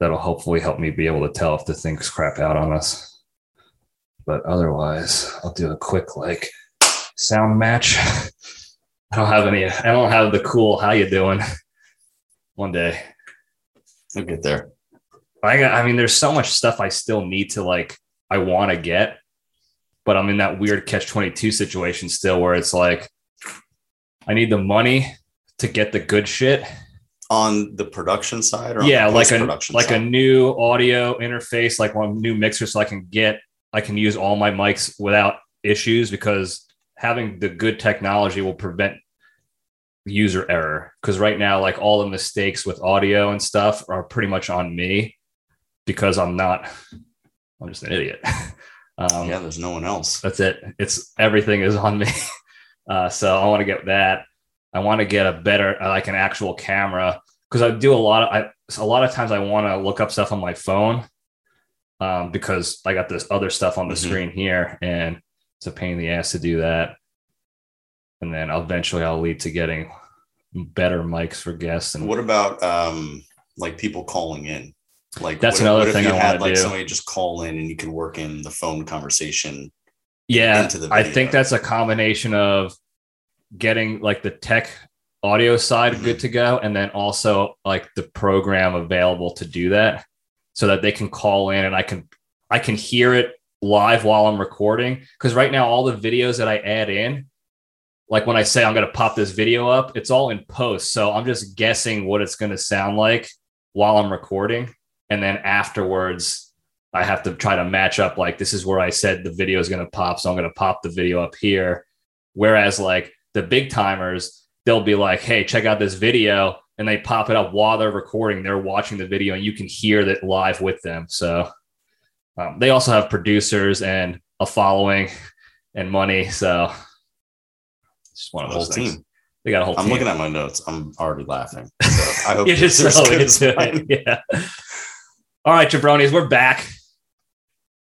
that'll hopefully help me be able to tell if the thing's crap out on us. But otherwise, I'll do a quick like sound match. I don't have any. I don't have the cool "How you doing?" One day, We'll get there. I got. I mean, there's so much stuff I still need to like. I want to get, but I'm in that weird catch twenty two situation still, where it's like, I need the money to get the good shit, On the production side, or on yeah the like a post-production like a side? new audio interface like one new mixer so i can get i can use all my mics without issues because having the good technology will prevent user error because right now like all the mistakes with audio and stuff are pretty much on me because i'm not i'm just an idiot um, yeah. There's no one else. that's it. It's everything is on me. Uh, so I want to get that. I want to get a better, uh, like an actual camera, because I do a lot of. I a lot of times I want to look up stuff on my phone, um, because I got this other stuff on the Mhm. screen here, and it's a pain in the ass to do that. And then eventually I'll lead to getting better mics for guests and What about um like people calling in? Like That's what if- another what if thing you I had, wanna like do. somebody just call in and you could work in the phone conversation. yeah into the i video. think that's a combination of getting like the tech audio side Mhm. good to go and then also like the program available to do that so that they can call in and i can i can hear it live while i'm recording because right now all the videos that i add in like when i say i'm going to pop this video up it's all in post so i'm just guessing what it's going to sound like while i'm recording and then afterwards I have to try to match up like this is where I said the video is going to pop, so I'm going to pop the video up here. Whereas like the big timers, they'll be like, "Hey, check out this video," and they pop it up while they're recording. They're watching the video, and you can hear that live with them. So um, they also have producers and a following and money. So it's just one of Whole those things. team. They got a whole I'm team. looking at my notes. I'm already laughing. So I hope You're just yours so are as into mine. it. Yeah. All right, jabronis, we're back.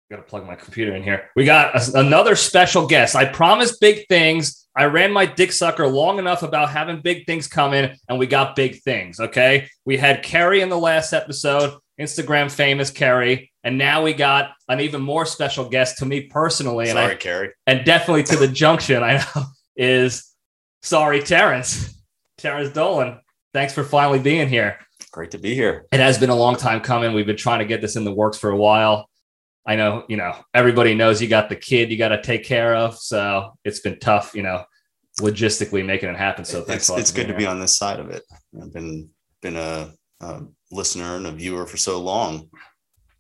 Gotta plug my computer in here. We got a- another special guest. I promised big things. I ran my dick sucker long enough about having big things coming, and we got big things. Okay. We had Carrie in the last episode, Instagram famous Carrie. And now we got an even more special guest to me personally, and, Sorry, I, Carrie. and definitely to the junction, I know, is sorry, Terrence. Terrence Dolan. Thanks for finally being here Great to be here. it has been a long time coming. We've been trying to get this in the works for a while. I know, you know, everybody knows you got the kid you got to take care of. So it's been tough, you know, logistically making it happen. So thanks it's, a lot. it's for good to being be here. on this side of it. I've been been a, a listener and a viewer for so long.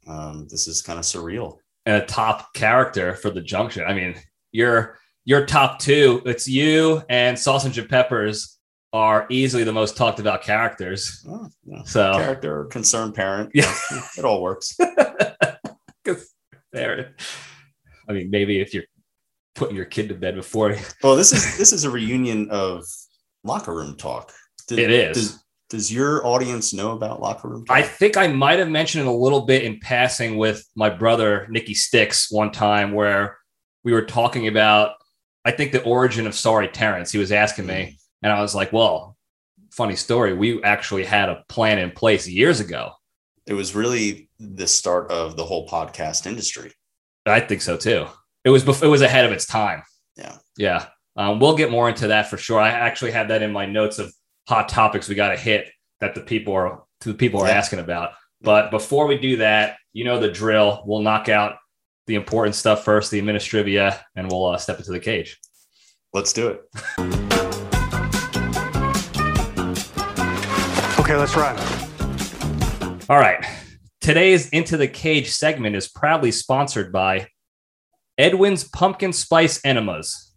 Um, this is kind of surreal. And a top character for the junction. I mean, your your top two, it's you and Sausage and Peppers are easily the most talked about characters. Oh, yeah. So Character, concerned parent. Yeah. it all works. there. I mean, maybe if you're putting your kid to bed before Well, this is this is a reunion of locker room talk. Did- It is. Does, does your audience know about locker room talk? I think I might have mentioned it a little bit in passing with my brother Nikki Sticks one time where we were talking about I think the origin of Sorry Terrence. He was asking me, and I was like, "Well, funny story. We actually had a plan in place years ago. It was really the start of the whole podcast industry. I think so too. It was bef- it was ahead of its time. Yeah. yeah. Um, we'll get more into that for sure. I actually had that in my notes of hot topics we got to hit that the people are the people are Yeah. asking about. But before we do that, you know the drill. We'll knock out the important stuff first, the administrivia, and we'll uh, step into the cage. Let's do it. Okay, let's run. All right. Today's Into the Cage segment is proudly sponsored by Edwin's Pumpkin Spice Enemas.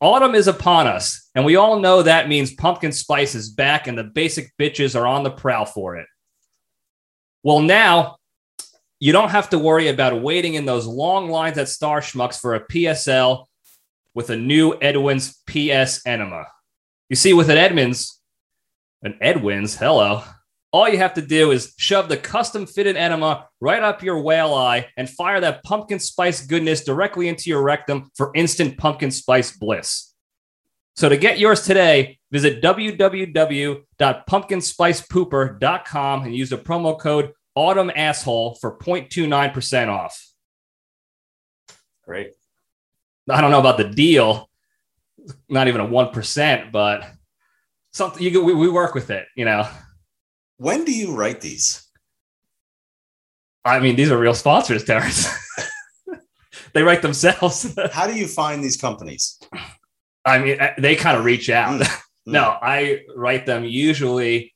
Autumn is upon us, and we all know that means pumpkin spice is back and the basic bitches are on the prowl for it. Well, now you don't have to worry about waiting in those long lines at Star Schmucks for a PSL with a new Edwin's PS Enema. You see, with an Edmonds, an Edwin's, hello. All you have to do is shove the custom fitted enema right up your whale eye and fire that pumpkin spice goodness directly into your rectum for instant pumpkin spice bliss. So to get yours today, Visit www.pumpkinspicepooper.com and use the promo code Autumn Asshole for 0.29% off. Great. I don't know about the deal, not even a 1%, but something you can, we, we work with it, you know. When do you write these? I mean, these are real sponsors, Terrence. they write themselves. How do you find these companies? I mean, eh, they kind of reach out. no, I write them usually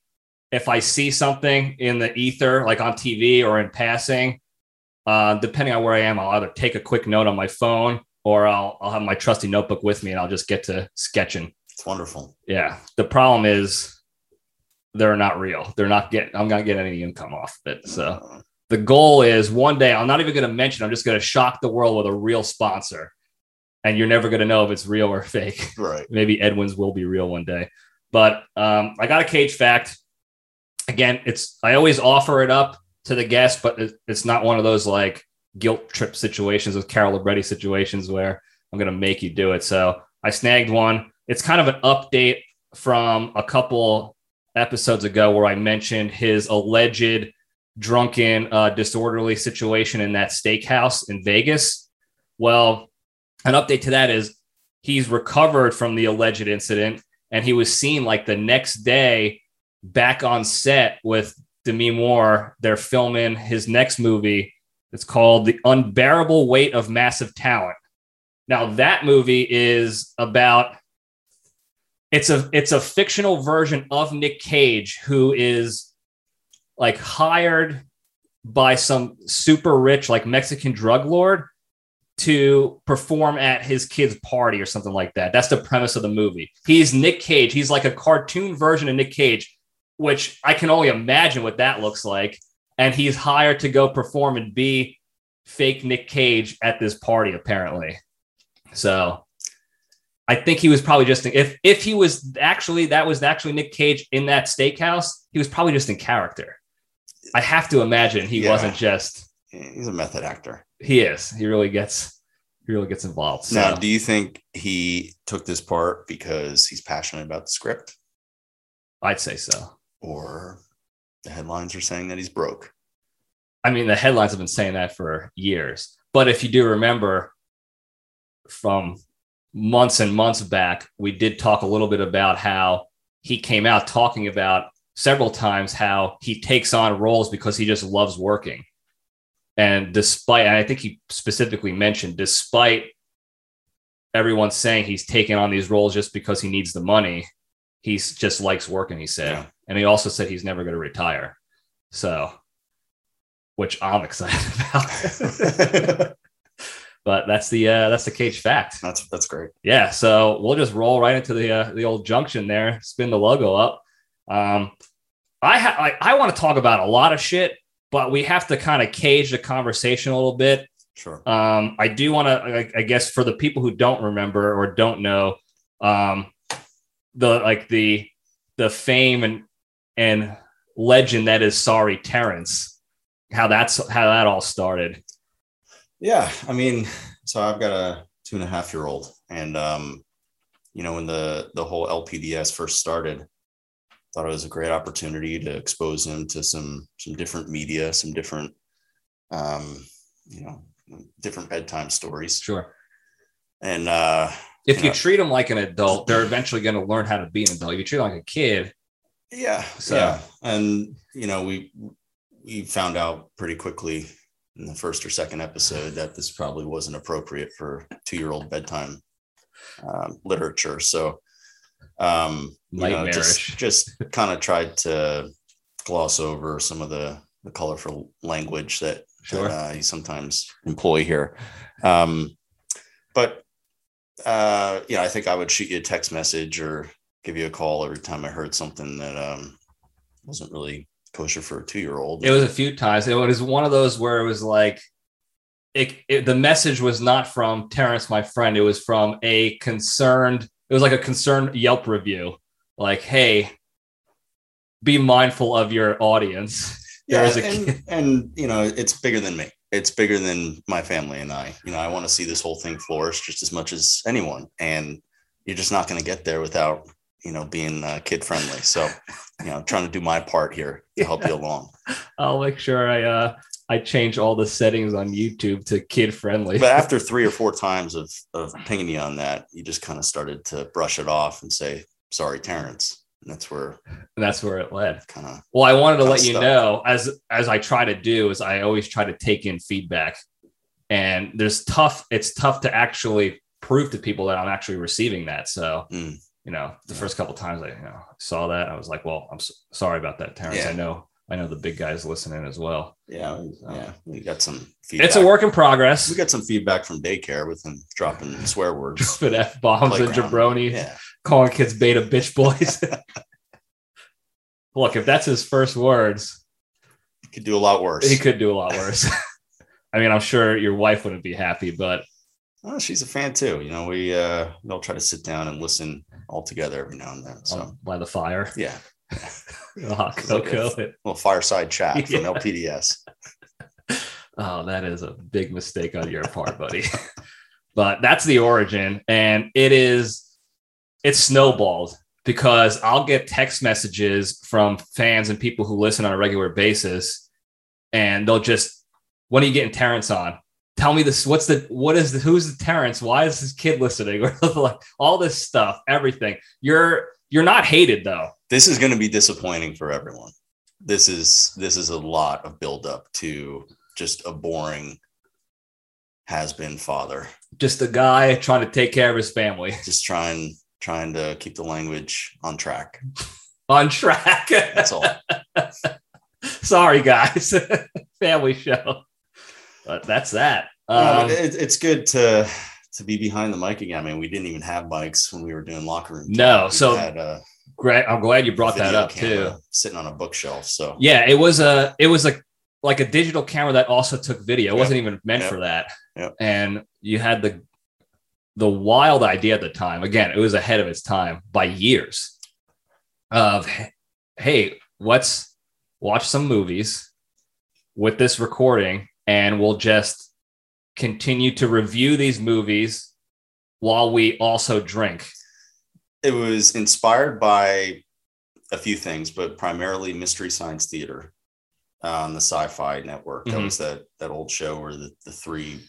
if I see something in the ether, like on TV or in passing. Uh, depending on where I am, I'll either take a quick note on my phone or I'll, I'll have my trusty notebook with me and I'll just get to sketching. It's wonderful. Yeah. The problem is they're not real. They're not getting, I'm not getting any income off of it. So Uh, the goal is one day I'm not even going to mention, I'm just going to shock the world with a real sponsor. And you're never going to know if it's real or fake. Right. Maybe Edwin's will be real one day. But um, I got a cage fact. Again, it's I always offer it up to the guest, but it- it's not one of those like guilt trip situations with Carol Libretti situations where I'm going to make you do it. So I snagged one. It's kind of an update from a couple episodes ago where I mentioned his alleged drunken, uh, disorderly situation in that steakhouse in Vegas. Well, an update to that is he's recovered from the alleged incident and he was seen like the next day back on set with Demi Moore. They're filming his next movie. It's called The Unbearable Weight of Massive Talent. Now that movie is about it's a it's a fictional version of Nick Cage who is like hired by some super rich like Mexican drug lord to perform at his kid's party or something like that. That's the premise of the movie. He's Nick Cage. He's like a cartoon version of Nick Cage, which I can only imagine what that looks like. And he's hired to go perform and be fake Nick Cage at this party, apparently. So I think he was probably just if if he was actually that was actually Nick Cage in that steakhouse, he was probably just in character. I have to imagine he Yeah. wasn't just He's a method actor. he is. He really gets he really gets involved. So Now, do you think he took this part because he's passionate about the script I'd say so. or the headlines are saying that he's broke? I mean, the headlines have been saying that for years. But if you do remember from months and months back, we did talk a little bit about how he came out talking about several times how he takes on roles because he just loves working. And despite, and I think he specifically mentioned, despite everyone saying he's taking on these roles just because he needs the money, he just likes working, he said. Yeah. And he also said he's never going to retire. So, which I'm excited about. that's but that's the uh, that's the cage fact. that's great. Yeah, so we'll just roll right into the uh, the old junction there. Spin the logo up. Um, I ha- I, I want to talk about a lot of shit, but we have to kind of cage the conversation a little bit. Sure. Um, I do want to, I, I guess, for the people who don't remember or don't know, um, the like the the fame and and legend that is Sorry Terrence, how that's how that all started. Yeah, I mean, so I've got a two and a half year old, and um, you know, when the the whole LPDS first started, thought it was a great opportunity to expose him to some some different media, some different, um, you know, different bedtime stories, Sure. and uh, If you Yeah. treat them like an adult, they're eventually going to learn how to be an adult. If you treat them like a kid, yeah, So- yeah, and you know, we we found out pretty quickly in the first or second episode that this probably wasn't appropriate for two year old bedtime um, literature. So, um, you know, just Nightmarish. just kind of tried to gloss over some of the the colorful language that, Sure. that uh, you sometimes employ here. Um, but uh, you know, I think I would shoot you a text message or give you a call every time I heard something that um, wasn't really kosher for a two year old. it was a few times. It was one of those where it was like, it, it- the message was not from Terrence, my friend. It was from a concerned. It was like a concerned Yelp review, like, "Hey, be mindful of your audience." yeah, there was a and, and you know, it's bigger than me. It's bigger than my family and I. You know, I want to see this whole thing flourish just as much as anyone, and you're just not going to get there without you know, being uh, kid friendly. So, you know, trying to do my part here to help you along. I'll make sure I uh I change all the settings on YouTube to kid friendly. But after three or four times of of pinging you on that, you just kind of started to brush it off and say, "Sorry, Terrence." And that's where And that's where it led. kind of Well, I wanted to Kinda let you stuff. know as as I try to do is I always try to take in feedback, and there's tough. It's tough to actually prove to people that I'm actually receiving that. So Mm. you know, the Yeah. first couple times I you know saw that, I was like, well, I'm s sorry about that, Terrence. Yeah. I know I know the big guys listening as well. yeah, we- yeah. We got some feedback. It's a work in We progress. got some feedback from daycare with him dropping swear words. Dropping f bombs and Playground. jabroni, Yeah, calling kids beta bitch boys. Look, if that's his first words, you could do a lot worse. He could do a lot worse. I mean, I'm sure your wife wouldn't be happy, but Oh, she's a fan too. You know, we uh we all try to sit down and listen all together every now and then. So um, by the fire, yeah, oh, Coco. little fireside chat from Yeah. LPDS. Oh, that is a big mistake on your part, buddy. but that's the origin, and it is it snowballed because I'll get text messages from fans and people who listen on a regular basis, and they'll just, when are you getting Terrence on? Tell me this. What's the what is the who's the Terrence? Why is this kid listening? Or like all this stuff, everything. You're you're not hated though. This is going to be disappointing for everyone. This is this is a lot of buildup to just a boring has been father, Just a guy trying to take care of his family just trying trying to keep the language on track. on track. That's all. Um, Sorry, guys. Family show. But that's that. No, Um, it, it's good to to be behind the mic again. I mean, we didn't even have mics when we were doing locker room. No, talk. We so had a Greg, I'm glad you brought that video up too. camera sitting on a bookshelf. So Yeah, it was a it was like like a digital camera that also took video. It Yep. wasn't even meant Yep. for that. Yep. And you had the the wild idea at the time. Again, it was ahead of its time by years. Of hey, let's watch some movies with this recording, and we'll just continue to review these movies while we also drink. it was inspired by a few things, but primarily Mystery Science Theater on the Sci-Fi Network. That Mhm. was that that old show where the, the three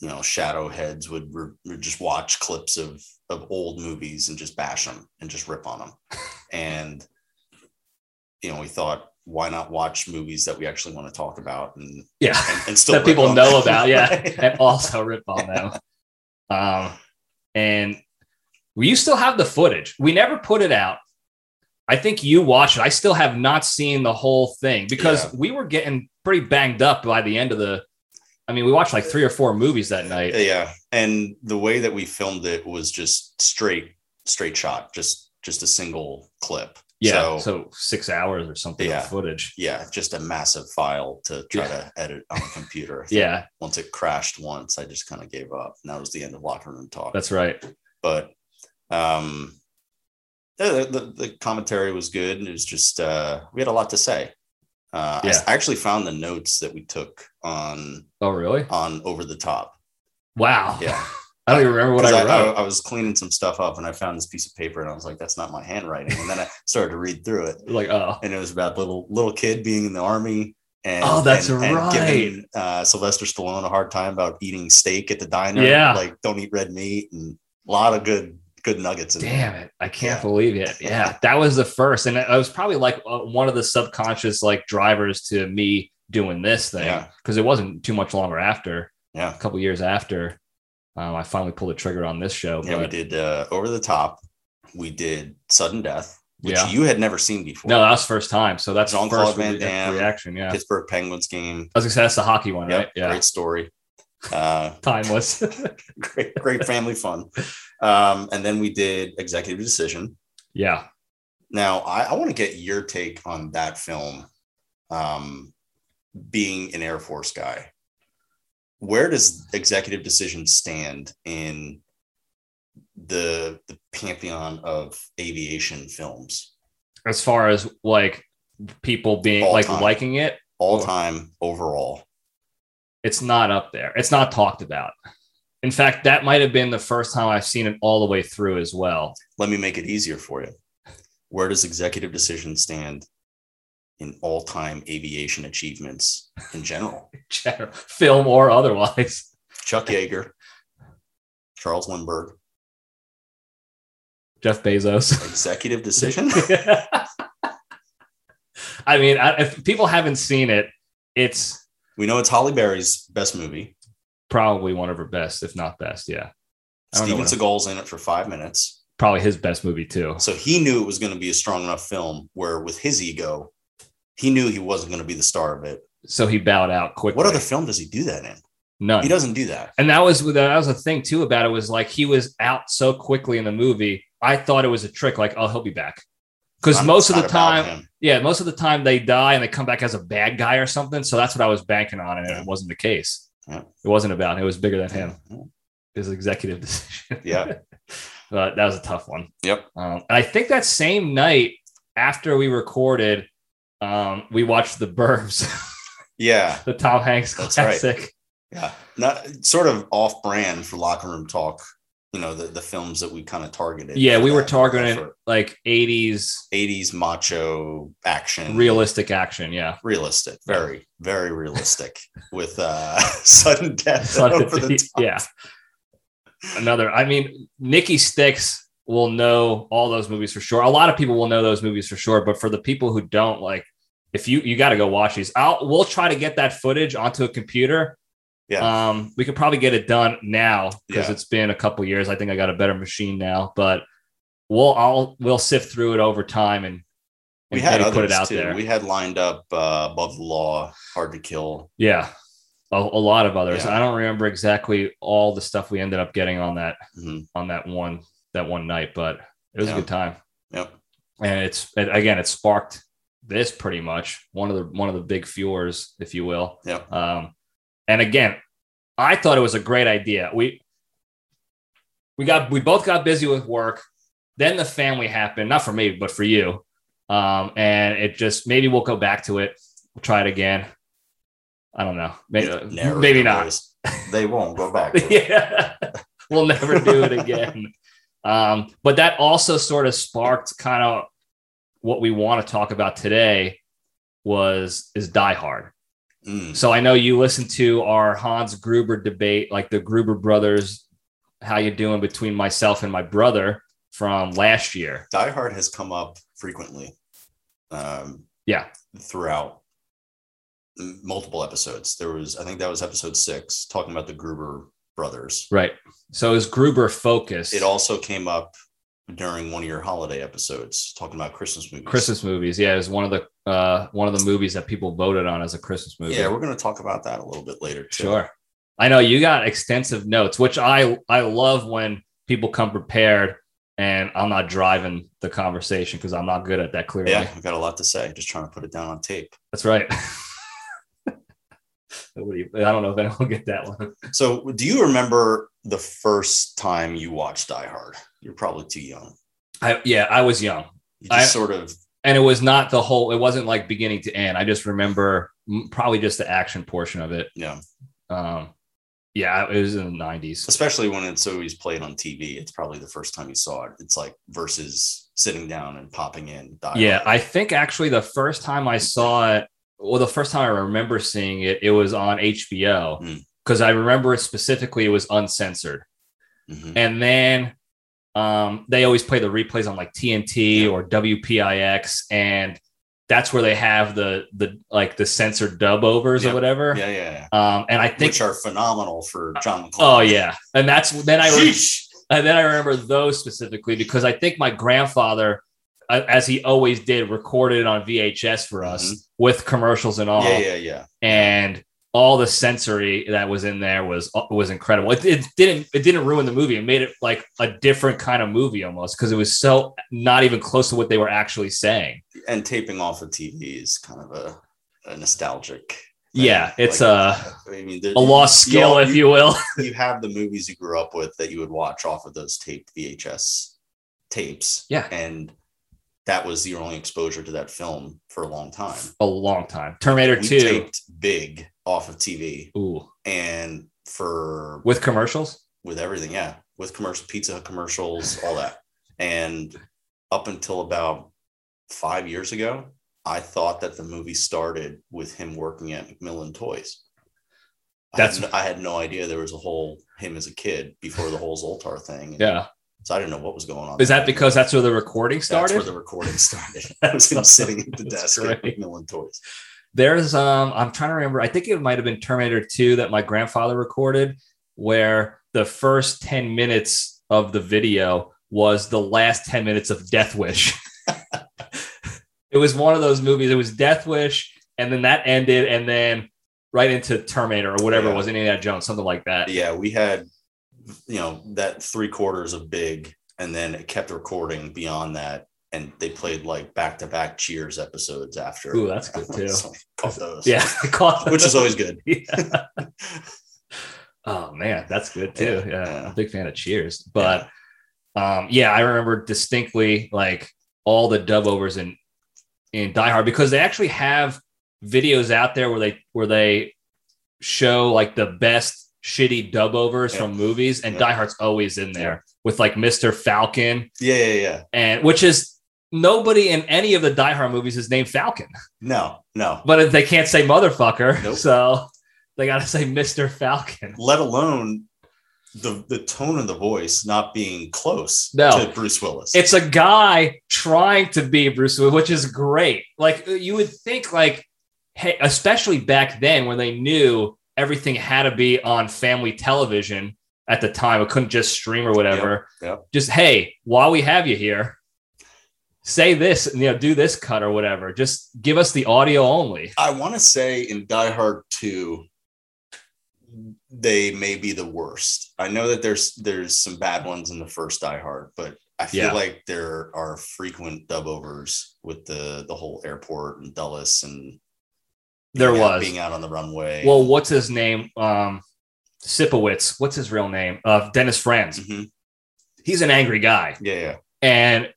you know shadow heads would re- would just watch clips of of old movies and just bash them and just rip on them. and you know, we thought, why not watch movies that we actually want to talk about and Yeah. and, and still That rip people on know them? about, yeah. and also rip on them. Um, and you still have the footage. We never put it out. I think you watched it. I still have not seen the whole thing because Yeah. we were getting pretty banged up by the end of the. I mean, we watched like three or four movies that night. yeah and the way that we filmed it was just straight straight shot just just a single clip Yeah, so, so, six hours or something Yeah. of footage. yeah just a massive file to try Yeah. to edit on a computer Yeah, once it crashed once i just kind of gave up and that was the end of locker room talk that's right. but um the, the, the commentary was good and it was just uh we had a lot to say uh I s- I actually found the notes that we took on Oh, really? on over the top Wow. yeah I don't even remember what 'Cause I I, I, wrote. I was cleaning some stuff up and I found this piece of paper and I was like, that's not my handwriting. And then I started to read through it. like, oh, And it was about little little kid being in the army and Oh, that's and- and right. giving uh, Sylvester Stallone a hard time about eating steak at the diner. Yeah. Like don't eat red meat and a lot of good good nuggets in damn it i can't Yeah. believe it yeah that was the first and i was probably like uh, one of the subconscious like drivers to me doing this thing Yeah. because it wasn't too much longer after Yeah. a couple years after um, i finally pulled the trigger on this show there. Yeah, we but did uh, over the top. We did sudden death, which yeah you had never seen before. no that was first time so that's the Jean-Claude first Van re- Damme. reaction yeah i Pittsburgh Penguins game. was gonna say that's the hockey one right Yep, yeah Great story. Uh, timeless great, great family fun. Um, and then we did executive decision. yeah Now I, I want to get your take on that film. Um, being an Air Force guy, where does executive decision stand in the the pantheon of aviation films as far as like people being All like time. liking it all Sure. time overall? it's not up there it's not talked about in fact, that might have been the first time I've seen it all the way through as well. Let me make it easier for you. Where does executive decision stand in all time aviation achievements in general? Film or otherwise. Chuck Yeager, Charles Lindbergh, Jeff Bezos. executive decision. I mean, I, if people haven't seen it, it's we know it's Holly Berry's best movie. probably one of her best, if not best. Yeah. I don't know Steven what- Seagal's in it for five minutes. Probably his best movie, too. So he knew it was going to be a strong enough film where, with his ego, he knew he wasn't going to be the star of it. So he bowed out quickly. What other film does he do that in? None. He doesn't do that. and that was that was a thing too about it was like he was out so quickly in the movie. I thought it was a trick, like oh he'll be back, because I'm most of the upset time, about him. yeah, most of the time they die and they come back as a bad guy or something. So that's what I was banking on, and Yeah. it wasn't the case. Yeah. It wasn't about it was bigger than him. His executive decision. Yeah. but that was a tough one. Yep. Um, and I think that same night after we recorded, um, we watched The Burbs, Yeah. the Tom Hanks That's right. classic. Yeah. Not sort of off brand for locker room talk, you know, the, the films that we kind of targeted. Yeah, for we were that targeting effort. like '80s 80s macho action. realistic action. Yeah. Realistic. Very, very realistic with uh sudden death over Oh, the top. yeah. Another, I mean, Nikki Sticks will know all those movies for sure. A lot of people will know those movies for sure, but for the people who don't, like, if you you got to go watch these, I'll we'll try to get that footage onto a computer. Yeah. Um, we could probably get it done now because Yeah. it's been a couple years. I think I got a better machine now, but we'll I'll we'll sift through it over time and, and We had maybe others put it out too. there. We had lined up uh, above the law, hard to kill. yeah. A, a lot of others. Yeah. I don't remember exactly all the stuff we ended up getting on that Mhm. on that one that one night, but it was Yeah. a good time. Yep. And it's and again, it sparked this pretty much one of the one of the big fuelers, if you will. Yep. Um, and again, I thought it was a great idea. We we got we both got busy with work. Then the family happened, not for me, but for you. Um, and it just maybe we'll go back to it. We'll try it again. I don't know. Maybe, Narrow maybe not doors. They won't go back. to it. yeah. We'll never do it again. Um, but that also sort of sparked kind of what we want to talk about today was is Die Hard. Mm. So I know you listened to our Hans Gruber debate, like the Gruber brothers, how you doing between myself and my brother from last year. Die Hard has come up frequently. Um, Yeah. Throughout m- multiple episodes. There was, I think that was episode six, talking about the Gruber brothers. Right. So is Gruber focused? It also came up during one of your holiday episodes, talking about Christmas movies. Christmas movies. Yeah, is one of the uh, one of the movies that people voted on as a Christmas movie. Yeah, we're going to talk about that a little bit later. Too. Sure. I know you got extensive notes, which I I love when people come prepared and I'm not driving the conversation because I'm not good at that clearly. Yeah, I've got a lot to say. Just trying to put it down on tape. That's right. Nobody, I don't know if anyone will get that one. So, do you remember the first time you watched Die Hard? You're probably too young. I, yeah, I was young. You I- just sort of And it was not the whole, it wasn't like beginning to end. I just remember mm, probably just the action portion of it. Yeah. Um, yeah, it was in the 90s. especially when it's always played on TV. It's probably the first time you saw it. It's like versus sitting down and popping in. dialogue. Yeah, I think actually the first time I saw it, well, the first time I remember seeing it, it was on Hmm. HBO because I remember it specifically. It was uncensored, Mhm. and then um, they always play the replays on like TNT Yeah. or WPIX, and that's where they have the the like the censored dub overs Yeah. or whatever. yeah, yeah, yeah. Um, and I think, which are phenomenal for John. oh McClane. yeah, and that's then I. re- Sheesh. and then I remember those specifically because I think my grandfather, uh, as he always did, recorded it on VHS for us with commercials and all, Mm-hmm. yeah, yeah, yeah. and all the sensory that was in there was uh, was incredible. It, it didn't it didn't ruin the movie. It made it like a different kind of movie almost because it was so not even close to what they were actually saying. And taping off of TV is kind of a, a nostalgic. thing. Yeah, it's Like, a I mean, there- a lost skill, if you will. you have the movies you grew up with that you would watch off of those taped VHS tapes. Yeah. And that was your only exposure to that film for a long time. a long time. Terminator We Two. taped big off of TV Ooh, and for with commercials. with everything. Yeah, with commercial pizza commercials, all that. And up until about five years ago, I thought that the movie started with him working at McMillan Toys. That's- I had, no, I had no idea there was a whole him as a kid before the whole Zoltar thing. Yeah. So I didn't know what was going on. Is that because that's where the recording That's started? where the recording started. I was him sitting at the That's desk at great. McMillan Toys. There's um I'm trying to remember. I think it might have been Terminator 2 that my grandfather recorded where the first 10 minutes of the video was the last 10 minutes of Death Wish. it was one of those movies. It was Death Wish and then that ended and then right into Terminator or whatever it Yeah. was Indiana Jones something like that. yeah, we had, you know, that three quarters of big, and then it kept recording beyond that. And they played like back to back Cheers episodes after. Ooh, that's good, too. So I caught those. Yeah. Which is always good. Oh man, that's good too. Yeah, Yeah, yeah. I'm a big fan of Cheers, but um, yeah, I remember distinctly like all the dub overs in in Die Hard because they actually have videos out there where they where they show like the best shitty dub overs Yeah. from movies, and Yeah. Die Hard's always in there with like Mister Falcon, Yeah, yeah, yeah. and which is nobody in any of the Die Hard movies is named Falcon, No, no. but they can't say motherfucker, Nope. so they got to say Mister Falcon. Let alone the the tone of the voice not being close No. to Bruce Willis. it's a guy trying to be Bruce Willis, which is great. Like you would think, like, hey, especially back then when they knew everything had to be on family television at the time, it couldn't just stream or whatever. Yep, yep. Just hey, while we have you here, say this, you know, do this cut or whatever. Just give us the audio only. I want to say in Die Hard 2, they may be the worst. I know that there's there's some bad ones in the first Die Hard, but I feel Yeah. like there are frequent dub overs with the the whole airport and Dulles and There being out- was. being out on the runway. Well, what's his name? Um, Sipowicz. What's his real name? Uh, Dennis Franz. Mhm. He's an angry guy. yeah, yeah, and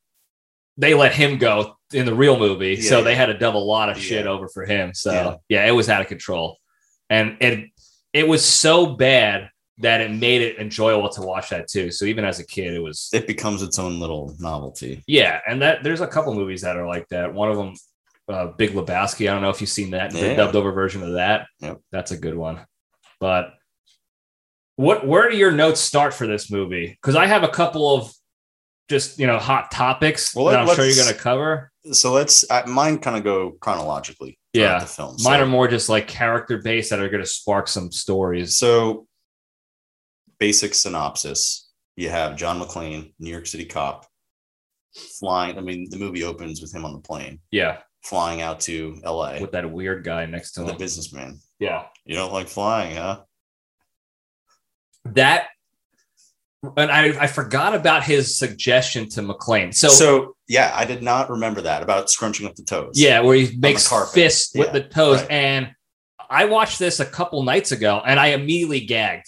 they let him go in the real movie. Yeah, so yeah. they had to dub a lot of shit Yeah. over for him. So yeah. Yeah. it was out of control. And it it was so bad that it made it enjoyable to watch that too. So even as a kid, it was it becomes its own little novelty. yeah. And that there's a couple movies that are like that. One of them, uh, Big Lebowski. I don't know if you've seen that the Yeah. dubbed over version of that. Yep. That's a good one. But what where do your notes start for this movie? Because I have a couple of just you know hot topics Well, that I'm sure let's- you're going to cover. So let's I, mine kind of go chronologically. Yeah. throughout the film. So- Mine are more just like character based that are going to spark some stories. So, basic synopsis: you have John McClane, New York City cop, flying. I mean, the movie opens with him on the plane Yeah, flying out to L.A. with that weird guy next to the him. businessman. Yeah, You don't like flying, huh? that. And I, I forgot about his suggestion to McLean. So, So, yeah, I did not remember that about scrunching up the toes. yeah, where he makes carpet. fists with Yeah, the toes. right. And I watched this a couple nights ago, and I immediately gagged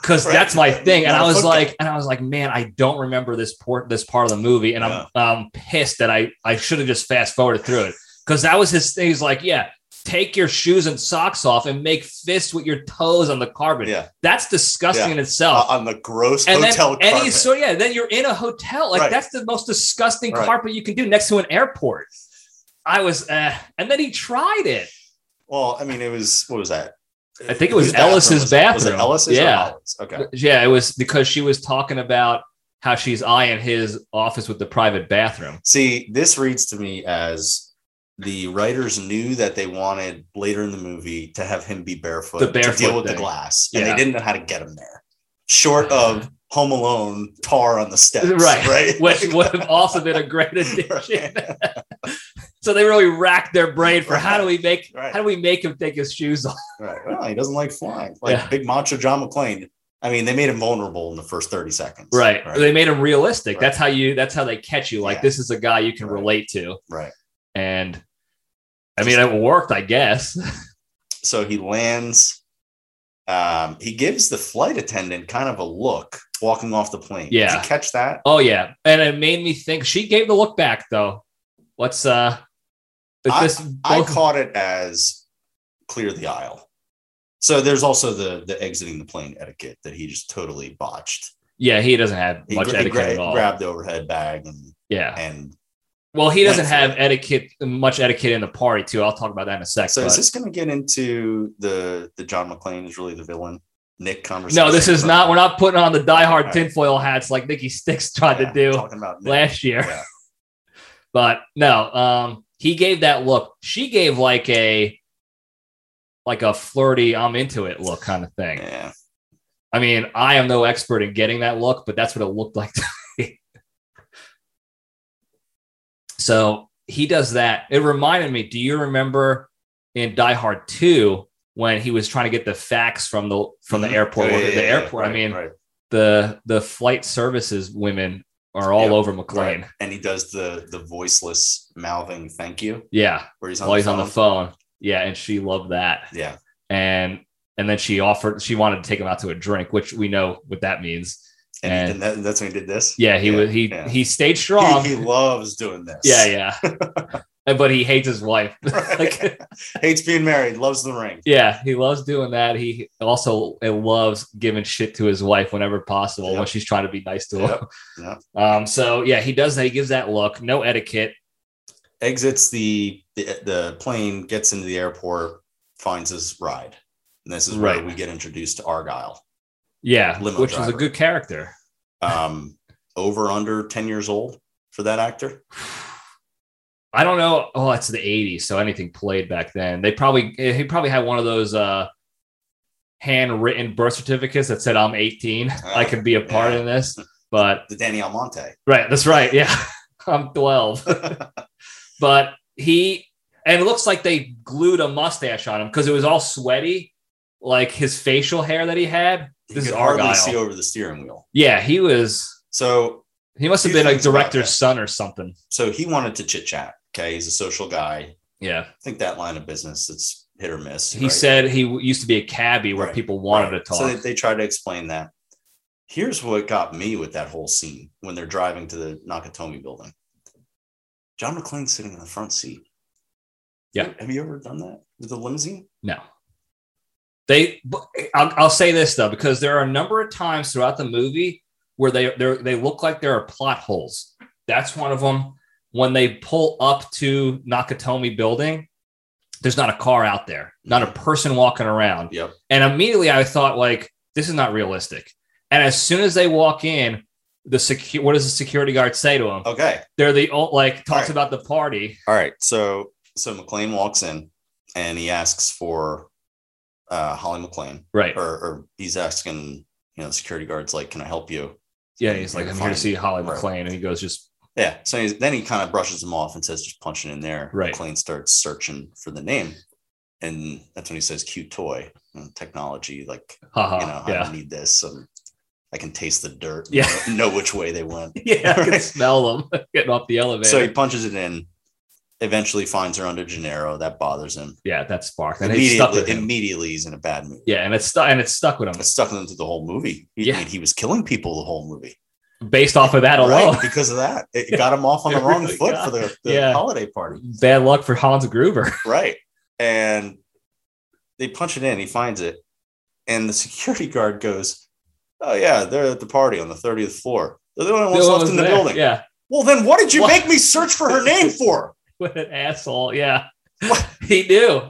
because Right. that's my thing. And Not I a was foot like, and I was like, man, I don't remember this port, this part of the movie, and I'm um pissed that I I should have just fast forwarded through it because that was his thing. He's like, yeah. Take your shoes and socks off and make fists with your toes on the carpet. Yeah. That's disgusting in Uh, itself. on the gross Oh. and then hotel any carpet. so yeah, then you're in a hotel. Like Right. that's the most disgusting Right. carpet you can do next to an airport. I was, uh, and then he tried it. well, I mean, it was what was that? I think it was Whose bathroom Ellis's was it? Was it bathroom. Ellis's? or Yeah. Olive's? Okay. Yeah, it was because she was talking about how she's eyeing his office with the private bathroom. See, this reads to me as the writers knew that they wanted later in the movie to have him be barefoot, The to barefoot deal with thing. the glass, Yeah. Uh-huh. and they didn't know how to get him there. Short of Home Alone, tar on the steps, Right. right? Right. Which would have also been a great addition. so they really racked their brain for how do we make Right. how do we make him take his shoes off? right. Well, he doesn't like flying. Like Yeah. big macho John McClane. I mean, they made him vulnerable in the first thirty seconds. Right. They Right. made him realistic. Right. That's how you that's how they catch you. Like Yeah. this is a guy you can Right. relate to. Right. And I mean it worked, I guess. So he lands. Um, he gives the flight attendant kind of a look walking off the plane. Yeah. Did you catch that? Oh yeah, and it made me think. She gave the look back though. What's uh? Is this I both- caught it as clear the aisle. So there's also the the exiting the plane etiquette that he just totally botched. Yeah, he doesn't have He, much gra- he etiquette gra- at all. grabbed the overhead bag and yeah. and Well, he doesn't Went have etiquette much etiquette in the party too. I'll talk about that in a sec. so but- is this going to get into the the John McClane is really the villain Nick conversation? no, this is not. We're not putting on the diehard Alright. tinfoil hats like Nikki Sticks tried Yeah, to do talking about Nick. last year. Yeah. But no, um, he gave that look. She gave like a like a flirty, I'm into it look kind of thing. Yeah. I mean, I am no expert in getting that look, but that's what it looked like to me. so he does that. It reminded me, do you remember in Die Hard 2 when he was trying to get the fax from the from the Mhm. airport? Yeah, worker- yeah, the yeah, airport. I right, mean, right. the the flight services women are all Yeah, over McLean. Right. and he does the the voiceless mouthing thank you Yeah. where he's on, While the, he's phone. on the phone. Yeah, and she loved that. Yeah, And and then she offered she wanted to take him out to a drink, which we know what that means. and, And- he, and that, that's when he did this. Yeah, he was he yeah. he stayed strong. He, he loves doing this. Yeah, yeah. And- but he hates his wife. Right. like, hates being married, loves the ring. yeah, he loves doing that. He also loves giving shit to his wife whenever possible when Yep. she's trying to be nice to him. Yep, yep. Um, so yeah, he does that. He gives that look, no etiquette. Exits the, the the plane, gets into the airport, finds his ride, and this is Right. where we get introduced to Argyle. Yeah, Limo which is a driver. good character. Um, over under ten years old for that actor. I don't know. Oh, it's the '80s, so anything played back then. They probably eh, he probably had one of those uh, handwritten birth certificates that said "I'm 18. I can be a part yeah. in this." But The Danny Almonte. Right. That's right. Yeah. I'm 12. but he, and it looks like they glued a mustache on him because it was all sweaty, like his facial hair that he had. You This is could hardly Argyle. see over the steering wheel. Yeah. He was, So he must have Few been a things about that. director's son or something. so he wanted to chit chat. Okay, he's a social guy. Yeah. I think that line of business it's hit or miss. He right? said he w- used to be a cabbie where Right, people wanted Right. to talk. So they, they try to explain that. Here's what got me with that whole scene when they're driving to the Nakatomi building. John McClane's sitting in the front seat. Yeah. Have you ever done that with a limousine? No. They, but I'll, I'll say this though, because there are a number of times throughout the movie where they they're- they look like there are plot holes. That's one of them. When they pull up to Nakatomi Building, there's not a car out there, not a person walking around. Yep. And immediately I thought, like, this is not realistic. And as soon as they walk in, the secure what does the security guard say to them? Okay. They're the old like talks Oh. Right. about the party. All right. So so McClane walks in and he asks for uh, Holly McClane, Right. or, or he's asking, you know, security guards like, "Can I help you?" Yeah. He's like, I'm here to Fine. see Holly Right. McClain. And he goes, just Yeah. So he's, then he kind of brushes him off and says, just punch it in there. Right. McLean starts searching for the name. And that's when he says, cute toy and technology. Like, haha. you know, I Ah, yeah. don't need this. Um, I can taste the dirt. and Yeah. Know, know which way they went. Yeah, I can Right. smell them getting off the elevator. So he punches it in, eventually finds her under Gennaro. That bothers him. yeah, that spark. And it stuck with Immediately, him. immediately, he's in a bad mood. yeah, and it's stuck and it's stuck with him It stuck with him through the whole movie. He, Yeah. I mean, he was killing people the whole movie. based off of that right? alone. Because of that. It got him off on the It wrong really foot got- for the, the Yeah. holiday party. Bad luck for Hans Gruber. Right. And they punch it in. He finds it. And the security guard goes, Oh, yeah, they're at the party on the 30th floor. They're the only No ones one left was in the there. building. Yeah, Well, then what did you What? make me search for her name for? what an asshole. Yeah, What? he knew.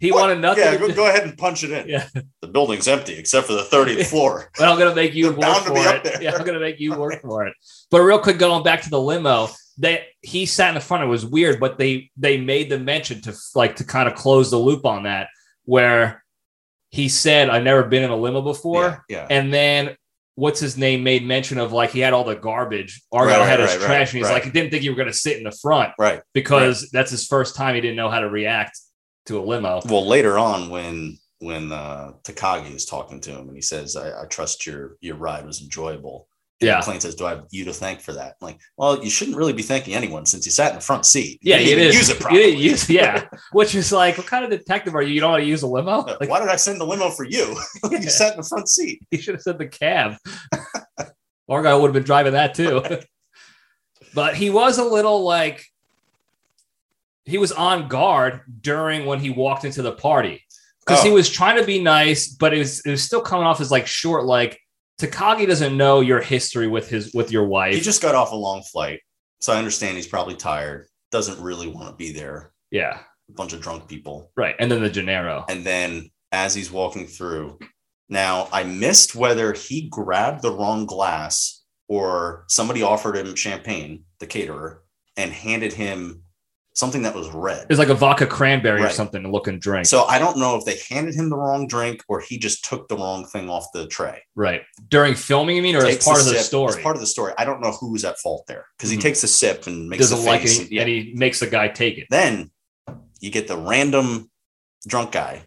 He What? wanted nothing. Yeah, to go, do. go ahead and punch it in. Yeah. The building's empty except for the 30th floor. But I'm gonna make you They're work bound to for be up it. there. Yeah, I'm gonna make you work for it. But real quick, going back to the limo, that he sat in the front. It was weird, but they they made the mention to like to kind of close the loop on that, where he said, "I've never been in a limo before." yeah. And then what's his name made mention of like he had all the garbage. Argyle Right, had right, his right, trash, and he's right. like, he didn't think you were going to sit in the front Right. because that's his first time. He didn't know how to react to a limo. Well, later on, when when uh, Takagi is talking to him and he says, I, I trust your your ride was enjoyable. And Yeah. McLean says, Do I have you to thank for that? I'm like, well, you shouldn't really be thanking anyone since you sat in the front seat. You Yeah, didn't it even is. use it You properly. didn't use, yeah, which is like, what kind of detective are you? You don't know how to use a limo? Uh, Like, Why did I send the limo for you? Yeah. you sat in the front seat. he should have said the cab. Argyle would have been driving that too. but he was a little like, he was on guard during when he walked into the party. because he Oh. was trying to be nice, but it was it was still coming off as like short. Like Takagi doesn't know your history with his with your wife. He just got off a long flight, so I understand he's probably tired. Doesn't really want to be there. yeah, A bunch of drunk people. right. And then the Gennaro. And then as he's walking through, now I missed whether he grabbed the wrong glass or somebody offered him champagne, the caterer, and handed him something that was red. It's like a vodka cranberry or Right. something looking drink. So I don't know if they handed him the wrong drink or he just took the wrong thing off the tray. right during filming, you mean, or as Takes part a of the sip- story? As part of the story. I don't know who's at fault there because Mhm. he takes a sip and makes doesn't a like face. it, and- yeah. and he makes the guy take it. Then you get the random drunk guy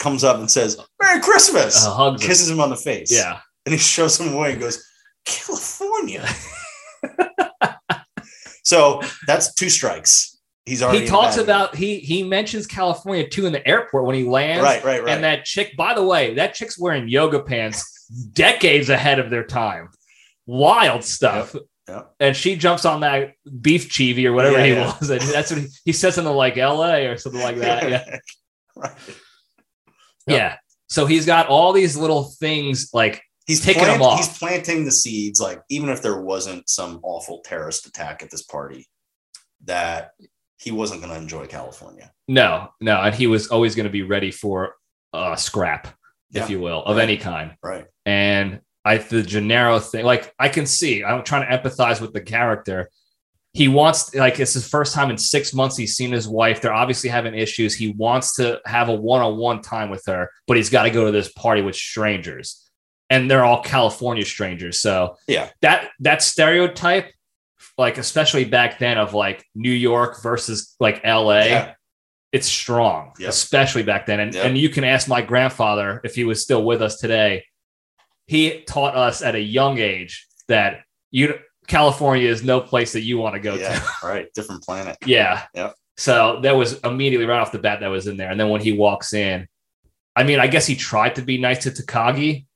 comes up and says, Merry Christmas. Uh, hugs him. kisses him on the face. Yeah, And he shows him away and goes, California. so that's two strikes. He's already he talks in bad about he he mentions California too in the airport when he mood. lands. right, right, right. And that chick, by the way, that chick's wearing yoga pants decades ahead of their time. Wild stuff. yep. And she jumps on that beef chibi or whatever Yeah, he yeah. was. And that's what he, he says something like LA or something like that. Yeah. Right. yeah. So he's got all these little things like He's Taking plant- him off. He's planting the seeds. Like even if there wasn't some awful terrorist attack at this party, that he wasn't going to enjoy California. no, no. And he was always going to be ready for a scrap, Yeah. if you will, of Right. any kind. Right. and I the Gennaro thing, like I can see, I'm trying to empathize with the character. He wants like it's his first time in six months he's seen his wife. They're obviously having issues. He wants to have a one-on-one time with her, but he's got to go to this party with strangers. And they're all California strangers. So Yeah. that that stereotype, like especially back then of like New York versus like LA Yeah. it's strong, Yep. especially back then. And, Yep. and you can ask my grandfather if he was still with us today. He taught us at a young age that you California is no place that you want to go yeah. to. Right. Different planet. Yeah. Yep. So that was immediately right off the bat that was in there. And then when he walks in, I mean, I guess he tried to be nice to Takagi,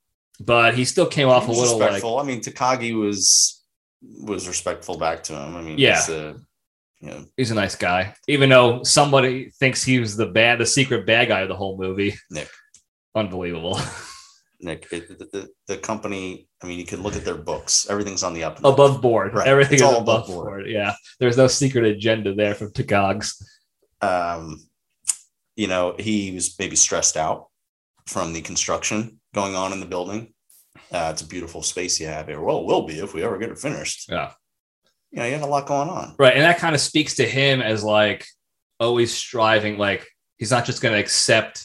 but he still came off a He was little like respectful. I mean, Takagi was was respectful back to him. I mean, Yeah. he's a, you know, he's a nice guy, even though somebody thinks he was the bad, the secret bad guy of the whole movie. Nick. Unbelievable. Nick, it, the, the, the company, I mean, you can look at their books. Everything's on the up and up. above board. Right. Everything It's is all above above board. board. Yeah. There's no secret agenda there from Tagogs. Um, you know, he was maybe stressed out from the construction going on in the building. Uh, it's a beautiful space you have here. Well, it will be if we ever get it finished. Yeah. You know, you had a lot going on. Right. And that kind of speaks to him as like always striving. Like he's not just going to accept,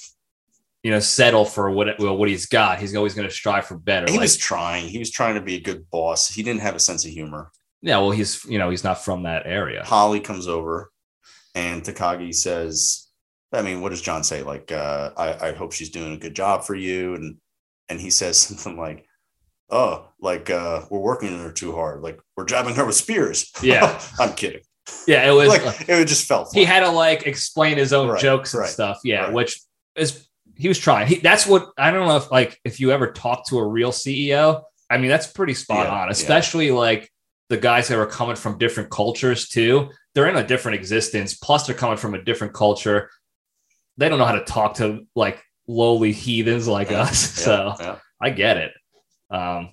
you know, settle for what, well, what he's got. He's always going to strive for better. He Like, was trying. He was trying to be a good boss. He didn't have a sense of humor. yeah. Well, he's, you know, he's not from that area. Holly comes over and Takagi says, I mean, what does John say? Like, uh, I, I hope she's doing a good job for you. And and he says something like, Oh, like uh, we're working her too hard, like we're jabbing her with spears. Yeah. I'm kidding. Yeah. It was Like it just felt he flat. had to like explain his own Right, jokes and right, stuff. Yeah, right. which is he was trying. He, that's what I don't know if like if you ever talk to a real CEO. I mean, that's pretty spot Yeah, on, yeah. especially like the guys that were coming from different cultures too. They're in a different existence. Plus, they're coming from a different culture. They don't know how to talk to like lowly heathens like Yeah, us. Yeah, So yeah. I get it. Um,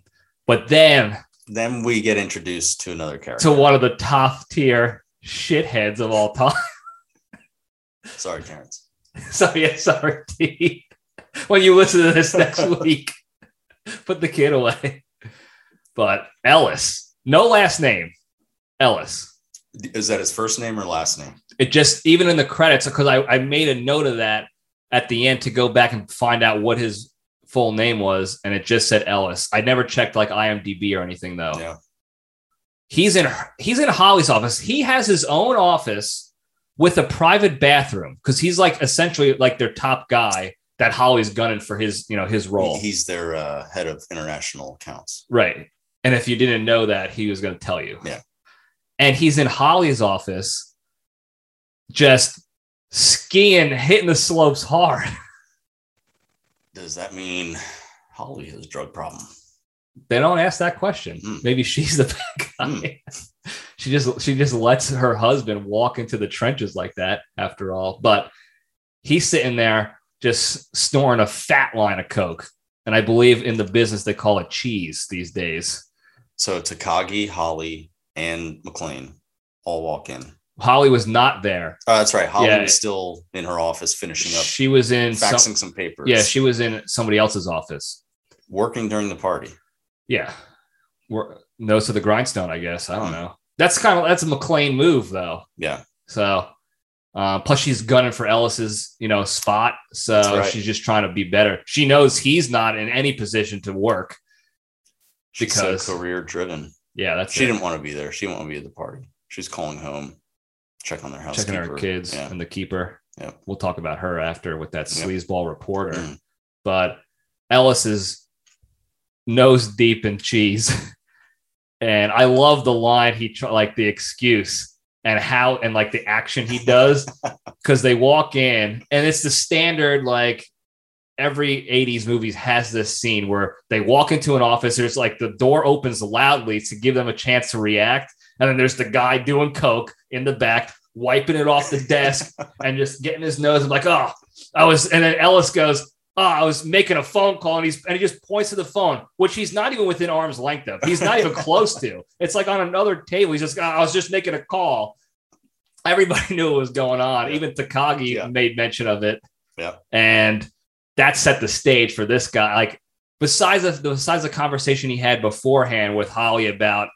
but then Then we get introduced to another character. to one of the top tier shitheads of all time. Sorry, Terrence. So yeah, sorry, T. when you listen to this next week, put the kid away. But Ellis, no last name, Ellis. Is that his first name or last name? It just even in the credits because I, I made a note of that at the end to go back and find out what his full name was, and it just said Ellis. I never checked like IMDb or anything though. Yeah. He's in he's in Holly's office. He has his own office with a private bathroom because he's like essentially like their top guy that Holly's gunning for his you know his role. He- He's their uh, head of international accounts. right. And if you didn't know that, he was going to tell you. Yeah. And he's in Holly's office, just skiing, hitting the slopes hard. Does that mean Holly has a drug problem? They don't ask that question. Hmm. Maybe she's the bad guy. Mm. she just she just lets her husband walk into the trenches like that after all. But he's sitting there. just snoring a fat line of coke. And I believe in the business they call it cheese these days. So Takagi, Holly, and McLean all walk in. Holly was not there. Oh, that's right. Holly Yeah. was still in her office finishing up, She was in some, faxing some papers. yeah, she was in somebody else's office. working during the party. Yeah, We're, nose to the grindstone, I guess. I don't know. That's kind of that's a McLean move though. Yeah. So, uh, plus she's gunning for Ellis's, you know, spot. So That's right. she's just trying to be better. She knows he's not in any position to work. She's so Because- career driven. Yeah, that's She it. didn't want to be there. She didn't want to be at the party. She's calling home, check on their housekeeper. checking our kids Yeah. and the keeper. Yep. We'll talk about her after with that Yep. sleazeball reporter. Mm. But Ellis is nose deep in cheese, and I love the line he tr- like the excuse and how and like the action he does because they walk in and it's the standard like. Every 80s movies has this scene where they walk into an office. There's like the door opens loudly to give them a chance to react. And then there's the guy doing coke in the back, wiping it off the desk and just getting his nose. i like, oh, I was. And then Ellis goes, oh, I was making a phone call, and he's and he just points to the phone, which he's not even within arm's length of. He's not even close to. It's like on another table. He's just, "Oh, I was just making a call. Everybody knew what was going on. Yeah. Even Takagi Yeah. made mention of it. Yeah. And that set the stage for this guy. Like besides the besides the conversation he had beforehand with Holly about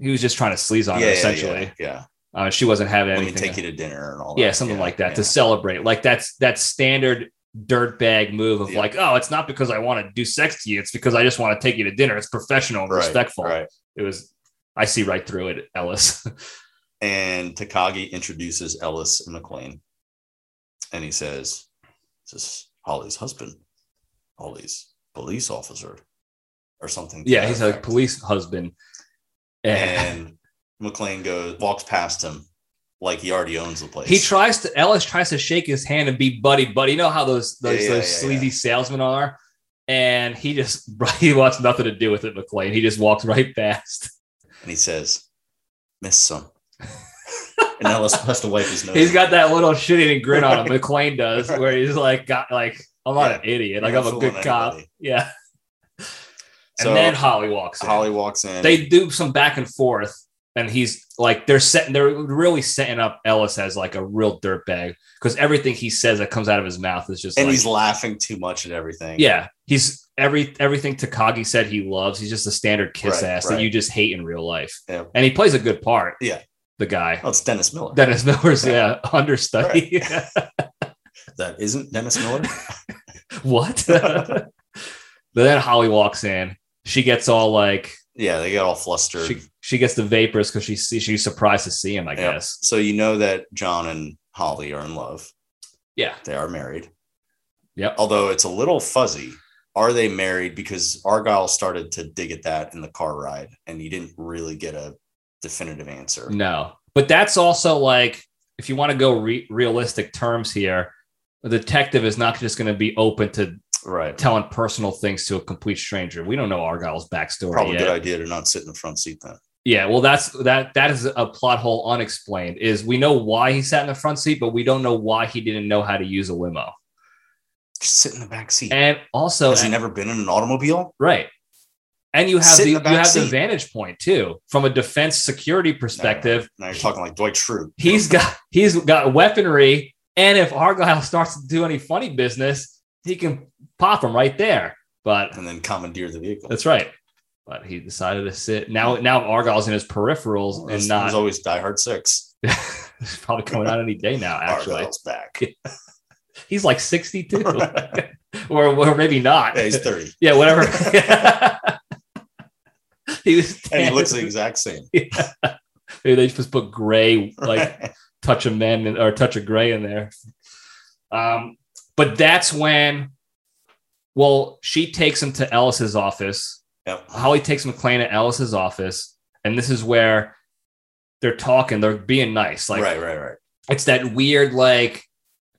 he was just trying to sleaze on her essentially. Yeah. yeah. Uh, she wasn't having Let me anything. take you to dinner and all that. yeah, something like that to celebrate. Like that's that standard dirtbag move of Yeah. like, oh, it's not because I want to do sex to you. It's because I just want to take you to dinner. It's professional and Right, respectful. Right. It was. I see right through it, Ellis. And Takagi introduces Ellis and McLean. And he says, This is Holly's husband, Holly's police officer, or something. to yeah, that he's a effect. police husband. And And McLean goes, walks past him like he already owns the place. he tries to Ellis tries to shake his hand and be buddy buddy. You know how those those, Yeah, yeah, those yeah, yeah. sleazy salesmen are. And he just he wants nothing to do with it, McLean. He just walks right past. and he says, Miss some. and Ellis has to wipe his nose. He's got that little shit eating grin on him. McLean does, where he's like, "Got like, I'm not an idiot. Like, You're I'm not a good fooling cop." anybody. Yeah. And So then Holly walks in. Holly walks in. They do some back and forth, and he's like, they're setting, they're really setting up Ellis as like a real dirtbag because everything he says that comes out of his mouth is just and like, he's laughing too much at everything. yeah, he's every everything Takagi said he loves. He's just a standard kiss Right, ass right. that you just hate in real life, Yeah. and he plays a good part. Yeah. the guy. Oh, it's Dennis Miller. Dennis Miller's yeah understudy. that isn't Dennis Miller. what? but then Holly walks in. She gets all like yeah, they got all flustered. she she gets the vapors because she see, she's surprised to see him. I Yeah. guess. so you know that John and Holly are in love. Yeah. They are married. Yep. Although it's a little fuzzy. Are they married? Because Argyle started to dig at that in the car ride, and you didn't really get a definitive answer. No, but that's also like if you want to go re- realistic terms here, the detective is not just going to be open to Right. telling personal things to a complete stranger. We don't know Argyle's backstory Probably a yet. good idea to not sit in the front seat then. Yeah, well, that's that. That is a plot hole unexplained. Is we know why he sat in the front seat, but we don't know why he didn't know how to use a limo. Just sit in the back seat. And uh, also, Has he never been in an automobile? Right. And you have Sit in the, the back you have the seat. vantage point too from a defense security perspective. Now you're talking like Dwight Schrute. He's got he's got weaponry, and if Argyle starts to do any funny business, he can pop him right there. But and then commandeer the vehicle. that's right. But he decided to sit now. Now Argyle's in his peripherals There's- and There's not. always Die Hard Six. it's probably coming out any day now. Actually, Argyle's back. he's like sixty-two, or, or maybe not. Yeah, he's thirty, Yeah, whatever. he was. and he looks the tan. exact same. Maybe they just put gray, like Right. touch of men in- or touch of gray in there. Um, but that's when, well, she takes him to Ellis's office. Yep. Holly takes McLean to Ellis's office, and this is where they're talking. They're being nice, like right, right, right. it's that weird, like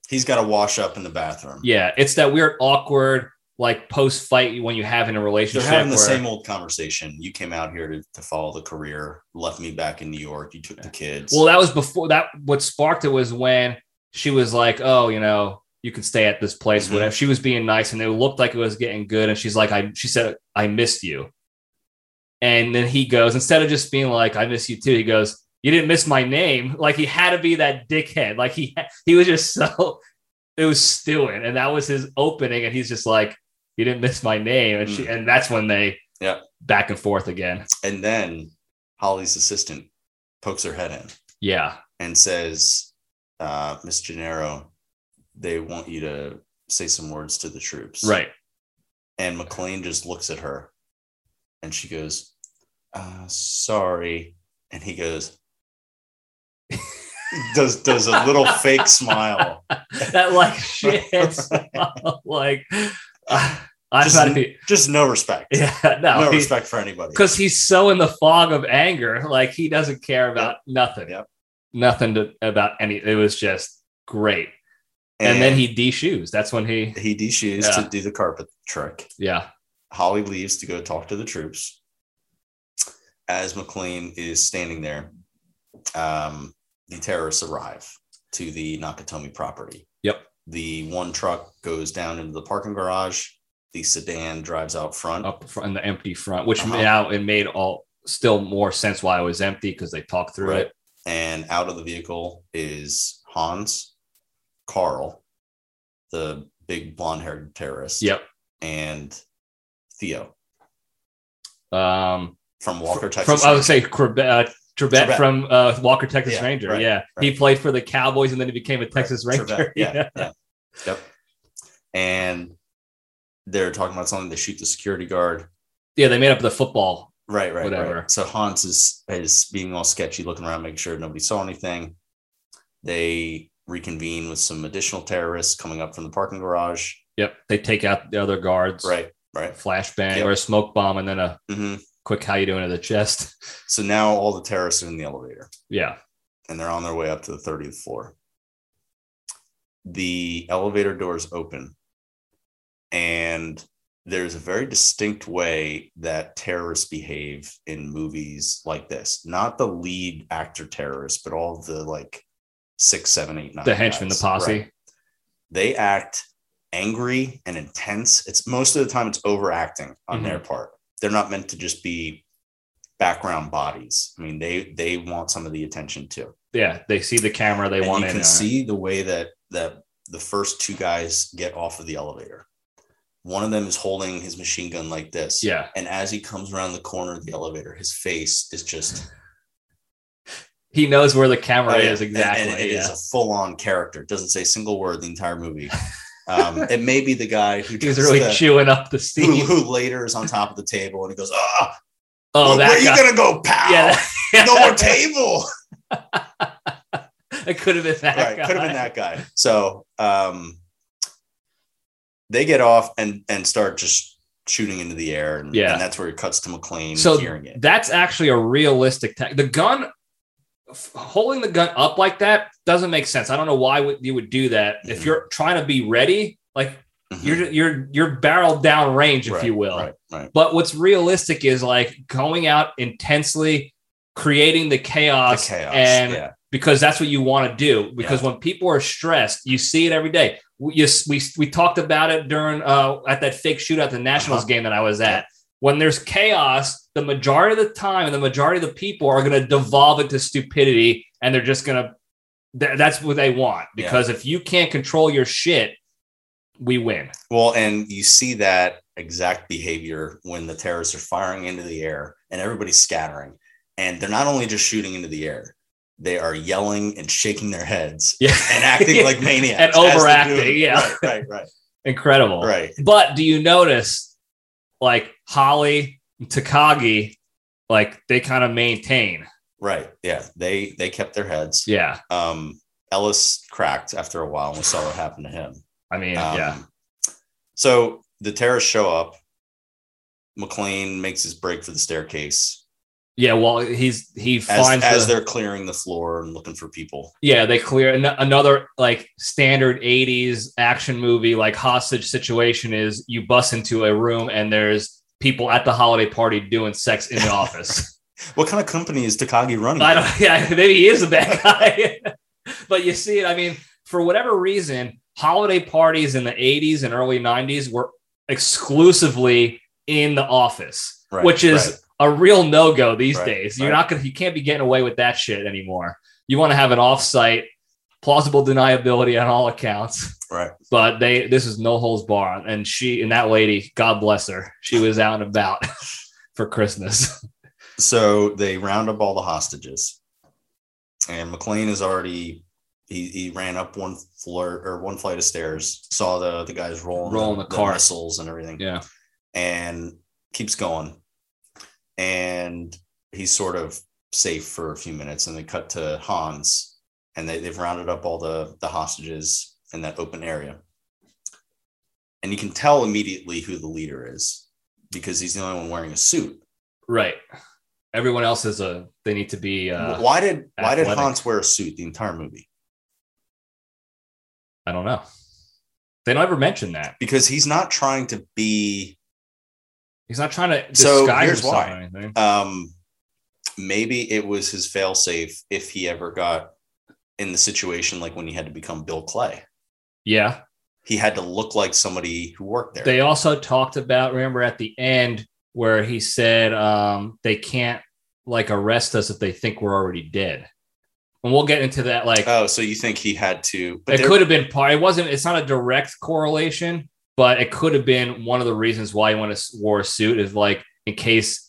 He's got to wash up in the bathroom. yeah, it's that weird, awkward, like post fight when you have in a They're relationship. having the where- same old conversation. You came out here to, to follow the career, left me back in New York. You took the kids. Well, that was before that. What sparked it was when she was like, "Oh, you know, you can stay at this place. Mhm. Whatever. She was being nice, and it looked like it was getting good. And she's like, I. She said, I missed you. And then he goes instead of just being like, I miss you too. He goes, You didn't miss my name. Like he had to be that dickhead. Like he he was just so it was stewing, and that was his opening. And he's just like, You didn't miss my name. And she and that's when they Yeah. back and forth again. And then Holly's assistant pokes her head in Yeah. and says, uh, Miss Gennaro, they want you to say some words to the troops. Right. And McLean just looks at her and she goes, uh, sorry. And he goes, does does a little fake smile. that like shit. smell, like I- I've Just- had to. Just no respect. Yeah, no no, respect for anybody. because he's so in the fog of anger, like he doesn't care about nothing. Yep. Nothing to, about any. It was just great. And, then he de-shoes. That's when he. he deshoes Yeah. to do the carpet trick. Yeah. Holly leaves to go talk to the troops. As McLean is standing there, um, the terrorists arrive to the Nakatomi property. Yep. The one truck goes down into the parking garage. The sedan drives out front. Up front in the empty front, which Uh-huh. now it made all still more sense why it was empty because they talked through Right. it. and out of the vehicle is Hans, Carl, the big blonde haired terrorist, Yep. and Theo Um. from Walker, from, Texas. I would say Quebec. Uh, Trebet Trebek. from uh, Walker, Texas Yeah, Ranger. right, yeah, he played for the Cowboys and then he became a Texas Trebek, Ranger. Yeah, yeah. Yep. And they're talking about something. They shoot the security guard. yeah, they made up the football. Right, right, Whatever. right. So Hans is is being all sketchy, looking around, making sure nobody saw anything. They reconvene with some additional terrorists coming up from the parking garage. Yep. They take out the other guards. Right, right. Flashbang Yep. or a smoke bomb and then a hmm quick how you doing to the chest. So now all the terrorists are in the elevator. Yeah. and they're on their way up to the 30th floor. The elevator doors open, and there's a very distinct way that terrorists behave in movies like this. Not the lead actor terrorists, but all the like six, seven, eight, nine. The henchmen, the guys. posse. Ah, Right. They act angry and intense. It's most of the time it's overacting on Mhm. their part. They're not meant to just be background bodies. I mean, they they want some of the attention too Yeah. They see the camera. They and want you in. can on it. see the way that that the first two guys get off of the elevator one of them is holding his machine gun like this Yeah. and as he comes around the corner of the elevator his face is just He knows where the camera Oh, yeah. is And- exactly. and, it yeah. is a full-on character it doesn't say a single word the entire movie um, it may be the guy who He's does really the- chewing up the who, steam. who later is on top of the table and he goes ah oh, where that you guy. gonna go pal yeah. that- no more table it could have been that right, guy. could have been that guy. So um, they get off and and start just shooting into the air, and, Yeah. and that's where it cuts to McLean So hearing it. That's actually a realistic tech. The gun f- holding the gun up like that doesn't make sense. I don't know why would- you would do that. If Mhm. you're trying to be ready, like Mhm. you're you're you're barrel down range, if Right, you will. right, right. But what's realistic is like going out intensely, creating the The chaos, chaos, and yeah, because that's what you want to do. Because when people are stressed, you see it every day. We you, we, we talked about it during uh, at that fake shootout, the Nationals Uh-huh. game that I was at. When there's chaos, the majority of the time, and the majority of the people are going to devolve into stupidity, and they're just going to. that's what they want Yeah. because if you can't control your shit, we win. well, and you see that exact behavior when the terrorists are firing into the air and everybody's scattering, and they're not only just shooting into the air, they are yelling and shaking their heads Yeah. and acting like maniacs And as they're overacting, doing it. yeah. right, right, incredible. right, right. But do you notice like Holly and Takagi, like they kind of maintain. Right. Yeah. They they kept their heads. Yeah. um, Ellis cracked after a while, and we saw what happened to him. I mean, Um, yeah. So the terrorists show up. McLean makes his break for the staircase Yeah. Well, he's he as, finds as the, they're clearing the floor and looking for people. yeah, they clear an- another like standard 80s action movie like hostage situation is you bust into a room and there's people at the holiday party doing sex in the office. What kind of company is Takagi running? I don't yeah, maybe he is a bad guy. but you see it, I mean, for whatever reason, holiday parties in the 80s and early 90s were exclusively in the office, Right, which is right. a real no go these Right, days. You're right. not gonna you can't be getting away with that shit anymore. You want to have an offsite, plausible deniability on all accounts. Right. But they this is no holes bar, and she and that lady, God bless her, she was out and about for Christmas. So they round up all the hostages, and McLean is already he, he ran up one floor or one flight of stairs, saw the the guys rolling Rolling the cart. missiles and everything, Yeah, and keeps going, and he's sort of safe for a few minutes, and they cut to Hans, and they they've rounded up all the the hostages in that open area, and you can tell immediately who the leader is because he's the only one wearing a suit. right. Everyone else is a they need to be. Uh, why did why did athletic. Hans wear a suit the entire movie? I don't know. They don't ever mention that. Because he's not trying to be He's not trying to So, disguise here's himself why. or anything. um maybe it was his failsafe if he ever got in the situation like when he had to become Bill Clay. Yeah, He had to look like somebody who worked there. They also talked about, remember at the end where he said um, they can't like arrest us if they think we're already dead. And we'll get into that. Like oh, so you think he had to but it there- could have been part. It wasn't. It's not a direct correlation, but it could have been one of the reasons why he went to wore a suit is like in case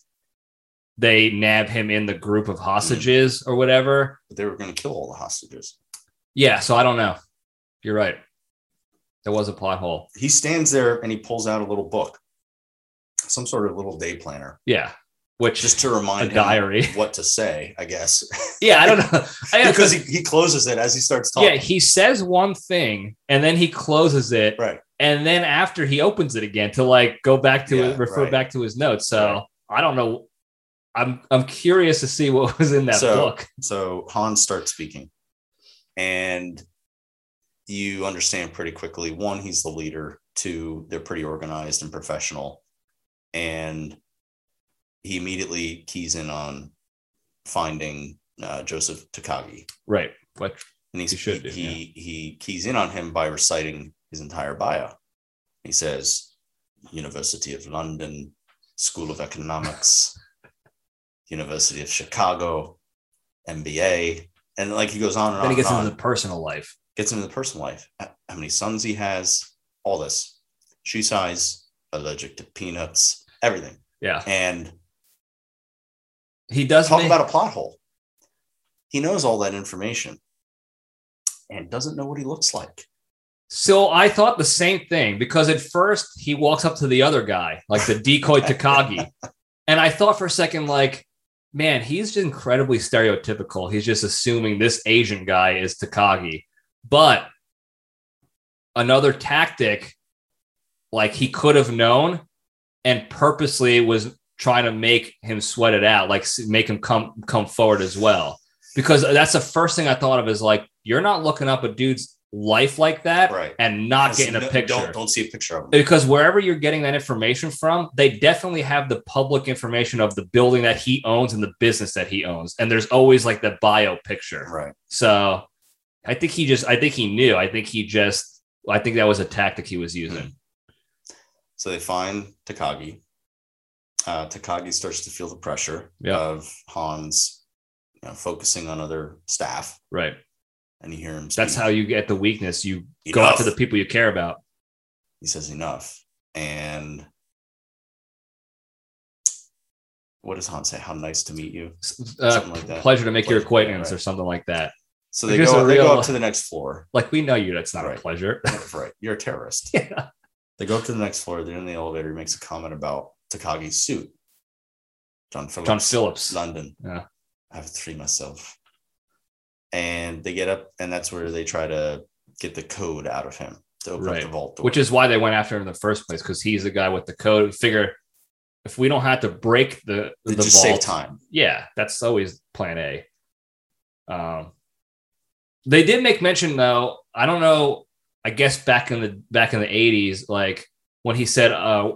they nab him in the group of hostages or whatever. but they were gonna kill all the hostages. Yeah. So I don't know. You're right. There was a pothole. He stands there and he pulls out a little book, some sort of little day planner, Yeah. Which just to a remind him diary. what to say, I guess. yeah. I don't know. I don't know. because he, he closes it as he starts talking. Yeah, he says one thing and then he closes it. Right. And then after he opens it again to like go back to Yeah, refer right. back to his notes. So Right. I don't know. I'm I'm curious to see what was in that So- book. So Hans starts speaking, and you understand pretty quickly one, he's the leader, two, they're pretty organized and professional. And he immediately keys in on finding uh, Joseph Takagi. Right. But And he's, He should do, he, he, he keys in on him by reciting his entire bio. He says, University of London, School of Economics, University of Chicago, MBA. And like he goes on and then on he gets and on. into the personal life. gets into the personal life. H- How many sons he has, all this. She sighs, allergic to peanuts, everything. Yeah. And He does talk make- about a plot hole. He knows all that information and doesn't know what he looks like. so I thought the same thing because at first he walks up to the other guy, like the decoy Takagi. And I thought for a second, like, man, he's incredibly stereotypical. He's just assuming this Asian guy is Takagi. But another tactic, like he could have known and purposely was trying to make him sweat it out, like s- make him come come forward as well. Because that's the first thing I thought of is like, you're not looking up a dude's life like that Right. and not Has getting a no- picture Don't, don't see a picture of him. because wherever you're getting that information from, they definitely have the public information of the building that he owns and the business that he owns. And there's always like the bio picture. Right. So I think he just, I think he knew. I think he just, I think that was a tactic he Hmm. was using. So they find Takagi. Uh, Takagi starts to feel the pressure Yeah. of Hans you know, focusing on other staff, Right. and you hear him. That's speak. how you get the weakness. You go Enough. after the people you care about. he says enough and what does Hans say? How nice to meet you. Uh, Something like that. pleasure to make your Pleasure, acquaintance right. or something like that. So they Because go, a they go real- up to the next floor. Like we know you, that's not Right. a pleasure. right. You're a terrorist. Yeah. They go up to the next floor. They're in the elevator. He makes a comment about Takagi's suit. John Phillips. John Phillips. London. Yeah. I have three myself. And they get up, and that's where they try to get the code out of him to open Right. up the vault door. which is why they went after him in the first place because he's the guy with the code. Figure if we don't have to break the they the just save vault, time. yeah, that's always plan A. Um, they did make mention though. I don't know. I guess back in the back in the eighties, like when he said, uh,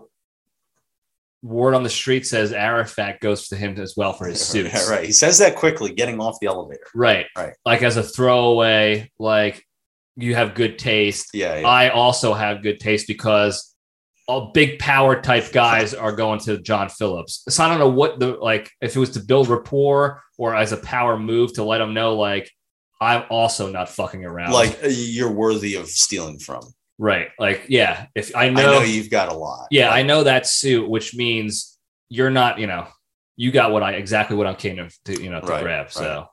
"Word on the street says Arafat goes to him as well for his suits." Yeah, right. He says that quickly, getting off the elevator. Right. Right. Like as a throwaway, like you have good taste. Yeah, yeah. I also have good taste because all big power type guys are going to John Phillips. So I don't know what the like if it was to build rapport or as a power move to let them know like I'm also not fucking around. like uh, you're worthy of stealing from. right, like yeah. If I I know, know you've got a lot. yeah, I know that suit, which means you're not, you know, you got what I exactly what I'm keen of to you know to Right, grab. So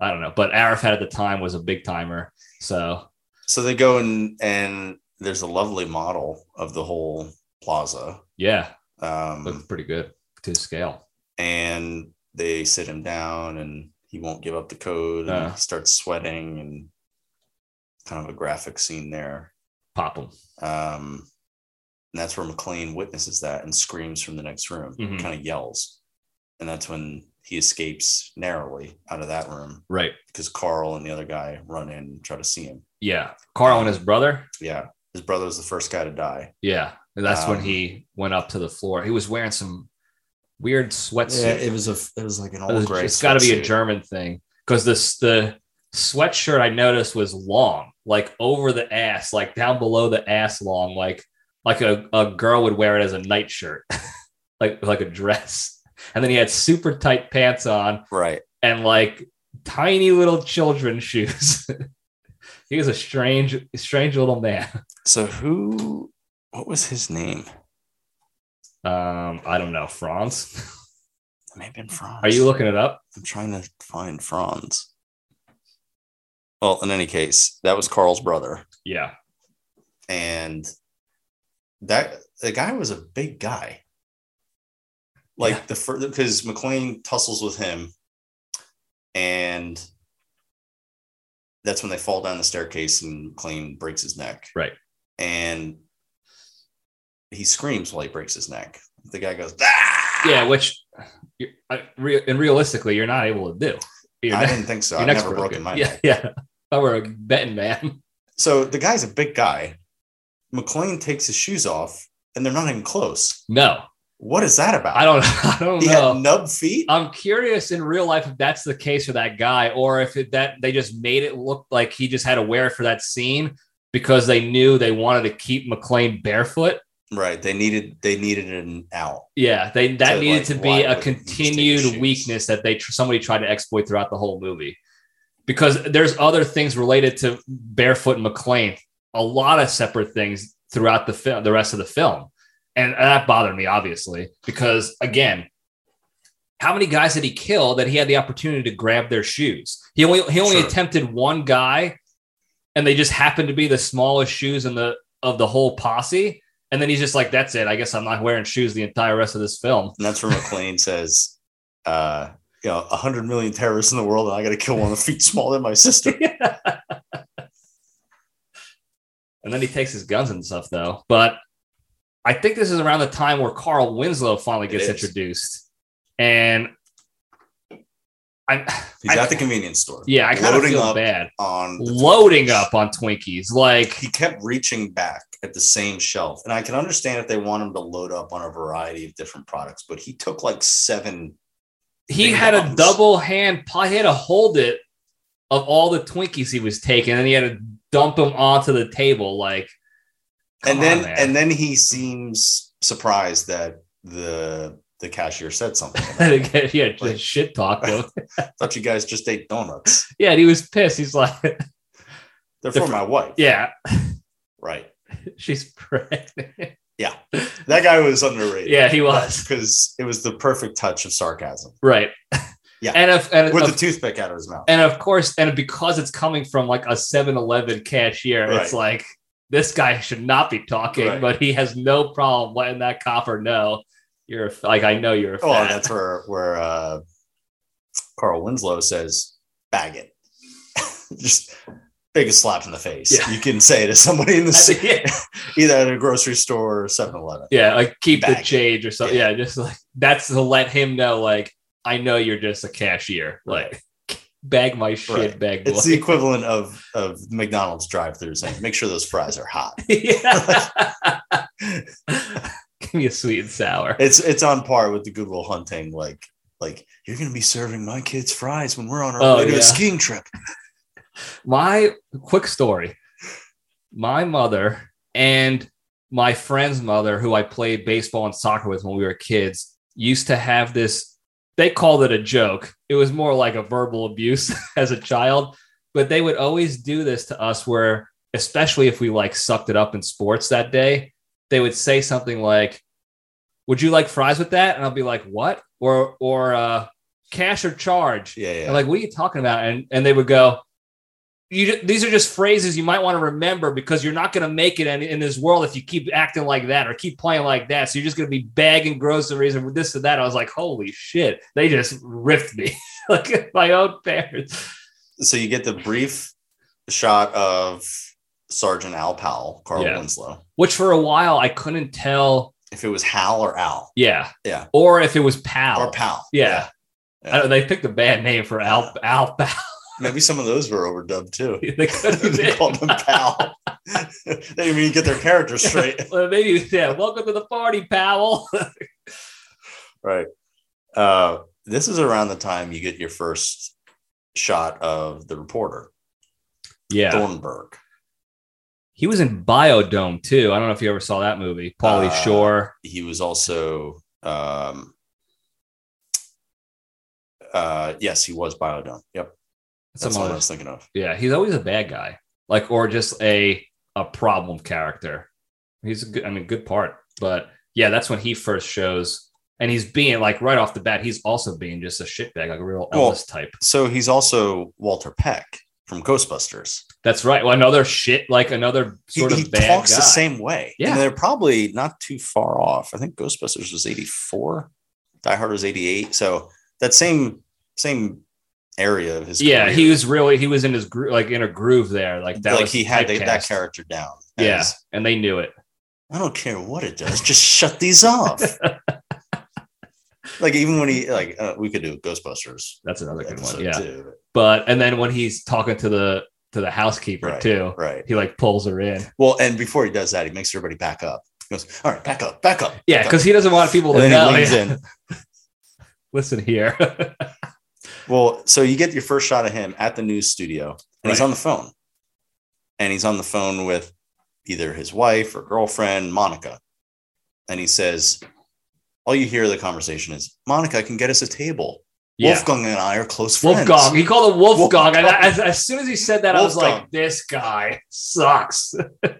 I don't know, but Arafat at the time was a big timer. So So they go and and there's a lovely model of the whole plaza. yeah, Um, looked pretty good to scale. and they sit him down and he won't give up the code and Uh. he starts sweating and kind of a graphic scene there Pop them. um, and that's where mclean witnesses that and screams from the next room Mhm. kind of yells and that's when he escapes narrowly out of that room Right. because carl and the other guy run in and try to see him Yeah. Carl and his brother. yeah his brother was the first guy to die Yeah. And that's when Um, he went up to the floor. He was wearing some weird sweatsuit. was a it was like an It was- it's got to be a German thing because this the sweatshirt I noticed was long, like over the ass, like down below the ass long, like like a, a girl would wear it as a nightshirt, like like a dress. And then he had super tight pants on right and like tiny little children shoes. he was a strange, strange little man. so who what was his name Um, I don't know, Franz. it may have been franz Are you looking it up? I'm trying to find Franz. Well, in any case, that was Carl's brother, Yeah. and that the guy was a big guy. Like Yeah. the first, because McLean tussles with him, and that's when they fall down the staircase, and McLean breaks his neck. Right. and he screams while he breaks his neck. The guy goes, "Ah!" Yeah, which you- I, re, and realistically, you're not able to do. Your I neck- didn't think so. your I've neck's never broken my yeah, neck. Yeah. I were a betting man. So the guy's a big guy. McLean takes his shoes off, and they're not even close. No, What is that about? I don't. I don't He know. Uh, had nub feet. I'm curious in real life if that's the case for that guy, or if it, that they just made it look like he just had to wear it for that scene because they knew they wanted to keep McLean barefoot. right. They needed. They needed an out. Yeah, they that So, needed like, to why be a would you just take your shoes? continued weakness that they tr- somebody tried to exploit throughout the whole movie, because there's other things related to Barefoot and McLean, a lot of separate things throughout the film, the rest of the film, and that bothered me obviously because again, how many guys did he kill that he had the opportunity to grab their shoes? He only he only Sure. attempted one guy, and they just happened to be the smallest shoes in the of the whole posse. And then he's just like, that's it. I guess I'm not wearing shoes the entire rest of this film. And that's where McLean says, uh, "You know, a hundred million terrorists in the world, and I got to kill one of the feet smaller than my sister." and then he takes his guns and stuff, though. But I think this is around the time where Carl Winslow finally It gets is. introduced. And I'm, He's I- at the convenience store. yeah, I kind of Loading feel up. bad. On the Loading Twinkies. up on Twinkies. Like, He kept reaching back at the same shelf, and I can understand if they want him to load up on a variety of different products, but he took like seven he Big had a bombs. double hand pie. He had to hold it of all the Twinkies he was taking, and he had to dump them onto the table. Like, and Come then on, man. and then he seems surprised that the the cashier said something. And again, yeah, Like- just shit talk. though. Thought you guys just ate donuts. yeah, and he was pissed. He's like, They're They're for my wife, yeah, right? she's pregnant. That guy was underrated. yeah, he was because it was the perfect touch of sarcasm right. Yeah. and if and with of, the toothpick out of his mouth. and of course, and because it's coming from like a 7-Eleven cashier, it's Right. like this guy should not be talking, Right. but he has no problem letting that copper know. You're a, f- like, I know you're a Oh, and fat. that's where where uh, Carl Winslow says, "Bag it." just biggest slap in the face Yeah. you can say to somebody in the That's- city, yeah. either at a grocery store or 7-Eleven. yeah, like keep the Bag it. change or something. Yeah. Yeah. just like that's to let him know, like, I know you're just a cashier. Like, bag my shit, Right. bag boy. It's the equivalent of of McDonald's drive-through saying, "Make sure those fries are hot." yeah. Give me a sweet and sour. It's it's on par with the Goodwill Hunting, like like you're gonna be serving my kids fries when we're on our Oh, way to yeah. a skiing trip. my quick story my mother and my friend's mother, who I played baseball and soccer with when we were kids, used to have this. They called it a joke. It was more like a verbal abuse as a child, but they would always do this to us where, especially if we like sucked it up in sports that day, they would say something like, Would you like fries with that? And I'll be like, What? Or, or, uh, cash or charge. Yeah, yeah. And like, what are you talking about? And and they would go, you. ju- These are just phrases you might want to remember because you're not going to make it in, in this world if you keep acting like that or keep playing like that. So you're just going to be bagging groceries and this and that. I was like, holy shit, they just ripped me like my own parents. so you get the brief shot of Sergeant Al Powell, Carl Yeah. Winslow. Which for a while I couldn't tell. If it was Hal or Al Yeah, Yeah. Or if it was Pal. or Pal, Yeah. I don't, they picked a bad name for Al Al Pal. maybe some of those were overdubbed too. they couldn't they called them Pal. they didn't even get their characters straight. Well, maybe yeah. Welcome to the party, Powell. Right. Uh, this is around the time you get your first shot of the reporter yeah, Thornburg. He was in Biodome too. I don't know if you ever saw that movie. Paulie Uh, Shore. He was also, um, uh, yes, he was Biodome. Yep, that's Some what I other, was thinking of. yeah, he's always a bad guy, like or just a a problem character. He's a good, I mean, good part, but yeah, that's when he first shows, and he's being like right off the bat, he's also being just a shitbag, like a real Well- Elvis type. So he's also Walter Peck from Ghostbusters. That's right. Well, another shit, like another He- sort he of bad talks guy. the same way. Yeah. and they're probably not too far off. I think Ghostbusters was eighty four, Die Hard was eighty eight. So that same same area of his. yeah, career. he was really he was in his gro- like in a groove there, like that. like was he had the, that typecast. character down. Yeah, as, and they knew it. I don't care what it does, just shut these off. like even when he like uh, we could do a Ghostbusters That's another good episode one. Yeah. too, but and then when he's talking to the to the housekeeper Right. too right? he like pulls her in Well, and before he does that, he makes everybody back up. He goes, all right, back up, back up. yeah back up." because he doesn't want people to and then know he leans Yeah. in. listen here Well, so you get your first shot of him at the news studio, and he's Right. on the phone, and he's on the phone with either his wife or girlfriend, Monica, and he says, "All you hear of the conversation is Monica can get us a table." yeah Wolfgang and I are close friends. wolfgang he called him wolfgang, and I, Wolfgang. as, as soon as he said that i was Wolfgang. like this guy sucks because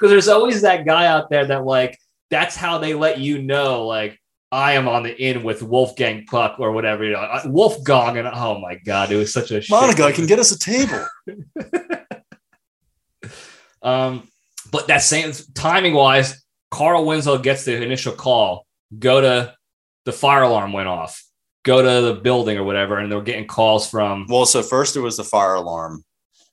there's always that guy out there that like that's how they let you know like I am on the in with Wolfgang Puck or whatever, you know, I- Wolfgang, and oh my god, it was such a shit. Monica I can get us a table. Um, but that same timing wise, Carl Winslow gets the initial call. Go to the fire alarm went off. Go to the building or whatever, and they're getting calls from. well, so first there was the fire alarm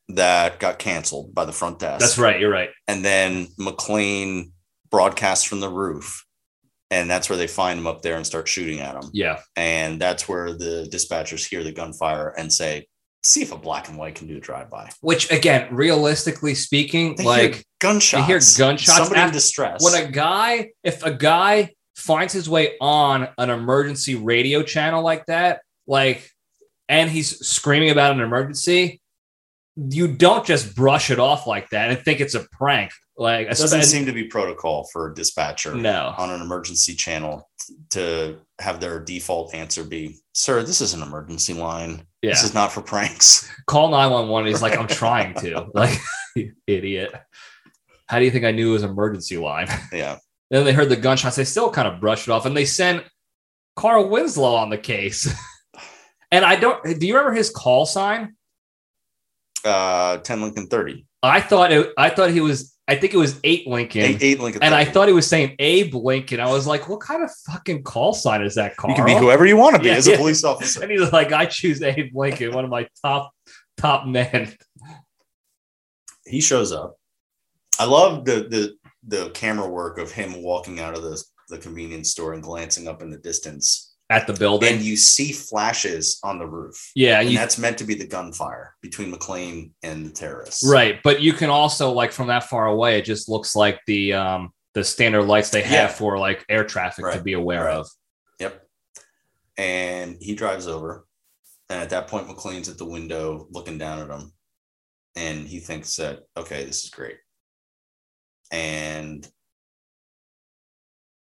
that got canceled by the front desk. That's right. You're right. And then McLean broadcasts from the roof. And that's where they find him up there and start shooting at him. Yeah, And that's where the dispatchers hear the gunfire and say, see if a black and white can do a drive by. which again, realistically speaking, like gunshots. gunshots Somebody in after- distress. when a guy, if a guy finds his way on an emergency radio channel like that, like, and he's screaming about an emergency, you don't just brush it off like that and think it's a prank. Like, it doesn't espe- seem to be protocol for a dispatcher. no, on an emergency channel t- to have their default answer be, "Sir, this is an emergency line. yeah. This is not for pranks." call 911 he's like i'm trying to like you idiot how do you think i knew it was an emergency line yeah, then they heard the gunshots they still kind of brushed it off and they sent carl winslow on the case and i don't do you remember his call sign uh, ten Lincoln thirty, i thought it i thought he was i think it was eight lincoln eight, eight Lincoln, and i 30. thought he was saying abe lincoln i was like what kind of fucking call sign is that carl you can be whoever you want to be Yeah, as yeah. a police officer. and he's like i choose abe lincoln one of my top top men He shows up. I love the the the camera work of him walking out of the the convenience store and glancing up in the distance, at the building and you see flashes on the roof. yeah And you that's meant to be the gunfire between McLean and the terrorists. Right, but you can also like from that far away, it just looks like the um the standard lights they have Yeah. for like air traffic to Right, be aware right. of. Yep. And he drives over And at that point, McLean's at the window looking down at him. And he thinks that, okay, this is great. And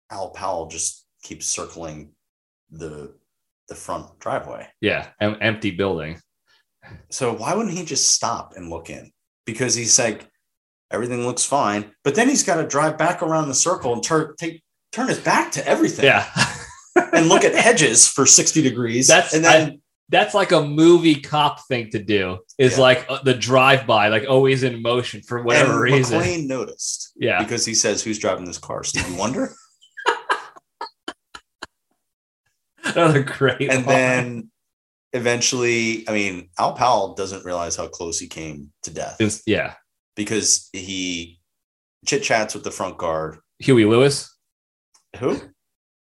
Al Powell just keeps circling the the front driveway. Yeah, em- empty building. So why wouldn't he just stop and look in? Because he's like, everything looks fine. But then he's got to drive back around the circle and turn take turn his back to everything. Yeah, and look at hedges for 60 degrees. That's- and then that's like a movie cop thing to do. Is Yeah. like uh, the drive by, like always in motion for whatever and reason. McLean noticed yeah, because he says, Who's driving this car? Stevie Wonder? another great. and line. then eventually, I mean, Al Powell doesn't realize how close he came to death It's- yeah, because he chit chats with the front guard. Huey Lewis, Who?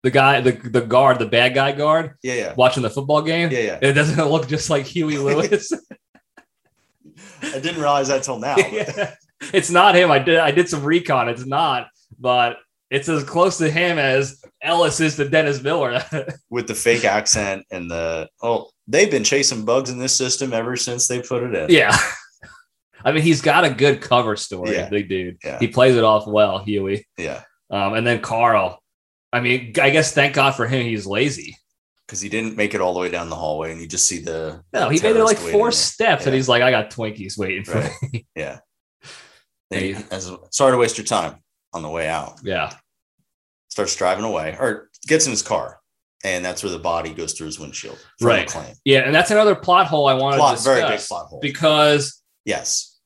the guy, the the guard, the bad guy guard, Yeah, yeah. watching the football game. Yeah, yeah. It doesn't look just like Huey Lewis. I didn't realize that till now. Yeah. It's not him. I did I did some recon. It's not, but it's as close to him as Ellis is to Dennis Miller. With the fake accent and the oh, they've been chasing bugs in this system ever since they put it in. yeah. I mean, he's got a good cover story, Yeah. big dude. Yeah. He plays it off well, Huey. Yeah. Um, and then Carl. I mean, I guess thank God for him, he's lazy. Because he didn't make it all the way down the hallway and you just see the No, he made it terrorist like waiting four there. steps, and Yeah. he's like, "I got Twinkies waiting for Right. me." They- as- sorry to waste your time on the way out. Yeah, Starts driving away or gets in his car. And that's where the body goes through his windshield. from Right. McLean. yeah, and that's another plot hole I wanted to Plot, discuss very big plot hole. because yes.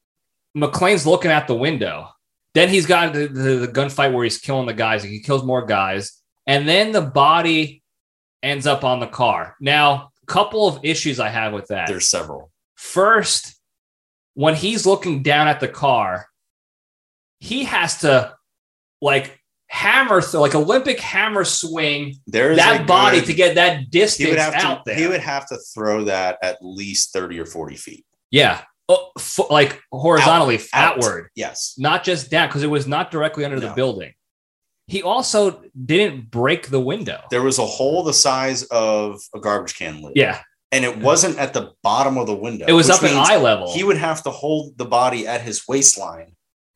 McLean's looking out the window. Then he's got the, the, the gunfight where he's killing the guys. He kills more guys. And then the body ends up on the car. Now, couple of issues I have with that. There's several. First, when he's looking down at the car, he has to like hammer, th- like Olympic hammer swing There's that a body good- to get that he distance would have out to there. he would have to throw that at least 30 or 40 feet. yeah. Oh, fo- like horizontally, out. outward. Yes. not just down because it was not directly under the No. building. He also didn't break the window. There was a hole the size of a garbage can lid. Yeah, And it wasn't at the bottom of the window. it was which up at means eye level. He would have to hold the body at his waistline,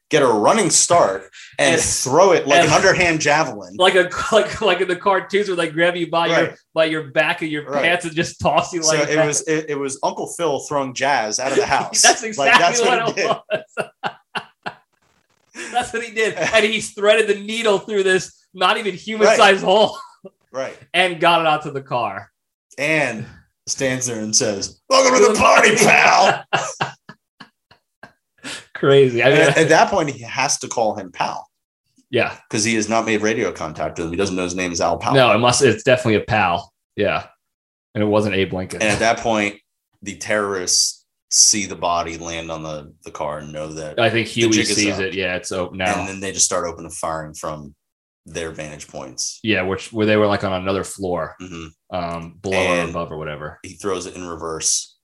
get a running start, and And- throw it like and- an underhand javelin. like a like like in the cartoons where they grab you by your Right. by your back of your Right. pants and just toss you so like it that. was it, it was Uncle Phil throwing jazz out of the house. that's exactly Like, that's what, he it did. was. that's what he did, and he threaded the needle through this not even human sized hole Right. and got it onto the car. And stands there and says, Welcome to the party, pal. Crazy. I And mean, at, at that point, he has to call him pal yeah. because he has not made radio contact with him. He doesn't know his name is Al Powell. No, it must. It's definitely a pal. Yeah, and it wasn't Abe Lincoln. And at that point, the terrorists see the body land on the, the car and know that. I think Huey jig is sees up. it. Yeah, it's open now. And then they just start open firing from their vantage points. yeah, which where they were like on another floor, hmm um, below or And- above or whatever. he throws it in reverse.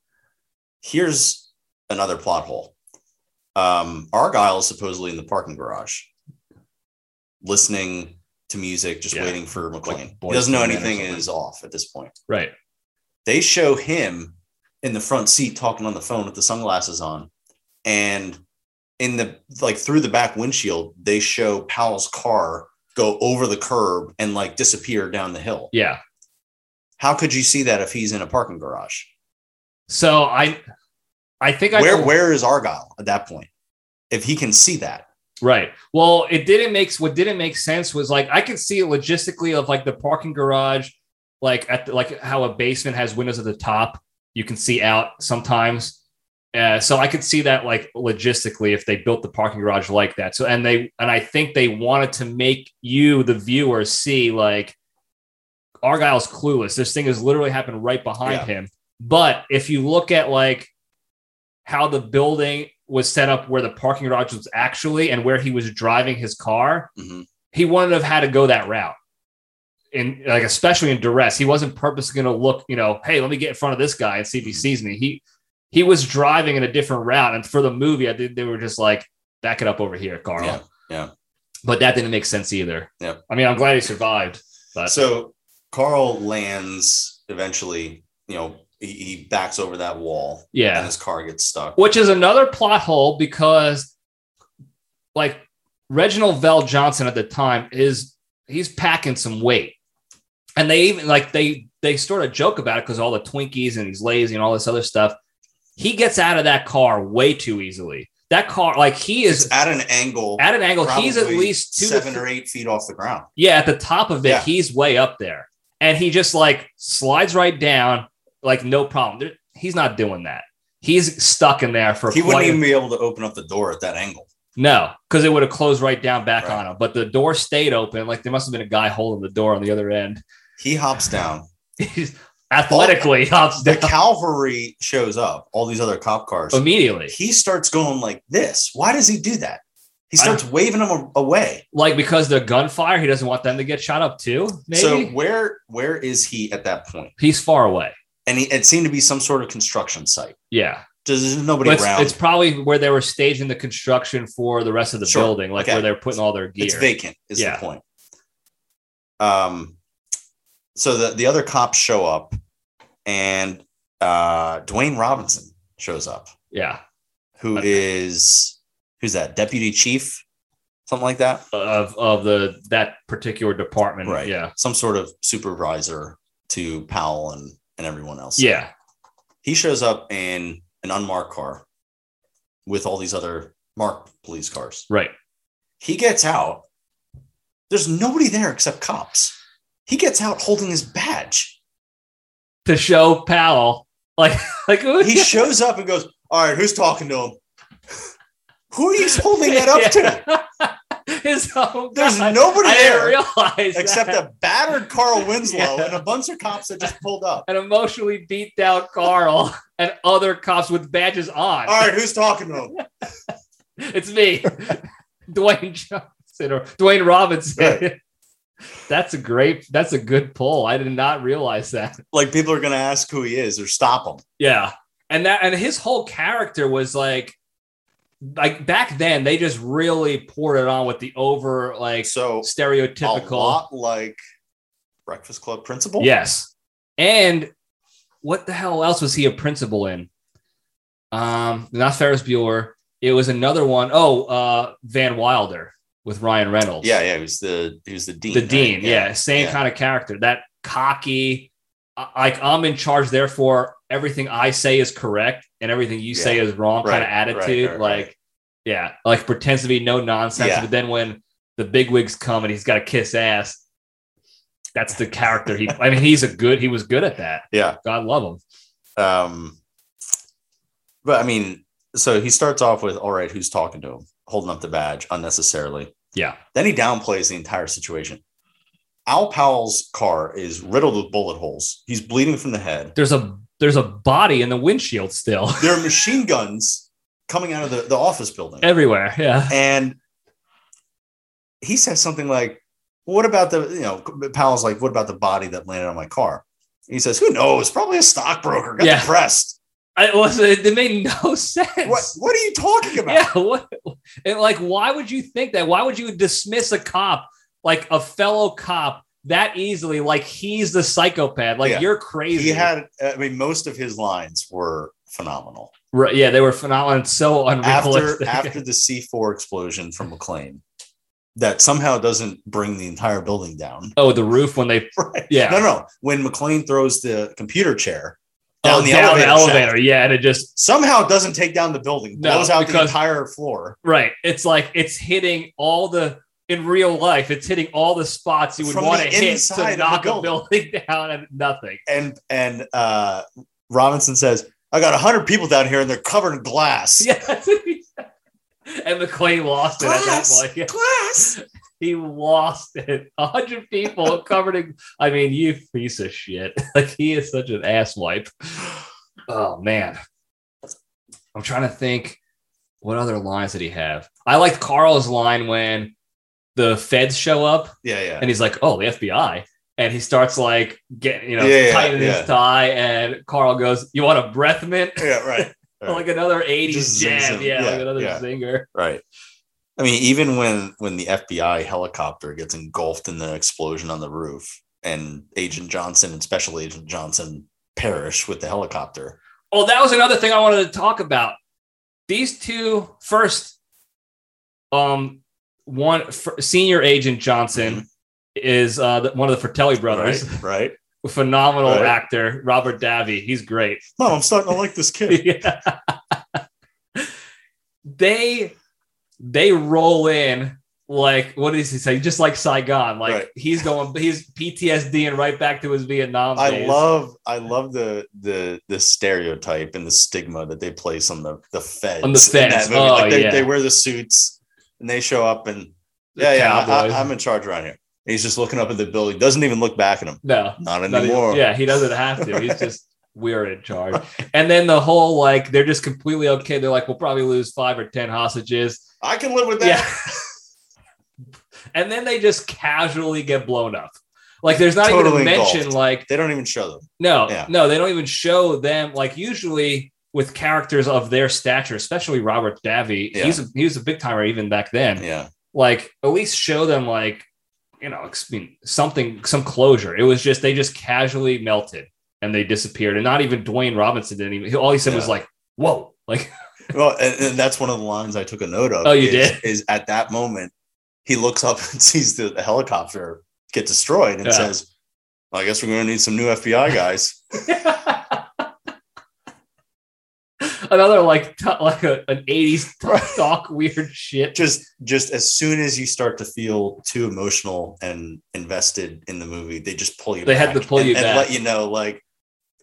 Here's another plot hole. Um, Argyle is supposedly in the parking garage, listening to music, just Yeah. waiting for McLean. Boyz he doesn't know II Men or anything something. is off at this point. Right. They show him in the front seat talking on the phone with the sunglasses on, and in the like through the back windshield, they show Powell's car go over the curb and like disappear down the hill. Yeah. How could you see that if he's in a parking garage? So I, I think I where where is Argyle at that point? If he can see that, right. Well, it didn't make what didn't make sense was like I could see it logistically of like the parking garage, like at the, like how a basement has windows at the top, you can see out sometimes. Uh, so I could see that like logistically if they built the parking garage like that. So and they and I think they wanted to make you the viewer see like Argyle's clueless. This thing has literally happened right behind Yeah. him. But if you look at like how the building was set up where the parking garage was actually and where he was driving his car, he wouldn't have had to go that route. In like especially in duress, he wasn't purposely going to look. You know, hey, let me get in front of this guy and see Mm-hmm. if he sees me. He he was driving in a different route, and for the movie, I think they were just like back it up over here, Carl. Yeah, yeah. But that didn't make sense either. Yeah. I mean, I'm glad he survived. But so Carl lands eventually. You know, he, he backs over that wall and Yeah. his car gets stuck. Which is another plot hole because, like, Reginald Vell Johnson at the time is he's packing some weight. And they even like they they sort of joke about it because all the Twinkies and he's lazy and all this other stuff. He gets out of that car way too easily. That car, like he is It's at an angle. at an angle. He's at probably least two to seven three- or eight feet off the ground. Yeah, at the top of it, Yeah. he's way up there. And he just like slides right down, like no problem. There, he's not doing that. He's stuck in there for He quite wouldn't a- even be able to open up the door at that angle. no, because it would have closed right down back Right. on him. But the door stayed open. Like there must have been a guy holding the door on the other end. He hops down. He's athletically hops The down cavalry shows up. All these other cop cars. Oh, immediately. He starts going like this. Why does he do that? He starts waving them a- away. Like because the gunfire, he doesn't want them to get shot up too. Maybe So where where is he at that point? he's far away. And he, it seemed to be some sort of construction site. Yeah, There's there's nobody but it's, around. it's It's, probably where they were staging the construction for the rest of the Sure. building, like Okay. where they're putting all their gear. vacant. Is Yeah. the point? Um. So the the other cops show up, and uh, Dwayne Robinson shows up. Yeah. who is who's that deputy chief something like that of of the that particular department. Right. Yeah. some sort of supervisor to powell and and everyone else Yeah. he shows up in an unmarked car with all these other marked police cars Right. he gets out there's nobody there except cops he gets out holding his badge To show Powell, like like ooh, he shows up and goes all right who's talking to him who are you holding that up to to. His own there's guy. nobody I there didn't realize except that. a battered Carl Winslow Yeah. and a bunch of cops that just pulled up. an emotionally beat down Carl and other cops with badges on. All right, who's talking to him? It's me, Dwayne Johnson or Dwayne Robinson. That's a great. That's a good pull. I did not realize that. Like people are gonna ask who he is or stop him. Yeah. And that and his whole character was like like back then they just really poured it on with the over like So a stereotypical lot like Breakfast Club principal. Yes. And what the hell else was he a principal in? Um not Ferris Bueller. It was another one. Oh, uh Van Wilder with Ryan Reynolds. yeah, yeah. He was the he was the dean. the right? dean yeah, same yeah. kind of character that cocky uh, like i'm in charge therefore everything i say is correct and everything you say is wrong kind of Right, right, attitude right, like yeah like pretends to be no nonsense Yeah. but then when the big wigs come and he's got to kiss ass that's the character he i mean he's a good he was good at that Yeah. god love him Um, but I mean, so he starts off with all right, who's talking to him? Holding up the badge unnecessarily. yeah Then he downplays the entire situation. Al Powell's car is riddled with bullet holes. He's bleeding from the head. there's a there's a body in the windshield still there are machine guns coming out of the, the office building. everywhere yeah And he says something like, What about the, you know, Powell's like, What about the body that landed on my car? And he says, Who knows? Probably a stockbroker got Yeah. depressed. I- it was it made no sense What, what are you talking about? Yeah, what, and like, why would you think that? Why would you dismiss a cop, like a fellow cop, that easily? Like he's the psychopath. Like Yeah. you're crazy. He had, uh, I mean, most of his lines were phenomenal. Right, yeah, they were phenomenal. and So unrealistic. After, after the C4 explosion from McLean, that somehow doesn't bring the entire building down. oh, the roof when they Right. yeah No, no. When McLean throws the computer chair Oh, down, the, elevator shaft, yeah, and it just somehow it doesn't take down the building, No, blows out the because- entire floor right. It's like it's hitting all the. In real life, it's hitting all the spots you would From want to the hit inside to of the knock a building. building down and nothing. and and uh Robinson says, I got hundred people down here and they're covered in glass. Yeah. and McLean lost it at that Glass, point. Yeah. glass. he lost it. A hundred people covered in. I mean, you piece of shit. Like he is such an ass wipe. Oh man, I'm trying to think. What other lines did he have? I liked Carl's line when the feds show up Yeah, yeah. and he's like, "Oh, the FBI." And he starts like getting, you know, Yeah, yeah, tightening yeah. his tie. And Carl goes, You want a breath mint? yeah, right. like another 80s Just zings jab. him. Yeah, Yeah, like another yeah. zinger. Right. I mean, even when when the FBI helicopter gets engulfed in the explosion on the roof and Agent Johnson and Special Agent Johnson perish with the helicopter. Oh, that was another thing I wanted to talk about. These two first, um, one f- senior agent Johnson Mhm. is uh, the- one of the Fratelli brothers, Right. Right. phenomenal Right. actor Robert Davi. He's great. Mom, I'm starting to like this kid. Yeah. they they roll in like what does he say? Just like Saigon, like Right. he's going, he's PTSD and right back to his Vietnam. I days. love I love the the the stereotype and the stigma that they place on the the feds. On the in that feds. movie. Oh, like they, yeah. they wear the suits and they show up and The yeah, yeah, I, cowboys. I, am in charge around here. And he's just looking up at the building, doesn't even look back at him. no, Not not even- anymore. yeah, he doesn't have to. He's just we're in charge. And then the whole like they're just completely okay. They're like we'll probably lose five or ten hostages. I can live with that. Yeah. and then they just casually get blown up. Like there's not even Totally a mention engulfed. like They don't even show them. No, Yeah. no, they don't even show them. Like usually with characters of their stature, especially Robert Davi, Yeah. he's a, he was a big timer even back then. Yeah. Like at least show them like you know ex- I mean, something some closure. It was just they just casually melted and they disappeared, and not even Dwayne Robinson didn't even. All he said was Yeah. like, "Whoa!" Like Well, and, and that's one of the lines I took a note of. Oh, you is, did? Is at that moment he looks up and sees the, the helicopter get destroyed and Yeah. says, well, "I guess we're going to need some new FBI guys." another like t- like a, an eighties talk weird shit. just just as soon as you start to feel too emotional and invested in the movie, they just pull you. They back had to pull and, you and back. let you know, like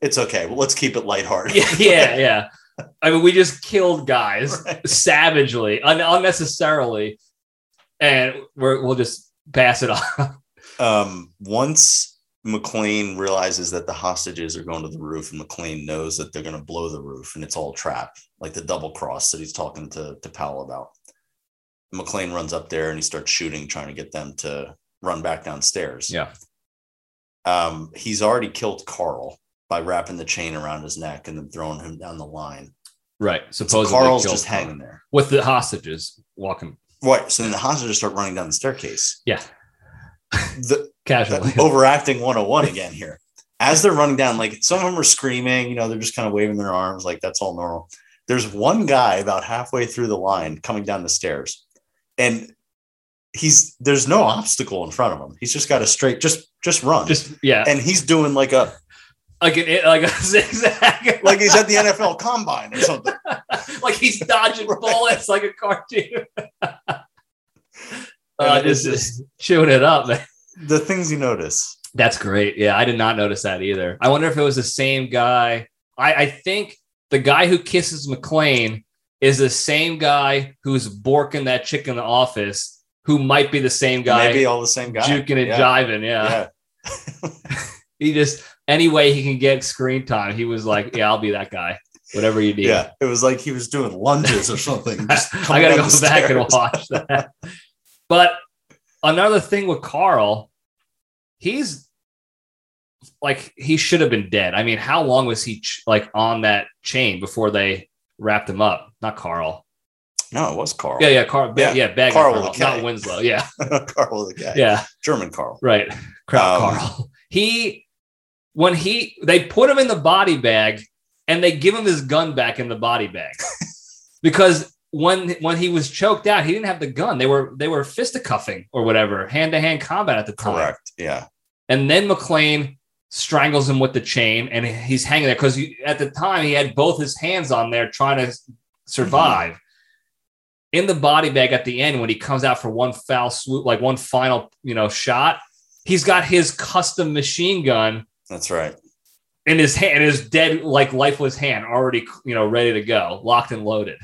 it's okay. Well, let's keep it lighthearted. yeah, yeah, yeah. I mean, we just killed guys savagely, un- unnecessarily, and we're, we'll just pass it on. um, once McLean realizes that the hostages are going to the roof, and McLean knows that they're going to blow the roof, and it's all a trap, like the double cross that he's talking to to Powell about. McLean runs up there and he starts shooting, trying to get them to run back downstairs. Yeah. Um, he's already killed Carl by wrapping the chain around his neck and then throwing him down the line. Right. So Supposedly, Carl's killed just Carl. hanging there. with the hostages walking. Right. So then the hostages start running down the staircase. Yeah, The, casually. that overacting 101 again here. As they're running down, like some of them are screaming, you know, they're just kind of waving their arms, like that's all normal. There's one guy about halfway through the line coming down the stairs, and he's there's no obstacle in front of him. He's just got a straight, just just run. Just yeah, and he's doing like a like an, like a zigzag, like he's at the NFL combine or something. like he's dodging bullets like a cartoon. uh, And it's just, just chewing it up, man. The things you notice. That's great. Yeah, I did not notice that either. I wonder if it was the same guy. I, I think the guy who kisses McLean is the same guy who's borking that chick in the office, who might be the same guy Maybe all the same guy. juking and Yeah, jiving. Yeah. yeah. He just any way he can get screen time, he was like, Yeah, I'll be that guy. Whatever you need. Yeah. It was like he was doing lunges or something. just I coming gotta go down the back and stairs. watch that. but another thing with Carl, he's like he should have been dead. I mean, how long was he ch- like on that chain before they wrapped him up? Not Carl. No, it was Carl. Yeah, yeah, Carl. Yeah, Yeah, yeah, Bag Carl Carl, with a K. not Winslow. Yeah, Carl the guy. yeah, German Carl. right. Crowd Um, Carl. He when he they put him in the body bag and they give him his gun back in the body bag because when when he was choked out, he didn't have the gun. They were they were fisticuffing or whatever, hand to hand combat at the time. Correct. Yeah. And then McLean strangles him with the chain, and he's hanging there because at the time he had both his hands on there trying to s- survive. In the body bag at the end, when he comes out for one foul swoop, like one final, you know, shot, he's got his custom machine gun That's right. in his hand, in his dead, like lifeless hand, already, you know, ready to go, locked and loaded.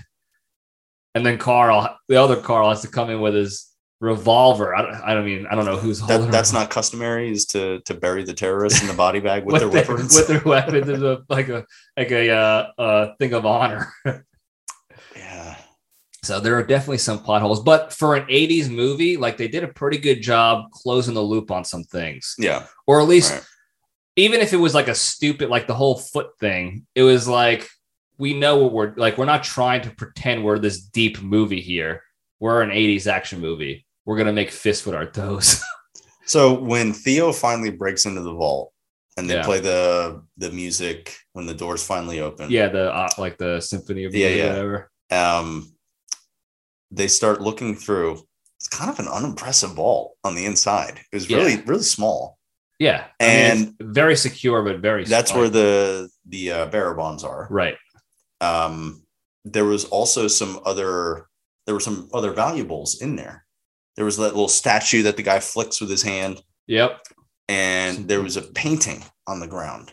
And then Carl, the other Carl, has to come in with his revolver. I don't, I don't mean, I don't know who's holding. That, a that's not customary is to to bury the terrorists in the body bag with, their weapons. with their weapons is a like a like a uh, uh, thing of honor. yeah. So there are definitely some plot holes, but for an '80s movie, like they did a pretty good job closing the loop on some things, Yeah. or at least Right. even if it was like a stupid, like the whole foot thing, it was like we know what we're like. We're not trying to pretend we're this deep movie here. We're an '80s action movie. We're gonna make fists with our toes. So when Theo finally breaks into the vault, and they Yeah. play the the music when the doors finally open. Yeah, the uh, like the symphony of Yeah, Light yeah. or whatever. Um, they start looking through. It's kind of an unimpressive vault on the inside. It was really really small. Yeah, And- it's very secure, but very. That's slight. where the the uh, barabons are. right. Um, there was also some other there were some other valuables in there. There was that little statue that the guy flicks with his hand. Yep. and there was a painting on the ground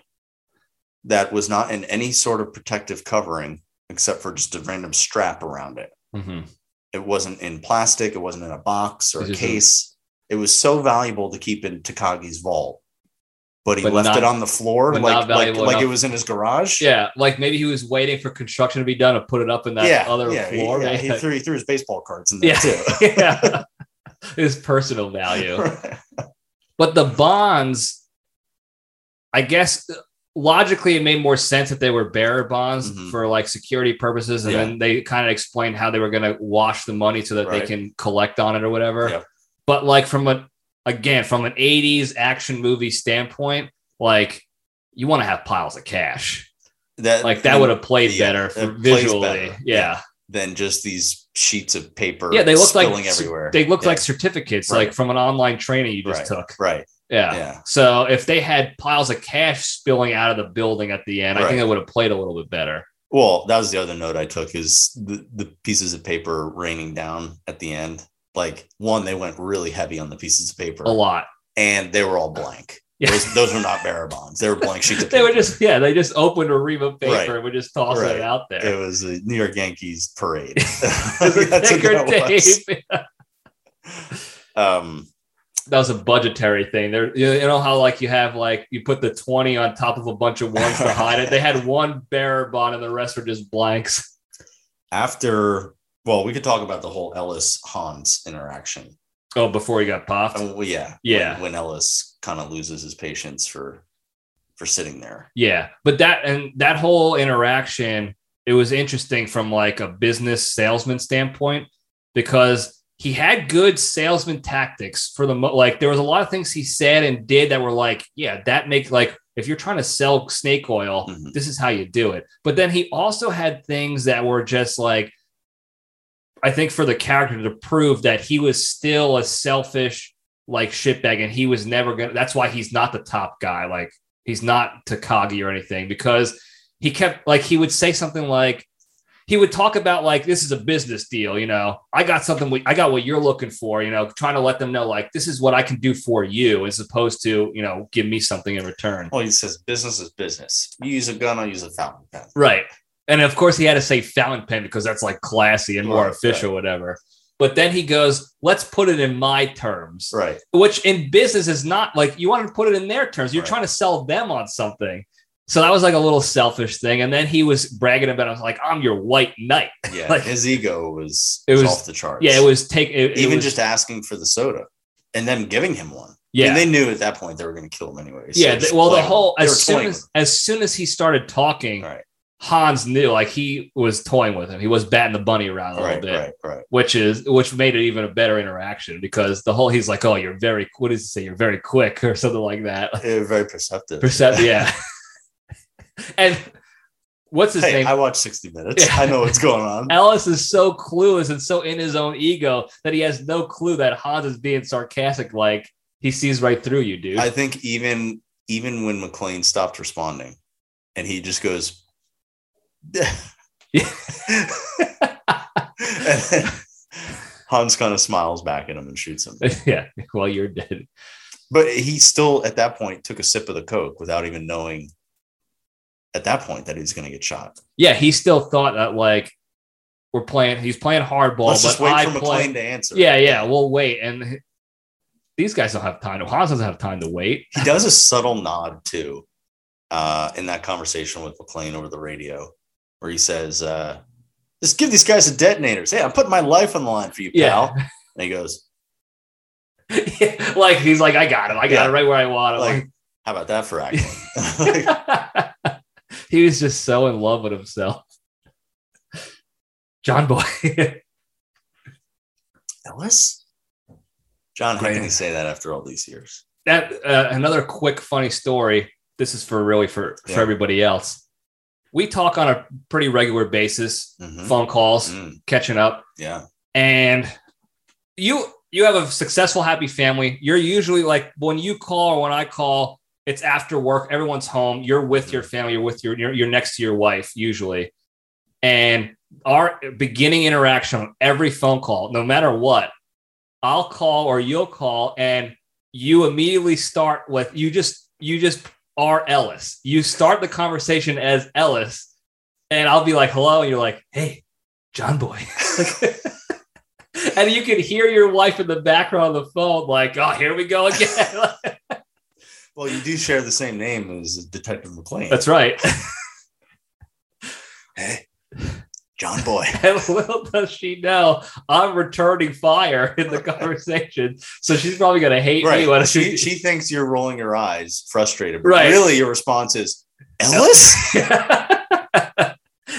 that was not in any sort of protective covering except for just a random strap around it. hmm It wasn't in plastic, it wasn't in a box or It's a just a- case. It was so valuable to keep in Takagi's vault, but he But left not- it on the floor but like not like, valuable like it enough. was in his garage. Yeah, like maybe he was waiting for construction to be done and put it up in that yeah, other yeah, he- floor. yeah, He, Yeah, threw, he threw his baseball cards in there Yeah. yeah. his personal value. too. But the bonds, I guess logically it made more sense that they were bearer bonds Mhm. for like security purposes. And Yeah. then they kind of explained how they were going to wash the money so that Right. they can collect on it or whatever. Yep. But like from a, again, from an 80s action movie standpoint, like you want to have piles of cash. that Like that would have played Yeah, better it for plays visually. better. Yeah. than just these sheets of paper. Yeah. They looked like, spilling everywhere. they looked Yeah, like certificates, Right. like from an online training you just Right. took. right. Yeah. Yeah. So if they had piles of cash spilling out of the building at the end, I Right. think it would have played a little bit better. Well, that was the other note I took is the, the pieces of paper raining down at the end. Like one, they went really heavy on the pieces of paper A lot. and they were all blank. Yeah. Those, those were not barabons. They were blank sheets of They paper. were just yeah, they just opened a ream of paper Right. and were just tossing Right. it out there. it was a New York Yankees parade. It was a That's what ticker that was. tape. Um, That was a budgetary thing. There, you you know how like you have like you put the twenty on top of a bunch of ones to hide it. They had one bearer bond and the rest were just blanks. after, well, we could talk about the whole Ellis Hans interaction. Oh, before he got popped. Oh, well, yeah. Yeah. When, when Ellis kind of loses his patience for, for sitting there. Yeah, but that and that whole interaction, it was interesting from like a business salesman standpoint because he had good salesman tactics for the mo- like there was a lot of things he said and did that were like, yeah, that make like if you're trying to sell snake oil, Mhm. this is how you do it. But then he also had things that were just like I think for the character to prove that he was still a selfish like shitbag and he was never gonna that's why he's not the top guy. Like he's not Takagi or anything because he kept like he would say something like he would talk about like this is a business deal, you know. I got something we, I got what you're looking for, you know, trying to let them know like this is what I can do for you as opposed to, you know, give me something in return. Well, he says business is business. You use a gun, I use a fountain pen. Right. And of course, he had to say fountain pen because that's like classy and more Right, official, whatever. But then he goes, let's put it in my terms, Right. which in business is not like you want to put it in their terms. You're Right. trying to sell them on something. So that was like a little selfish thing. And then he was bragging about, I was like, I'm your white knight. Yeah. Like- his ego was, It was was- off the charts. Yeah. It was take it, it even was- just asking for the soda and them giving him one. yeah. I mean, they knew at that point they were going to kill him anyway. so yeah. just th- well, the playing whole, with him. They as were soon toying as, as soon as he started talking, Right. Hans knew like he was toying with him. He was batting the bunny around a with him. little right, bit. right, right. which is which made it even a better interaction because the whole he's like, oh, you're very what does he say? You're very quick or something like that. They were very perceptive. Percept, yeah. and what's his Hey, name? I watched 60 Minutes. Yeah. I know what's going on. Ellis is so clueless and so in his own ego that he has no clue that Hans is being sarcastic. Like he sees right through you, dude. I think even even when McLean stopped responding and he just goes, Yeah. and then Hans kind of smiles back at him and shoots him. yeah. Well, you're dead. But he still, at that point, took a sip of the Coke without even knowing at that point that he's going to get shot. Yeah, he still thought that like we're playing. He's playing hardball, Let's but just wait I for play. McLean to answer. Yeah, yeah, we'll wait. And these guys don't have time to. Hans doesn't have time to wait. He does a subtle nod, too, uh, in that conversation with McLean over the radio, where he says, uh, just give these guys the detonators. Hey, I'm putting my life on the line for you, Yeah. pal. And he goes, like he's like, I got it. I got Yeah. it right where I want it. like, how about that for acting? Like, Like- he was just so in love with himself. John Boy. Ellis? John, how Great. can he say that after all these years? that uh, another quick funny story. this is for really for Yeah. for everybody else. We talk on a pretty regular basis, Mhm. phone calls, Mm, catching up, yeah. and you you have a successful, happy family. You're usually like when you call or when I call, it's after work. Everyone's home. You're with your family. You're with your you're, you're next to your wife usually, and our beginning interaction on every phone call, no matter what, I'll call or you'll call, and you immediately start with you just you just are Ellis. You start the conversation as Ellis, and I'll be like, "Hello," and you're like, "Hey, John Boy." Like- and you can hear your wife in the background on the phone, like, "Oh, here we go again." Well, you do share the same name as Detective McLean. That's right. hey, John Boy. And little does she know, I'm returning fire in the conversation, so she's probably gonna hate me when Right. she. She, she thinks you're rolling your eyes, frustrated. But Right. Really, your response is Ellis.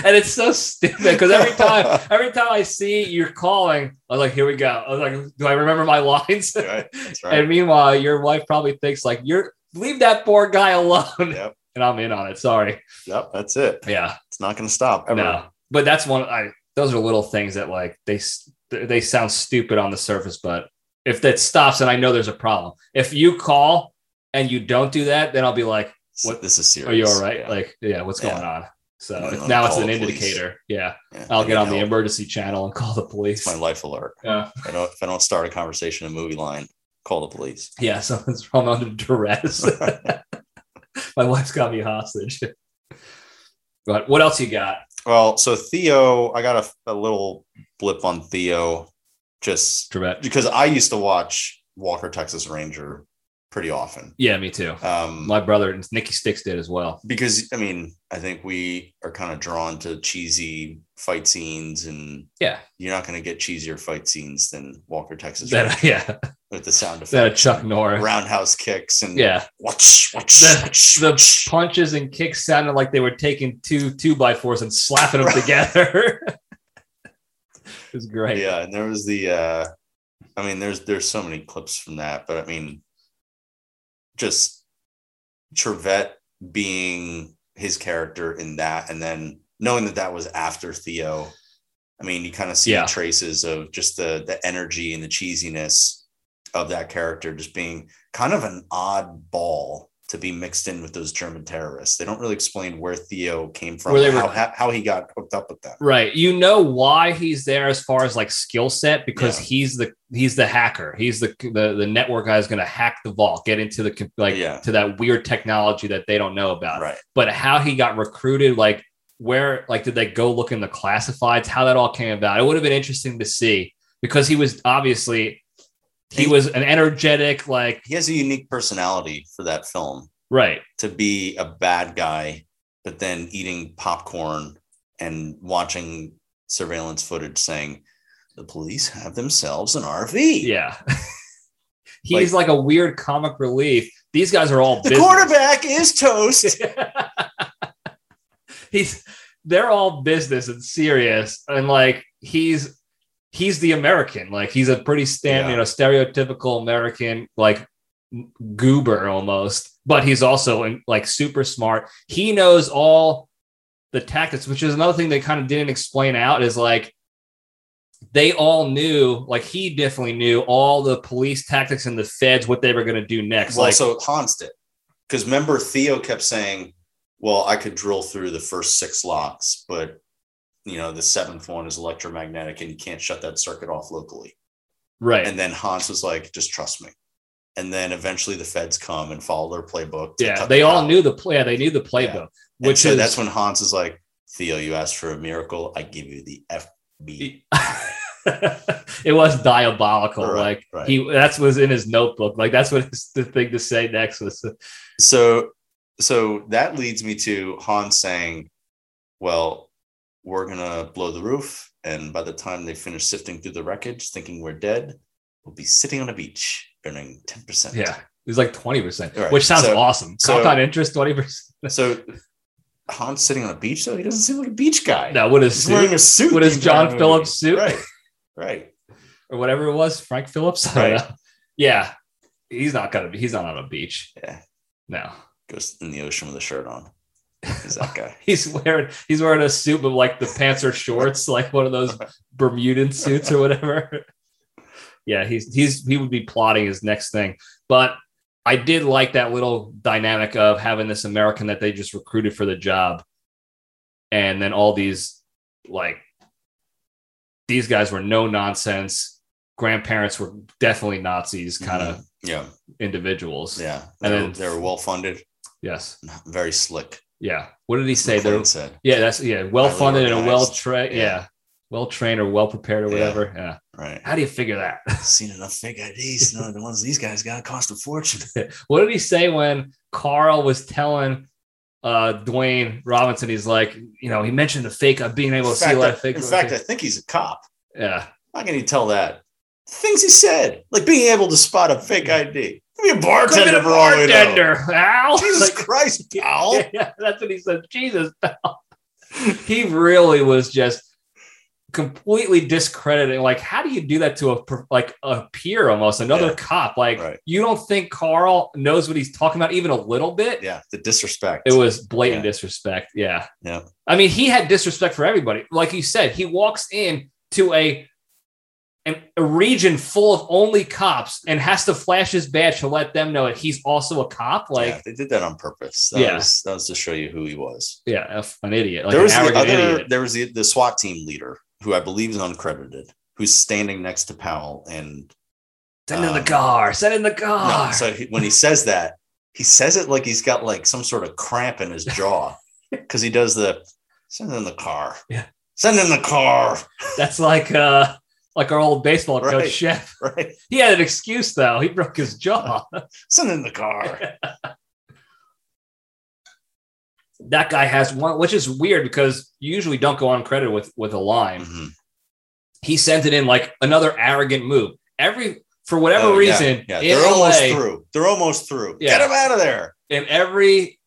and it's so stupid because every time, every time I see you're calling, I'm like, "Here we go." I was like, "Do I remember my lines?" right. That's right. And meanwhile, your wife probably thinks like, "You're leave that poor guy alone." Yep. And I'm in on it. Sorry. Yep. That's it. Yeah. It's not going to stop. Ever. No, but that's one. I those are little things that like they s- they sound stupid on the surface, but if that stops, and I know there's a problem. If you call and you don't do that, then I'll be like, What What- this is serious. "Are you all right? Yeah. Like, yeah, what's Yeah. going on?" So I'm it's- gonna now it's call an the police. indicator. Yeah, Yeah, I'll I get on need the help. emergency channel and call the police. It's my life alert. Yeah, If I don't, if I don't start a conversation, a movie line, call the police. yeah, something's wrong under duress. my wife's got me hostage. But what else you got? Well, so Theo, I got a, a little blip on Theo, just Trebet? because I used to watch Walker Texas Ranger pretty often. Yeah, me too. Um, My brother and Nikki Sticks did as well. because I mean, I think we are kind of drawn to cheesy fight scenes, and Yeah. you're not going to get cheesier fight scenes than Walker Texas Ranger That, yeah, with the sound that a effects, Chuck Norris. roundhouse kicks, and Yeah, watch, watch, The- watch, the punches and kicks sounded like they were taking two two by fours and slapping them together. it was great. Yeah, and there was the uh I mean there's there's so many clips from that, but I mean just Trevette being his character in that and then knowing that that was after Theo. I mean, you kind of see Yeah. traces of just the the energy and the cheesiness of that character just being kind of an odd ball to be mixed in with those German terrorists. They don't really explain where Theo came from, Where they were- how, how, how he got hooked up with them. Right. You know why he's there as far as like skill set because he's the he's the hacker. He's the the, the network guy is going to hack the vault, get into the com- like Yeah. to that weird technology that they don't know about. Right. But how he got recruited, like where like did they go look in the classifieds? How that all came about? It would have been interesting to see because he was obviously he He- was an energetic like He has a unique personality for that film. right to be a bad guy, but then eating popcorn and watching surveillance footage saying the police have themselves an RV. Yeah. He's like, a weird comic relief. These guys are all The business. quarterback is toast. he's they're all business and serious and like he's he's the American. Like he's a pretty stand, Yeah. you know, stereotypical American like goober almost, but he's also like super smart. He knows all the tactics, which is another thing they kind of didn't explain out is like they all knew, like he definitely knew all the police tactics and the feds what they were going to do next. well, like, so Hans did. Because remember, Theo kept saying, Well, I could drill through the first six locks, but you know, the seventh one is electromagnetic and you can't shut that circuit off locally. right, And then Hans was like, just trust me. And then eventually the feds come and follow their playbook. to yeah, cut they the all power. knew the play. Yeah, they knew the playbook, And which so is that's when Hans is like, Theo, you asked for a miracle. I give you the FB. it was diabolical. Right, like right. he that's was in his notebook. Like that's what his, the thing to say next was. So, so that leads me to Hans saying, "Well, we're gonna blow the roof, and by the time they finish sifting through the wreckage, thinking we're dead, we'll be sitting on a beach, burning ten percent." Yeah, it was like twenty percent, Right, which sounds so- awesome. so- Compound interest twenty percent. So Hans sitting on a beach, though he doesn't seem like a beach guy. No, what he's is wearing a suit. What the is entire John movie. Phillips' suit? Right, right. or whatever it was, Frank Phillips. I don't Right. know. Yeah, he's not gonna be. He's not on a beach. Yeah. No, goes in the ocean with a shirt on. Is that guy? He's wearing he's wearing a suit, but like the pants are shorts, like one of those Bermudan suits or whatever. yeah, he's he's he would be plotting his next thing. But I did like that little dynamic of having this American that they just recruited for the job, and then all these like these guys were no nonsense. Grandparents were definitely Nazis kind of yeah, individuals. yeah. They, And then- were- they were well funded, Yes. very slick. Yeah. What did he say? They're- McLean said Yeah, that's yeah, well funded and a well organized. trained. Yeah. Yeah. Well trained or well prepared or Yeah. whatever. Yeah. right. How do you figure that? Seen enough fake IDs. No, the ones these guys got cost a fortune. What did he say when Carl was telling uh Dwayne Robinson? He's like, you know, he mentioned the fake of being able in to see a fact, lot of I, fake. in fact, I think he's a cop. yeah. How can you tell that? The things he said, like being able to spot a fake ID. Be a Could have bartender, been a for all we know. bartender, Al. Jesus Like, Christ, pal. yeah, yeah, that's what he said. Jesus, pal. he really was just completely discrediting. Like, how do you do that to a per- like a peer almost another Yeah. cop? Like, Right. you don't think Carl knows what he's talking about even a little bit? Yeah, the disrespect. It was blatant Yeah. disrespect. Yeah. Yeah. I mean, he had disrespect for everybody. Like you said, he walks in to a an, a region full of only cops and has to flash his badge to let them know that he's also a cop. yeah, Like, they did that on purpose. That Yeah. was that was to show you who he was. yeah, f- an idiot. Like there was an the arrogant other. idiot. There was the, the SWAT team leader who I believe is uncredited, who's standing next to Powell. And Send in um, the car. Send in the no, car. so he, when he says that, he says it like he's got like some sort of cramp in his jaw because he does the send in the car. Yeah. send in the car. That's like uh like our old baseball coach Right. Chef. Right, He had an excuse though. He broke his jaw. send in the car. that guy has one, which is weird because you usually don't go on credit with with a line. Mhm. he sent it in like another arrogant move. Every for whatever Oh, yeah, reason, yeah, in they're almost LA, through. They're almost through. Yeah. Get him out of there. in every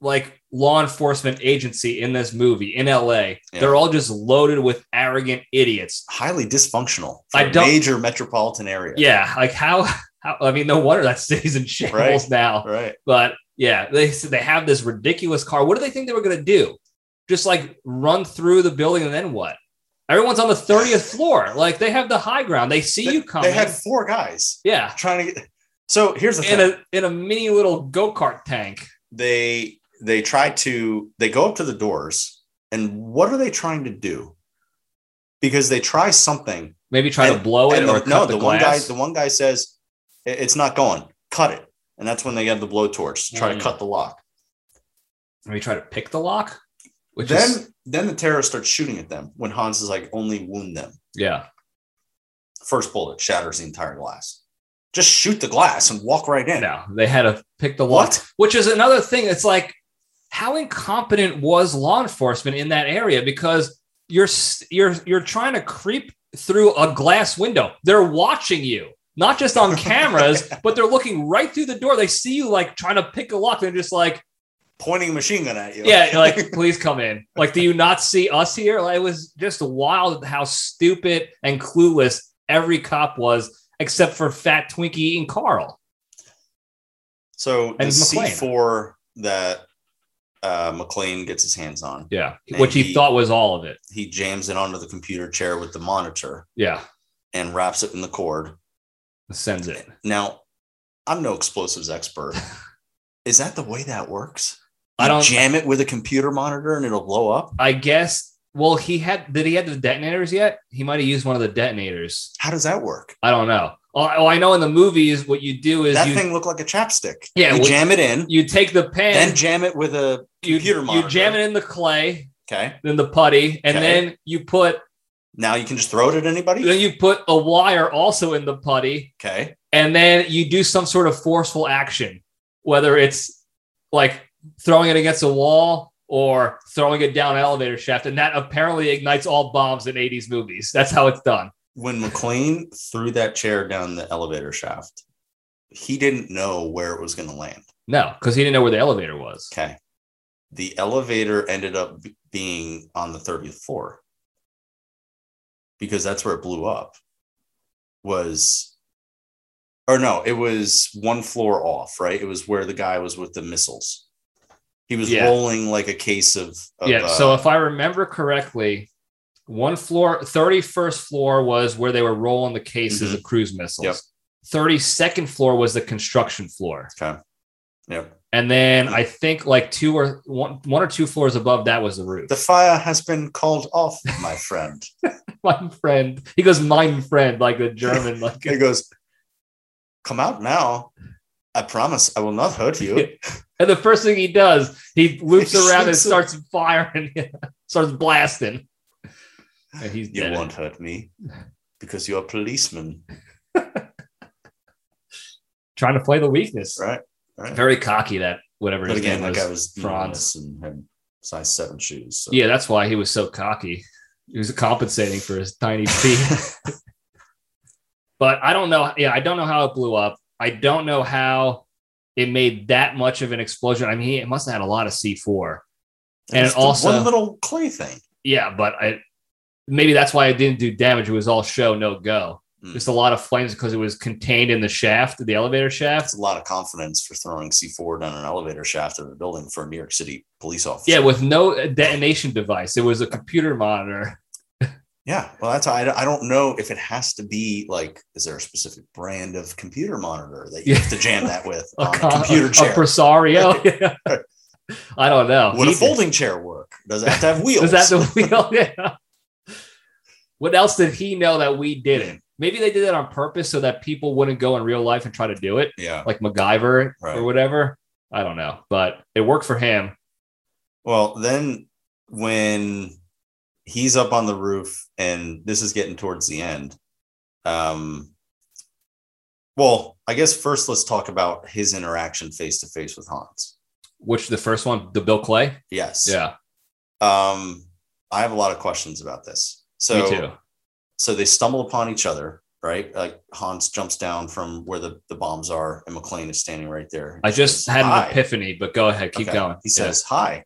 like law enforcement agency in this movie in LA, Yeah. they're all just loaded with arrogant idiots. Highly dysfunctional. For I a don't- major metropolitan area. Yeah, like how, how I mean, no wonder that city's in shambles Right. now. right. But yeah, they so they have this ridiculous car. What do they think they were gonna do? Just like run through the building and then what? Everyone's on the 30th floor. Like they have the high ground. They see They- you coming. They had four guys yeah. trying to get. So here's the in thing: a in a mini little go kart tank. they they try to they go up to the doors, and what are they trying to do? Because they try something. Maybe try And- to blow it and- Oh, or cut no, the, the, one guy glass. the one guy says "I- it's not going. Cut it, and that's when they have the blowtorch to try to Mm. cut the lock. Maybe try to pick the lock. Which then is then the terrorist starts shooting at them. When Hans is like, only wound them. yeah, First bullet shatters the entire glass. Just shoot the glass and walk right in. no, they had to pick the lock, What? which is another thing. It's like how incompetent was law enforcement in that area because you're s- you're you're trying to creep through a glass window. They're watching you. Not just on cameras, but they're looking right through the door. They see you like trying to pick a lock. They're just like, Pointing a machine gun at you. Yeah, you're like please come in. Like, do you not see us here? Like, it was just wild how stupid and clueless every cop was, except for Fat Twinkie and Carl. So the And McLean. C4 that uh, McLean gets his hands on, Yeah, And which he, he- thought was all of it. he jams it onto the computer chair with the monitor Yeah, and wraps it in the cord. sends it. Now, I'm no explosives expert. Is that the way that works? I You don't- jam it with a computer monitor and it'll blow up. I guess. Well, he had. Did he have the detonators yet? He might have used one of the detonators. How does that work? I don't know. All, all I know in the movies, what you do is That you thing looked like a chapstick. Yeah, you well- jam it in, you take the then pen, jam it with a you computer you monitor. jam it in the clay, Okay, then the putty, and Okay. then you put now you can just throw it at anybody. then you put a wire also in the putty Okay, and then you do some sort of forceful action whether it's like throwing it against a wall or throwing it down an elevator shaft and that apparently ignites all bombs in 80s movies that's how it's done when McLean threw that chair down the elevator shaft, he didn't know where it was going to land. no because he didn't know where the elevator was Okay. The elevator ended up b- being on the 30th floor because that's where it blew up. Was or no, it was one floor off, right? It was where the guy was with the missiles. He was Yeah. rolling like a case of, of, yeah. uh, so if I remember correctly, one floor, 31st floor was where they were rolling the cases of cruise missiles. Mm-hmm. Yep. 32nd floor was the construction floor. okay. Yep. And then I think like two or one, one or two floors above that was the roof. The fire has been called off, my friend. my friend. He goes, mein friend, like a German, like he goes, "Come out now. I promise I will not hurt you." And the first thing he does, he loops He around and shoots starts firing, starts blasting. And he's you dead. won't hurt me because you're a policeman, Trying to play the weakness. right? Right. Very cocky, that whatever but his again, name that was. guy was Franz. Franz and had size seven shoes. So. Yeah, that's why he was so cocky. He was compensating for his tiny feet. but I don't know. Yeah, I don't know how it blew up. I don't know how it made that much of an explosion. I mean, it must have had a lot of C4. And It's the also- one little clay thing. Yeah, but I maybe that's why it didn't do damage. It was all show, no go. Mm. Just a lot of flames because it was contained in the shaft, the elevator shaft. That's a lot of confidence for throwing C4 down an elevator shaft of a building for a New York City police officer. Yeah, with no detonation device. It was a computer monitor. Yeah. Well, that's I, I don't know if it has to be like, is there a specific brand of computer monitor that you have to jam that with A, on a co- computer a chair? presario. Yeah. I don't know. Would He a did- folding chair work? Does it have to have wheels? Is that the wheel? yeah. What else did he know that we didn't? Maybe they did that on purpose so that people wouldn't go in real life and try to do it, yeah. like MacGyver Right. or whatever. I don't know, but it worked for him. Well, then when he's up on the roof, and this is getting towards the end. Um, well, I guess first let's talk about his interaction face to face with Hans. Which the first one, the Bill Clay. Yes. Yeah, Um, I have a lot of questions about this. So, me too. so they stumble upon each other, right? Like Hans jumps down from where the, the bombs are, and McLean is standing right there. I just Says, had "Hi." an epiphany, but go ahead, keep Okay. going. He says hi,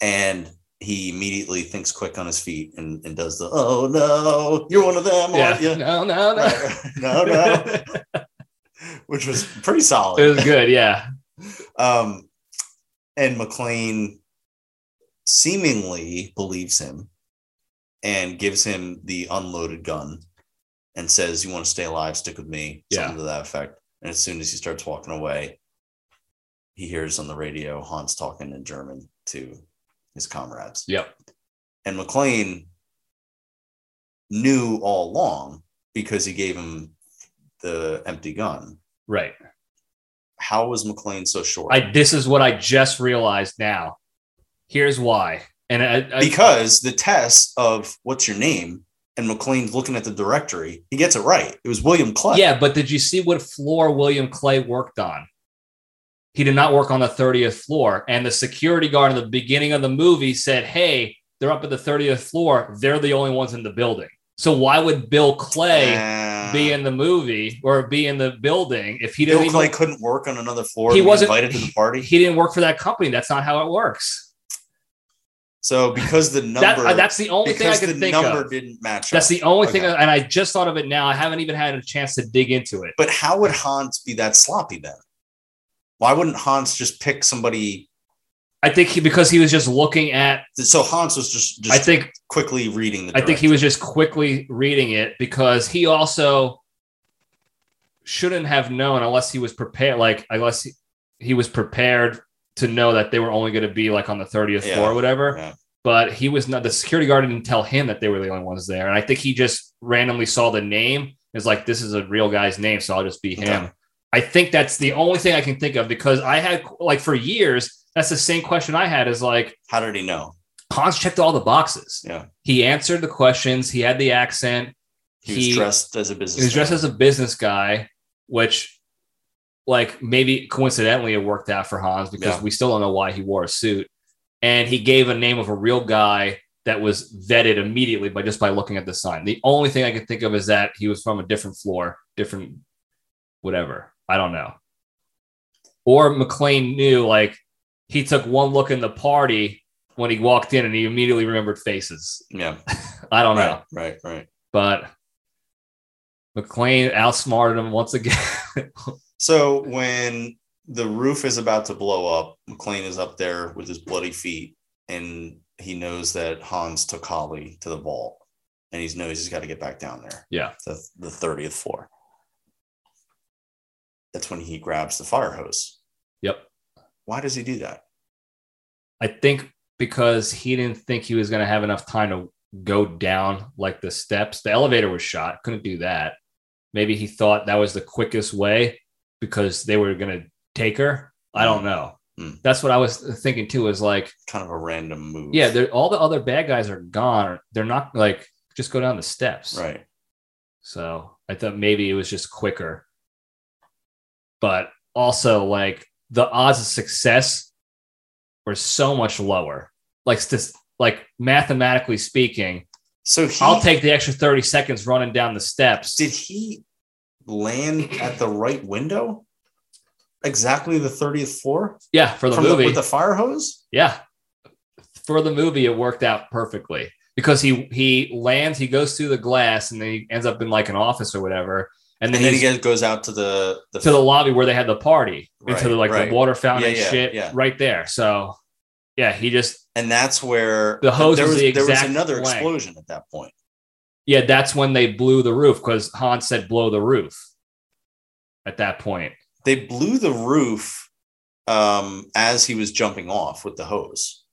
and he immediately thinks quick on his feet and, and does the oh no, you're one of them, yeah. aren't you? No, no, no. Right, right. no, no, which was pretty it solid. was good. Yeah, Um, and McLean seemingly believes him and gives him the unloaded gun and says, "You want to stay alive? Stick with me." Something to that effect. And as soon as he starts walking away, he hears on the radio Hans talking in German to his comrades. Yep. And McLean knew all along because he gave him the empty gun. right. How was McLean so sure? I this is what I just realized now. Here's why, and I, I, because the test of what's your name and McLean's looking at the directory, he gets it right. It was William Clay. Yeah, but did you see what floor William Clay worked on? He did not work on the 30th floor. And the security guard in the beginning of the movie said, Hey, they're up at the 30th floor. They're the only ones in the building. So why would Bill Clay Uh, be in the movie or be in the building if he didn't Bill even- Clay couldn't work on another floor. He and wasn't- invited to the party. he didn't work for that company? That's not how it works. so because the number that, uh, that's the only thing I because could the think number of. didn't match. That's up. the only thing, Okay. and I just thought of it now. I haven't even had a chance to dig into it. But how would Hans be that sloppy then? Why wouldn't Hans just pick somebody? I think he, because he was just looking at. So Hans was just just I think quickly reading the. I think he was just quickly reading it because he also shouldn't have known unless he was prepared, like unless he, he was prepared to know that they were only going to be like on the 30th Yeah, floor or whatever. yeah. But he was not the security guard didn't tell him that they were the only ones there. And I think he just randomly saw the name. Is like this is a real guy's name, so I'll just be him. Okay. I think that's the only thing I can think of because I had like for years, that's the same question I had is like, How did he know? Hans checked all the boxes. Yeah. He answered the questions. He had the accent. He, was dressed as a business. he was dressed as a business guy, which, like, maybe coincidentally, it worked out for Hans because Yeah. we still don't know why he wore a suit. And he gave a name of a real guy that was vetted immediately by just by looking at the sign. The only thing I could think of is that he was from a different floor, different whatever. I don't know. Or McLean knew, like, he took one look in the party when he walked in and he immediately remembered faces. yeah. I don't know Right. Right. Right. but McLean outsmarted him once again So when the roof is about to blow up, McLean is up there with his bloody feet, and he knows that Hans took Holly to the vault, and he knows he's got to get back down there. Yeah. the the thirtieth floor. That's when he grabs the fire hose. Yep. Why does he do that? I think because he didn't think he was going to have enough time to go down like the steps. The elevator was shot, couldn't do that. Maybe he thought that was the quickest way because they were going to take her. I don't know. Mm. That's what I was thinking too. Is like, Kind of a random move. yeah, they're- all the other bad guys are gone. They're not like just go down the steps. right. So I thought maybe it was just quicker. But also, like the odds of success were so much lower. Like, st- like mathematically speaking, So he, I'll take the extra 30 seconds running down the steps. Did he land at the right window? Exactly the thirtieth floor yeah, for the From movie. with the fire hose. yeah. For the movie, it worked out perfectly because he he lands, he goes through the glass, and then he ends up in like an office or whatever. And then, and then he he's goes- goes out to the the, to the lobby where they had the party into Right, the, like right. the water fountain Yeah, yeah, shit yeah. right there. So yeah, he just and that's where The hose there was was the there was exact another blank. explosion at that point. yeah, that's when they blew the roof because Hans said blow the roof at that point. They blew the roof um, as he was jumping off with the hose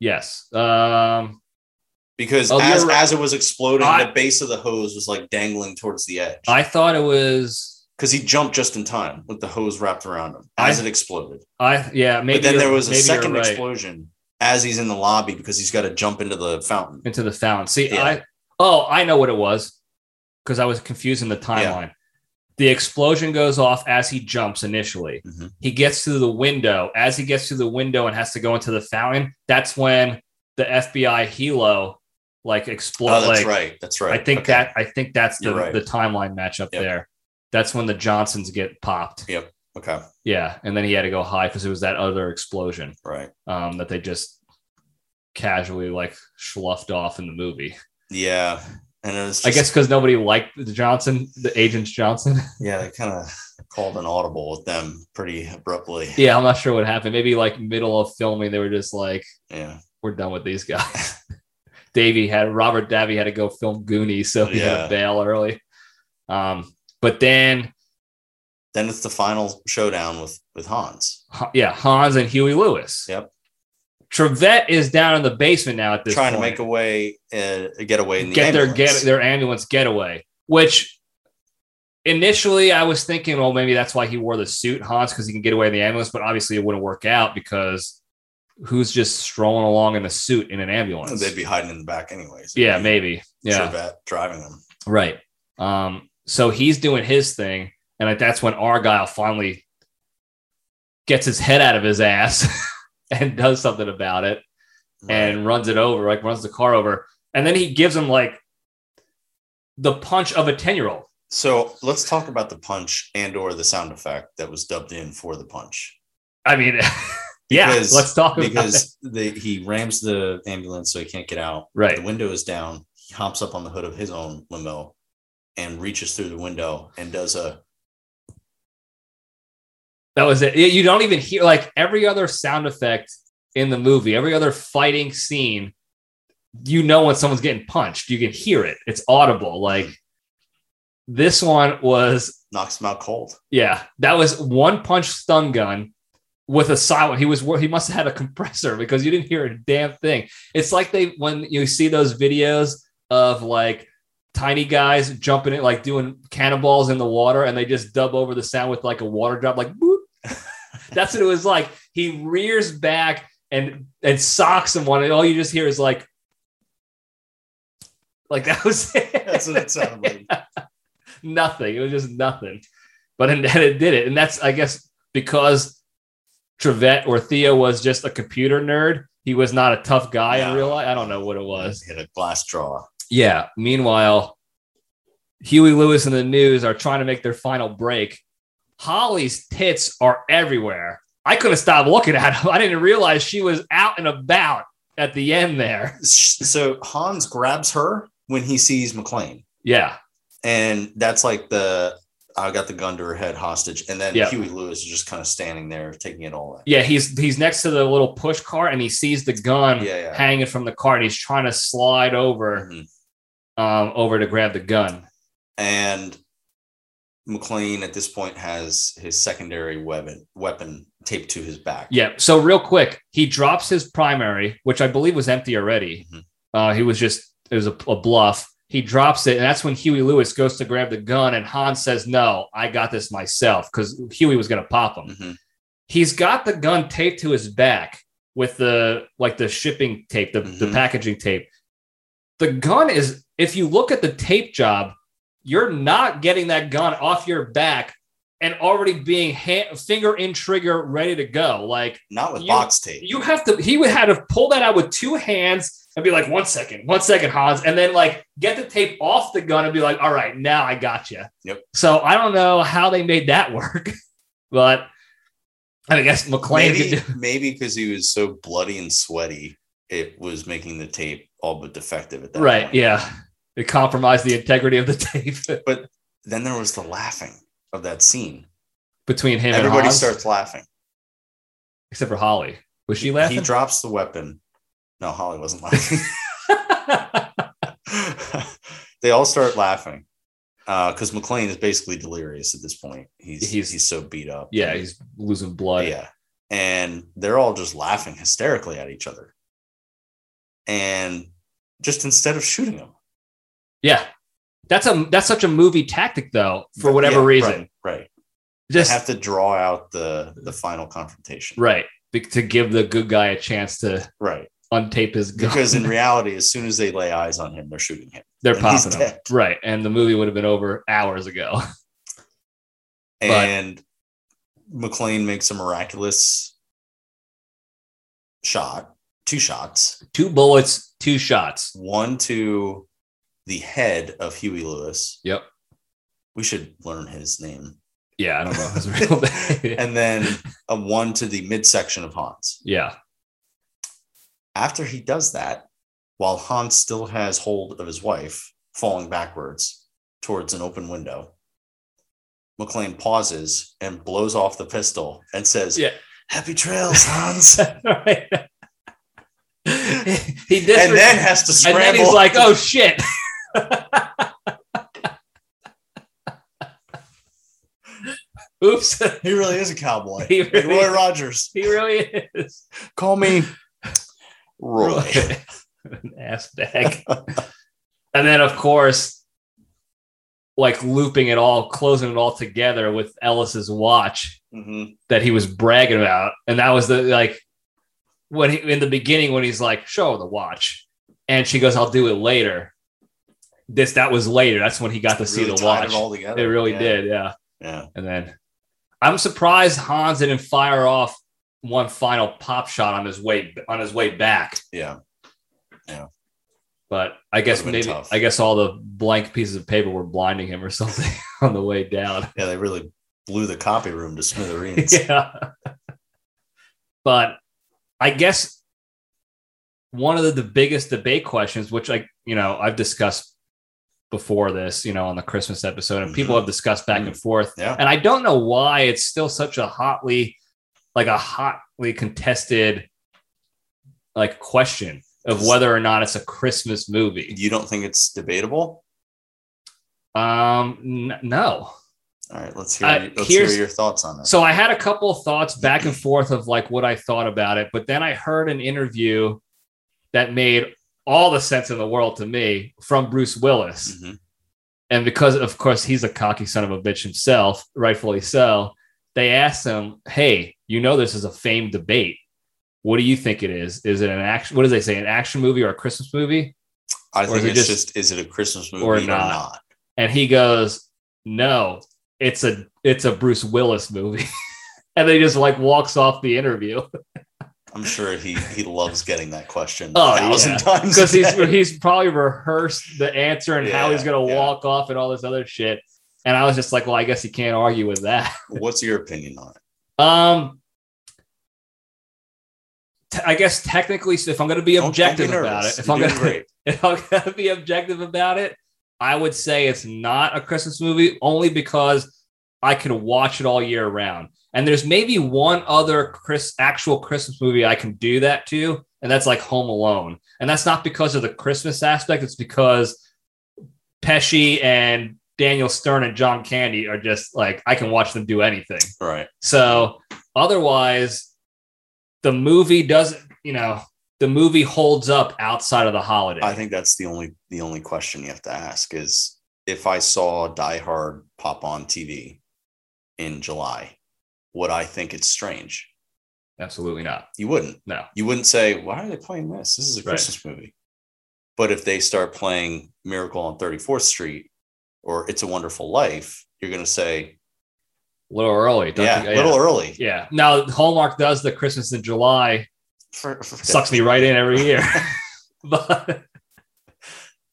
Yes. Um because Oh, as you're right. as it was exploding, I- the base of the hose was like dangling towards the edge I thought it was because he jumped just in time with the hose wrapped around him I- as it exploded. I yeah, maybe but then you're- there was a maybe you're second right. explosion as he's in the lobby because he's got to jump into the fountain. into the fountain. See, Yeah. I oh, I know what it was because I was confusing the timeline. The explosion goes off as he jumps initially. Mhm. He gets through the window. As he gets through the window and has to go into the fountain, that's when the FBI helo like oh, explodes. that's like, right. That's right. I think Okay. that I think that's the You're right. the timeline matchup Yep. there. That's when the Johnsons get popped. Okay. Yeah, and then he had to go high because it was that other explosion Right. um, that they just casually like schluffed off in the movie. Yeah. And it was just, I guess because nobody liked the Johnson, the agents Johnson. yeah, they kind of called an audible with them pretty abruptly. yeah, I'm not sure what happened. Maybe like middle of filming, they were just like, Yeah. "We're done with these guys." Davey had Robert Davey had to go film Goonies, so he had Yeah. to bail early. Um, but then, Then it's the final showdown with with Hans Ha- yeah, Hans and Huey Lewis. Yep. Trevette is down in the basement now at this trying point. to make a way, uh, a getaway in the get their ambulance. get their ambulance getaway. Which initially I was thinking, well, maybe that's why he wore the suit, Hans, because he can get away in the ambulance. But obviously, it wouldn't work out because who's just strolling along in a suit in an ambulance? They'd be hiding in the back anyways. yeah, It'd be maybe. Yeah, Chevette driving them. right. Um, so he's doing his thing, and like, that's when Argyle finally gets his head out of his ass and does something about it and runs it over, like runs the car over. And then he gives him like the punch of a 10 year old. so let's talk about the punch and or the sound effect that was dubbed in for the punch. I mean, yeah, Because- let's talk about it. because they, he rams the ambulance so he can't get out. The Right. window is down. He hops up on the hood of his own limo and reaches through the window and does a That was it. You don't even hear like every other sound effect in the movie, every other fighting scene, you know, when someone's getting punched, you can hear it. It's audible. Like this one was knocks him out cold. Yeah, that was one punch stun gun with a silent. He was wor- he must have had a compressor because you didn't hear a damn thing. It's like they when you see those videos of like tiny guys jumping in, like doing cannonballs in the water, and they just dub over the sound with like a water drop, like boop. That's what it was like. He rears back and and socks someone, and all you just hear is like. Like that was it That's what it sounded like. nothing. It was just nothing. But and then it did it. And that's, I guess, because Trevette or Theo was just a computer nerd. He was not a tough guy Yeah. in real life. I don't know what it was. Hit a glass jaw. Yeah. Meanwhile, Huey Lewis and the news are trying to make their final break. Holly's tits are everywhere. I couldn't stop looking at him. I didn't realize she was out and about at the end there. So Hans grabs her when he sees McLean. Yeah. And that's like the I got the gun to her head hostage, and then Yeah. Huey Lewis is just kind of standing there taking it all in. Yeah, he's he's next to the little push cart and he sees the gun Yeah, yeah. hanging from the cart. He's trying to slide over Mhm. um over to grab the gun. And McLean at this point has his secondary weapon weapon taped to his back. Yeah. So real quick, he drops his primary, which I believe was empty already. Mhm. Uh, he was just it was a, a bluff. He drops it, and that's when Huey Lewis goes to grab the gun, and Han says, "No, I got this myself," because Huey was going to pop him. Mhm. He's got the gun taped to his back with the like the shipping tape, the, the Mhm. packaging tape. The gun is, if you look at the tape job, you're not getting that gun off your back and already being hand, finger in trigger, ready to go. Like Not with You- box tape. you have to he would have to pull that out with two hands and be like one second one second hans and then like get the tape off the gun and be like all right now i got you Yep. so i don't know how they made that work but i mean, I guess mclean could maybe do maybe because he was so bloody and sweaty, it was making the tape all but defective at that right point. yeah it compromised the integrity of the tape Then there was the laughing of that scene. between him and Everybody hans, starts laughing. except for holly was she laughing He drops the weapon. No, Holly wasn't laughing. they all start laughing because McLean is basically delirious at this point. He's He's- he's, he's so beat up. yeah he's losing blood yeah, and they're all just laughing hysterically at each other, and just instead of shooting him yeah that's a that's such a movie tactic though for whatever Yeah, reason right, right. just They have to draw out the the final confrontation. Right. Be- to give the good guy a chance to right. untape his gun. Because in reality, as soon as they lay eyes on him, they're shooting him. they're he's popping him. dead. Right. And the movie would have been over hours ago. But- And McLean makes a miraculous shot, two shots, two bullets, two shots. one to the head of Huey Lewis. Yep. We should learn his name. Yeah. I don't know his real name. and then a one to the midsection of Hans. yeah. After he does that, while Hans still has hold of his wife, falling backwards towards an open window, McLean pauses and blows off the pistol and says, Yeah. Happy trails, Hans. Right. he dis- and then has to and scramble. then he's like, oh shit. Oops. he really is a cowboy. He Like really Roy is. Rogers. he really is. Call me Roy. an ass bag. and then, of course, like looping it all, closing it all together with Ellis's watch Mhm. that he was bragging about. And that was the like when he in the beginning when he's like, show the watch. And she goes, I'll do it later. This that was later. That's when he got to see Really the tied watch. It, all together. It really Yeah. did, yeah. Yeah. And then I'm surprised Hans didn't fire off one final pop shot on his way on his way back Yeah. but I guess Would've maybe been tough. I guess all the blank pieces of paper were blinding him or something on the way down. Yeah. They really blew the copy room to smithereens. yeah. but I guess one of the, the biggest debate questions, which I you know I've discussed before this, you know, on the Christmas episode, and Mm-hmm. people have discussed back and forth, Yeah. and I don't know why it's still such a hotly like a hotly contested like question of whether or not it's a Christmas movie. You don't think it's debatable? Um, n- no. All right, let's hear. Uh, let's hear here's- your thoughts on this. So I had a couple of thoughts back and forth of like what I thought about it, but then I heard an interview that made all the sense in the world to me from Bruce Willis. Mhm. And because, of course, he's a cocky son of a bitch himself, rightfully so, they asked him, Hey, you know, this is a famed debate. What do you think it is? Is it an action? What do they say? An action movie or a Christmas movie? I or is think it it's just- just, is it a Christmas movie or or not? not? And he goes, "No, it's a it's a Bruce Willis movie." and they just like walks off the interview I'm sure he he loves getting that question Oh, a thousand yeah. times because he's a day. he's probably rehearsed the answer and how he's Yeah, gonna yeah. walk off and all this other shit. And I was just like, "Well, I guess he can't argue with that." What's your opinion on it? Um, t- I guess technically, so if I'm gonna be Don't- don't be objective about nervous. it, if You're I'm doing gonna great. if I'm gonna be objective about it, I would say it's not a Christmas movie only because I could watch it all year round. And there's maybe one other Chris actual Christmas movie I can do that to, and that's like Home Alone. And that's not because of the Christmas aspect, it's because Pesci and Daniel Stern and John Candy are just like I can watch them do anything. Right. So otherwise, the movie doesn't, you know, the movie holds up outside of the holiday. I think that's the only the only question you have to ask is if I saw Die Hard pop on TV in July, would I think it's strange? Absolutely not. You wouldn't. No. You wouldn't say, "Why are they playing this? This is a Right. Christmas movie." But if they start playing Miracle on 34th Street or It's a Wonderful Life, you're going to say, A little early. don't "Yeah, you- a little early." Yeah. Now Hallmark does the Christmas in July. For- for- Sucks me right in every year. but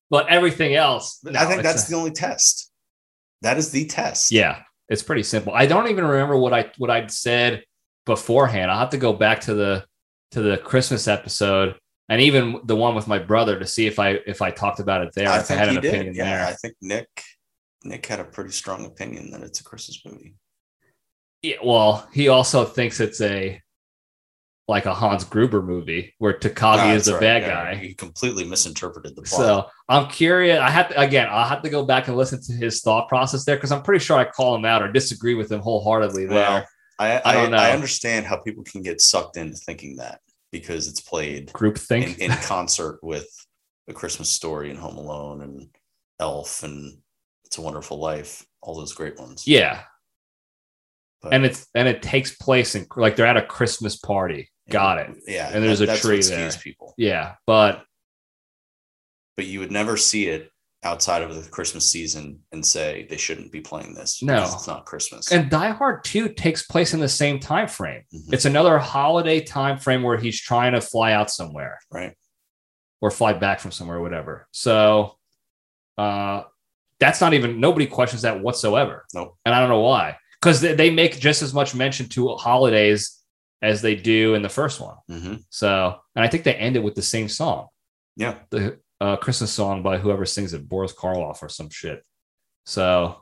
but everything else. no, I think it's that's a- the only test. That is the test. yeah. It's pretty simple. I don't even remember what I what I'd said beforehand. I'll have to go back to the to the Christmas episode and even the one with my brother to see if I if I talked about it there. I if I think had he an did. opinion yeah, there. I think Nick Nick had a pretty strong opinion that it's a Christmas movie. Yeah, well, he also thinks it's a like a Hans Gruber movie where Takagi Ah, is the that's right. bad Yeah, guy. He completely misinterpreted the plot. So I'm curious. I have to, again, I'll have to go back and listen to his thought process there because I'm pretty sure I call him out or disagree with him wholeheartedly there. well, I I, I don't know. I understand how people can get sucked into thinking that because it's played Group in, think. in concert with a Christmas story and Home Alone and Elf and It's a Wonderful Life, all those great ones. yeah. But- And it's and it takes place in like they're at a Christmas party. Got it. Yeah. And there's a that's what tree skews there. people. Yeah. But but you would never see it outside of the Christmas season and say they shouldn't be playing this. No. because it's not Christmas. and Die Hard 2 takes place in the same time frame. Mhm. It's another holiday time frame where he's trying to fly out somewhere. Right. Or fly back from somewhere, or whatever. So uh that's not even nobody questions that whatsoever. Nope. And I don't know why. Because they, they make just as much mention to holidays as they do in the first one. Mhm. So and I think they end it with the same song, yeah, the uh Christmas song by whoever sings it, Boris Karloff or some shit. So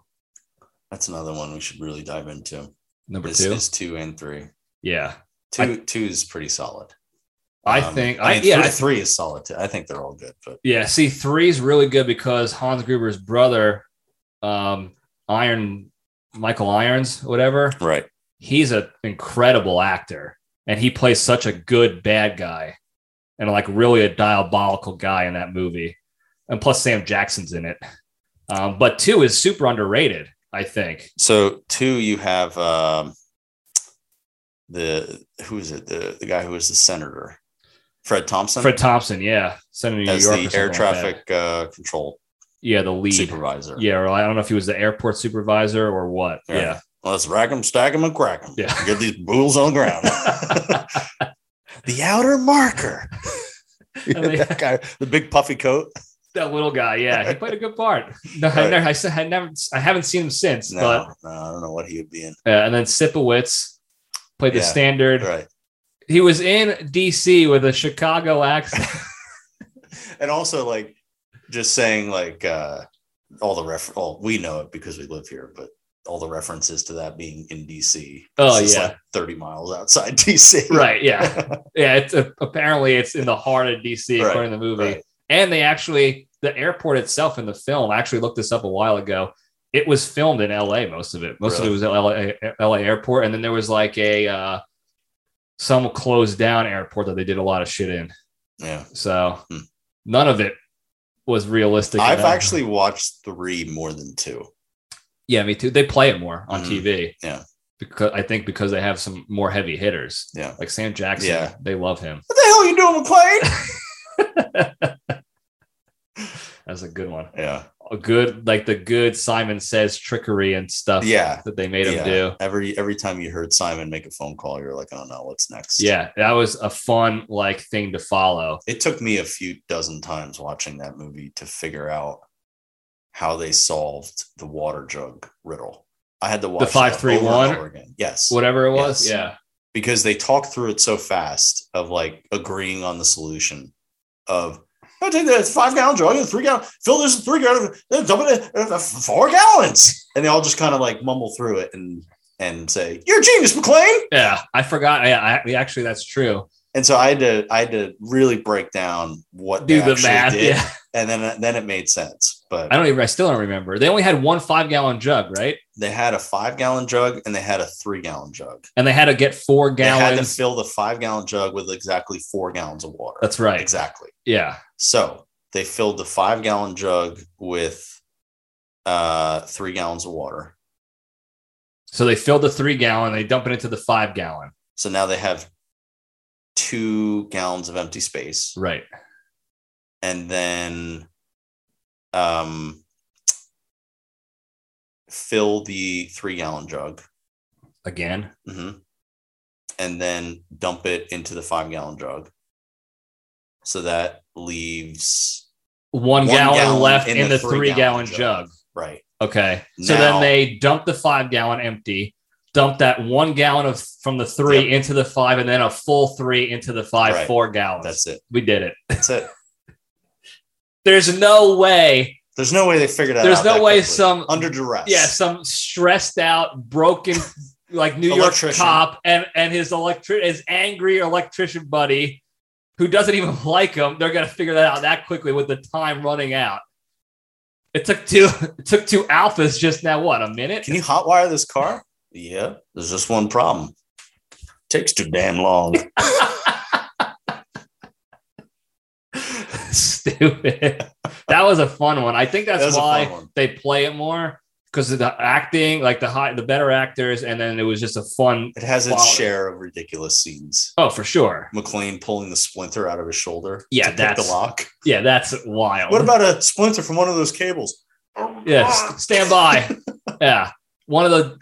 that's another one we should really dive into. number Is, two. is two and three. yeah. Two two is pretty solid. I Um, think I I, mean, yeah, three, I- three is solid. Too. I think they're all good, but Yeah, see, three is really good because Hans Gruber's brother, um, Iron Michael Irons, whatever, right. he's an incredible actor, and he plays such a good bad guy, and like really a diabolical guy in that movie, and plus Sam Jackson's in it. Um, but two is super underrated, I think. So two, you have um, the who is it? The the guy who was the senator, Fred Thompson, Fred Thompson, yeah, Senator of New as York, the or something air like that. traffic uh, control yeah, the lead, supervisor. yeah, or I don't know if he was the airport supervisor or what, Right. yeah. Let's rack them, stack them, and crack them. Yeah. Get these bulls on the ground. the outer marker. And they- that guy, the big puffy coat. that little guy. Yeah, he played a good part. No, I, Right. never, I, said- I never, I haven't seen him since. No, But no, I don't know what he would be in. uh, and then Sipowicz played the Yeah, standard. Right. He was in D.C. with a Chicago accent. And also, like, just saying, like, uh, all the ref, well, we know it because we live here, but all the references to that being in DC. Oh, It's just, yeah. Like 30 miles outside DC. right? Yeah, yeah. It's uh, apparently it's in the heart of D.C. Right, according to the movie. right. And they actually the airport itself in the film. I actually looked this up a while ago. It was filmed in L.A. Most of it. Most of Really? it was at L.A. LA airport, and then there was like a uh, some closed down airport that they did a lot of shit in. Yeah. So Hmm. none of it was realistic. I've enough. actually watched three more than two. yeah, me too. They play it more on Mhm. TV. Yeah. because I think because they have some more heavy hitters. Yeah. like Sam Jackson. Yeah. they love him. What the hell are you doing, McLean? That's a good one. yeah. A good like the good Simon Says trickery and stuff. Yeah. that they made Yeah. him do. Every every time you heard Simon make a phone call, you're like, oh no, what's next? Yeah, that was a fun like thing to follow. It took me a few dozen times watching that movie to figure out how they solved the water jug riddle. I had to watch that five, three, over and one? over again. Yes. Whatever it was. Yes. Yeah, Because they talk through it so fast of like agreeing on the solution of I take that. It's five gallon jug and three gallon. Phil, there's three gallon. uh, Dump it. in, uh, Four gallons. And they all just kind of like mumble through it and and say, "You're a genius, McLean." Yeah, I forgot. Yeah, I, actually, that's true. And so I had to I had to really break down what Do they the actually math. did, Yeah, and then then it made sense. But I don't even. I still don't remember. They only had one five gallon jug, right? they had a five gallon jug and they had a three gallon jug. And they had to get four They had to gallons. fill the five gallon jug with exactly four gallons of water. That's right. Exactly. Yeah, So they filled the five gallon jug with uh, three gallons of water. so they filled the three gallon. They dump it into the five gallon. So now they have two gallons of empty space. Right. And then um, fill the three gallon jug Again. Mhm. and then dump it into the five gallon jug. So that leaves, One, One gallon, gallon left in in the the three gallon three-gallon jug. jug. right? Okay. So Now- then they dump the five gallon empty, dump that one gallon of from the three into the five, and then a full three into the five, Right. four gallons. That's it. we did it. That's it. There's no way. There's no way they figured that There's out. no that way quickly. Oh, some under duress. yeah some stressed out broken like New York Electrician. cop and and his electric his angry electrician buddy who doesn't even like him. They're gonna figure that out that quickly with the time running out. It took two. It took two alphas just now. What a minute. Can you hotwire this car? Yeah. There's just one problem. Takes too damn long. Stupid. That was a fun one. I think That that's was a fun why one. they play it more because of the acting, like the high, the better actors, and then it was just a fun. It has its Quality. share of ridiculous scenes. Oh, for sure. McLean pulling the splinter out of his shoulder. Yeah, to pick that's- the lock. Yeah, that's wild. What about a splinter from one of those cables? Yeah, s- stand by. yeah, one of the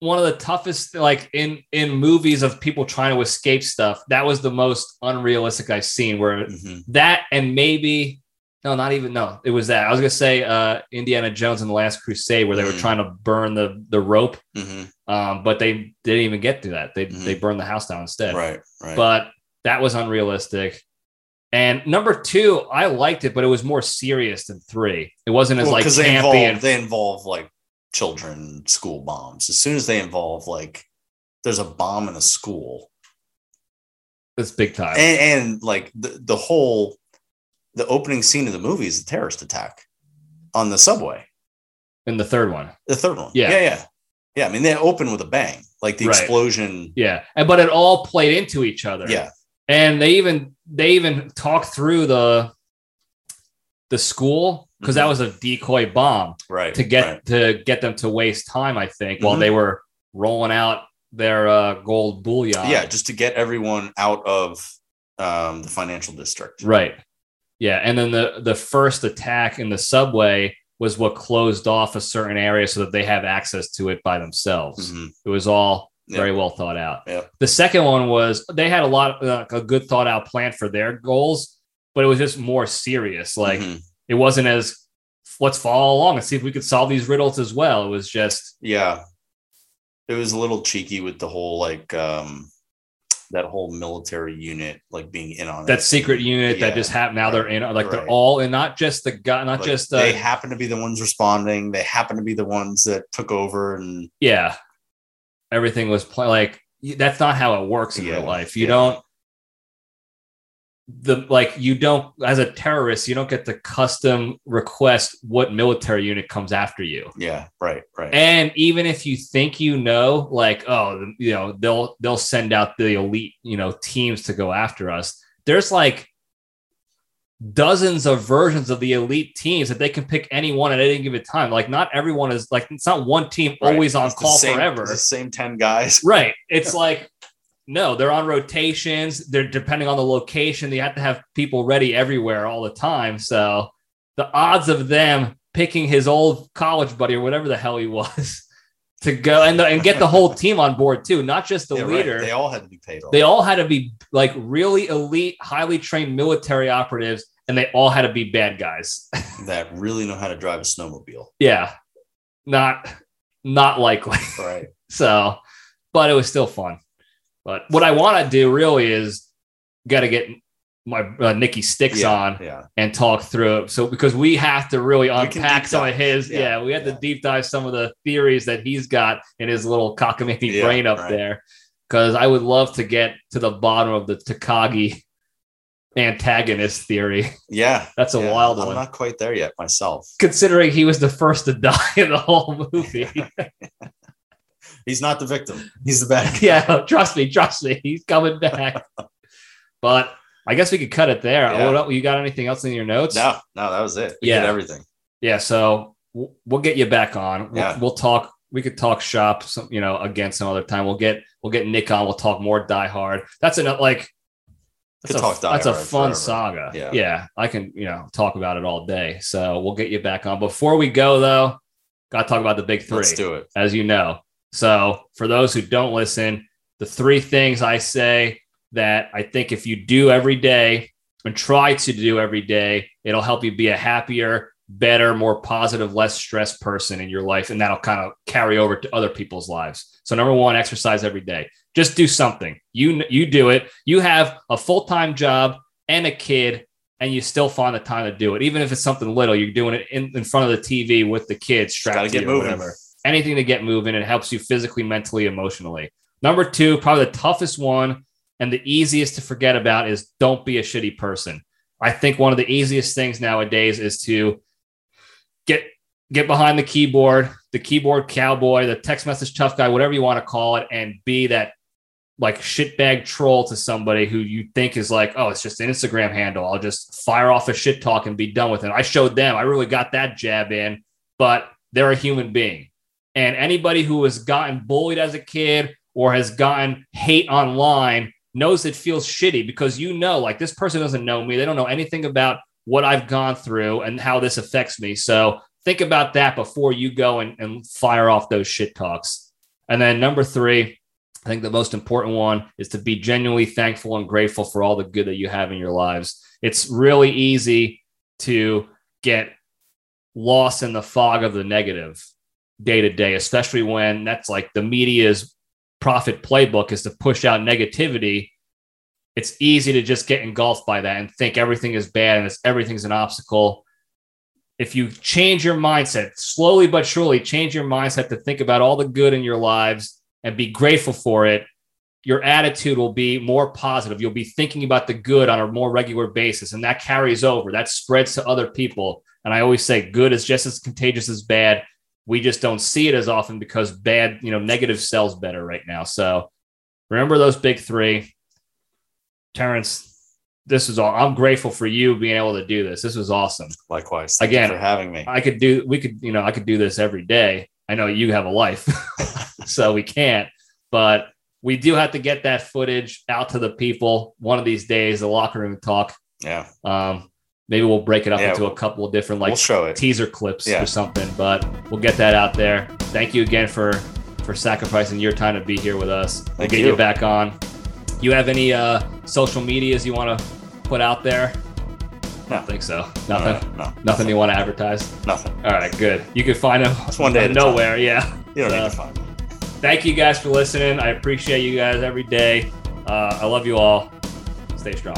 one of the toughest like in in movies of people trying to escape stuff. That was the most unrealistic I've seen. Where Mhm. that and maybe no, not even no. It was that I was gonna say uh, Indiana Jones and the Last Crusade, where they were Mhm. trying to burn the the rope, Mhm. um, but they didn't even get to that. They Mhm. they burned the house down instead. Right, right. But that was unrealistic. And number two, I liked it, but it was more serious than three. It wasn't as Well, like 'cause they campy involve and they involve like children, school bombs. As soon as they involve like there's a bomb in a school, it's big time. and, and like the, the whole the opening scene of the movie is a terrorist attack on the subway And the third one, the third one Yeah. yeah yeah yeah i mean they open with a bang like the Right. explosion yeah, and but it all played into each other. yeah and they even they even talked through the the school because that Mhm. was a decoy bomb right to get right. to get them to waste time. I think while Mhm. they were rolling out their uh, gold bullion. yeah just to get everyone out of um, the financial district right. Yeah, and then the the first attack in the subway was what closed off a certain area so that they have access to it by themselves. Mhm. It was all Yeah. very well thought out. Yeah. The second one was they had a lot uh, a good thought out plan for their goals, but it was just more serious. Like Mhm. it wasn't as let's follow along and see if we could solve these riddles as well. It was just yeah it was a little cheeky with the whole like um that whole military unit like being in on that it. secret unit that Yeah. just happened. Now they're in like they're Right. all in, not just the guy, not Like, just uh, they happen to be the ones responding. They happen to be the ones that took over, and yeah. Everything was pl- like y- that's not how it works in Yeah, real life. You yeah. don't the like you don't as a terrorist you don't get to custom request what military unit comes after you. yeah, right, right, And even if you think you know, like, oh, you know, they'll they'll send out the elite, you know, teams to go after us. There's like dozens of versions of the elite teams that they can pick any one at any given time. Like, not everyone is like it's not one team Right. always on It's the call same- forever. it's The same ten guys. Right. It's like no, they're on rotations. They're depending on the location. They have to have people ready everywhere all the time. So the odds of them picking his old college buddy or whatever the hell he was to go and, and get the whole team on board too, not just the Yeah, right. leader. They all had to be paid off. They all had to be like really elite, highly trained military operatives, and they all had to be bad guys. that really know how to drive a snowmobile. yeah, not not likely. Right. So, but it was still fun. But what I want to do really is got to get my uh, Nikki sticks yeah, on Yeah. and talk through it. So because we have to really can unpack deep some of dive. his, yeah, Yeah, we had yeah. to deep dive some of the theories that he's got in his little cockamamie Yeah, brain up right. there. Because I would love to get to the bottom of the Takagi antagonist theory. Yeah. That's a yeah. wild I'm one. not quite there yet myself. Considering he was the first to die in the whole movie. He's not the victim. He's the bad guy. yeah, trust me, trust me, he's coming back. but I guess we could cut it there. Yeah. What else- you got anything else in your notes? No, no, that was it. We Yeah. did everything. Yeah, so w- we'll get you back on. We'll, Yeah. we'll talk. We could talk shop, some, you know, again some other time. We'll get we'll get Nick on. We'll talk more Die Hard. That's enough. Like that's Could a, talk Die that's a Hard fun forever. saga. Yeah. I can you know talk about it all day. So we'll get you back on. Before we go though, got to talk about the big 3 Let's do it. as you know. So, for those who don't listen, the three things I say that I think if you do every day and try to do every day, it'll help you be a happier, better, more positive, less stressed person in your life. And that'll kind of carry over to other people's lives. So, number one, exercise every day. Just do something. You, you do it. You have a full time job and a kid, and you still find the time to do it. Even if it's something little, you're doing it in, in front of the TV with the kids strapped Gotta to get you or moving. whatever anything to get moving. It helps you physically, mentally, emotionally. Number two, probably the toughest one and the easiest to forget about is don't be a shitty person. I think one of the easiest things nowadays is to get get behind the keyboard, the keyboard cowboy, the text message tough guy, whatever you want to call it, and be that like shitbag troll to somebody who you think is like, oh, it's just an Instagram handle. I'll just fire off a shit talk and be done with it. I showed them I really got that jab in, but they're a human being. And anybody who has gotten bullied as a kid or has gotten hate online knows it feels shitty because you know, like this person doesn't know me. They don't know anything about what I've gone through and how this affects me. So think about that before you go and, and fire off those shit talks. And then number three, I think the most important one is to be genuinely thankful and grateful for all the good that you have in your lives. It's really easy to get lost in the fog of the negative day to day, especially when that's like the media's profit playbook is to push out negativity. It's easy to just get engulfed by that and think everything is bad and it's, everything's an obstacle. If you change your mindset, slowly but surely change your mindset to think about all the good in your lives and be grateful for it, your attitude will be more positive. You'll be thinking about the good on a more regular basis. And that carries over, that spreads to other people. And I always say good is just as contagious as bad. We just don't see it as often because bad, you know, negative sells better right now. So remember those big three. Terrence, this is all. I'm grateful for you being able to do this. This was awesome. Likewise. Thank you Again, for having me. I could do, we could, you know, I could do this every day. I know you have a life, so we can't, but we do have to get that footage out to the people one of these days, the locker room talk. yeah. Um, maybe we'll break it up Yeah, into a couple of different like we'll show it. teaser clips Yeah. or something, but we'll get that out there. Thank you again for, for sacrificing your time to be here with us. We'll Thank get you. you back on. You have any uh, social medias you want to put out there? No. I don't think so. No, Nothing. No, no, Nothing you want to advertise? Nothing. All right, good. You can find them It's one day at a time. nowhere. Yeah. You don't Uh, need to find me. Thank you guys for listening. I appreciate you guys every day. Uh, I love you all. Stay strong.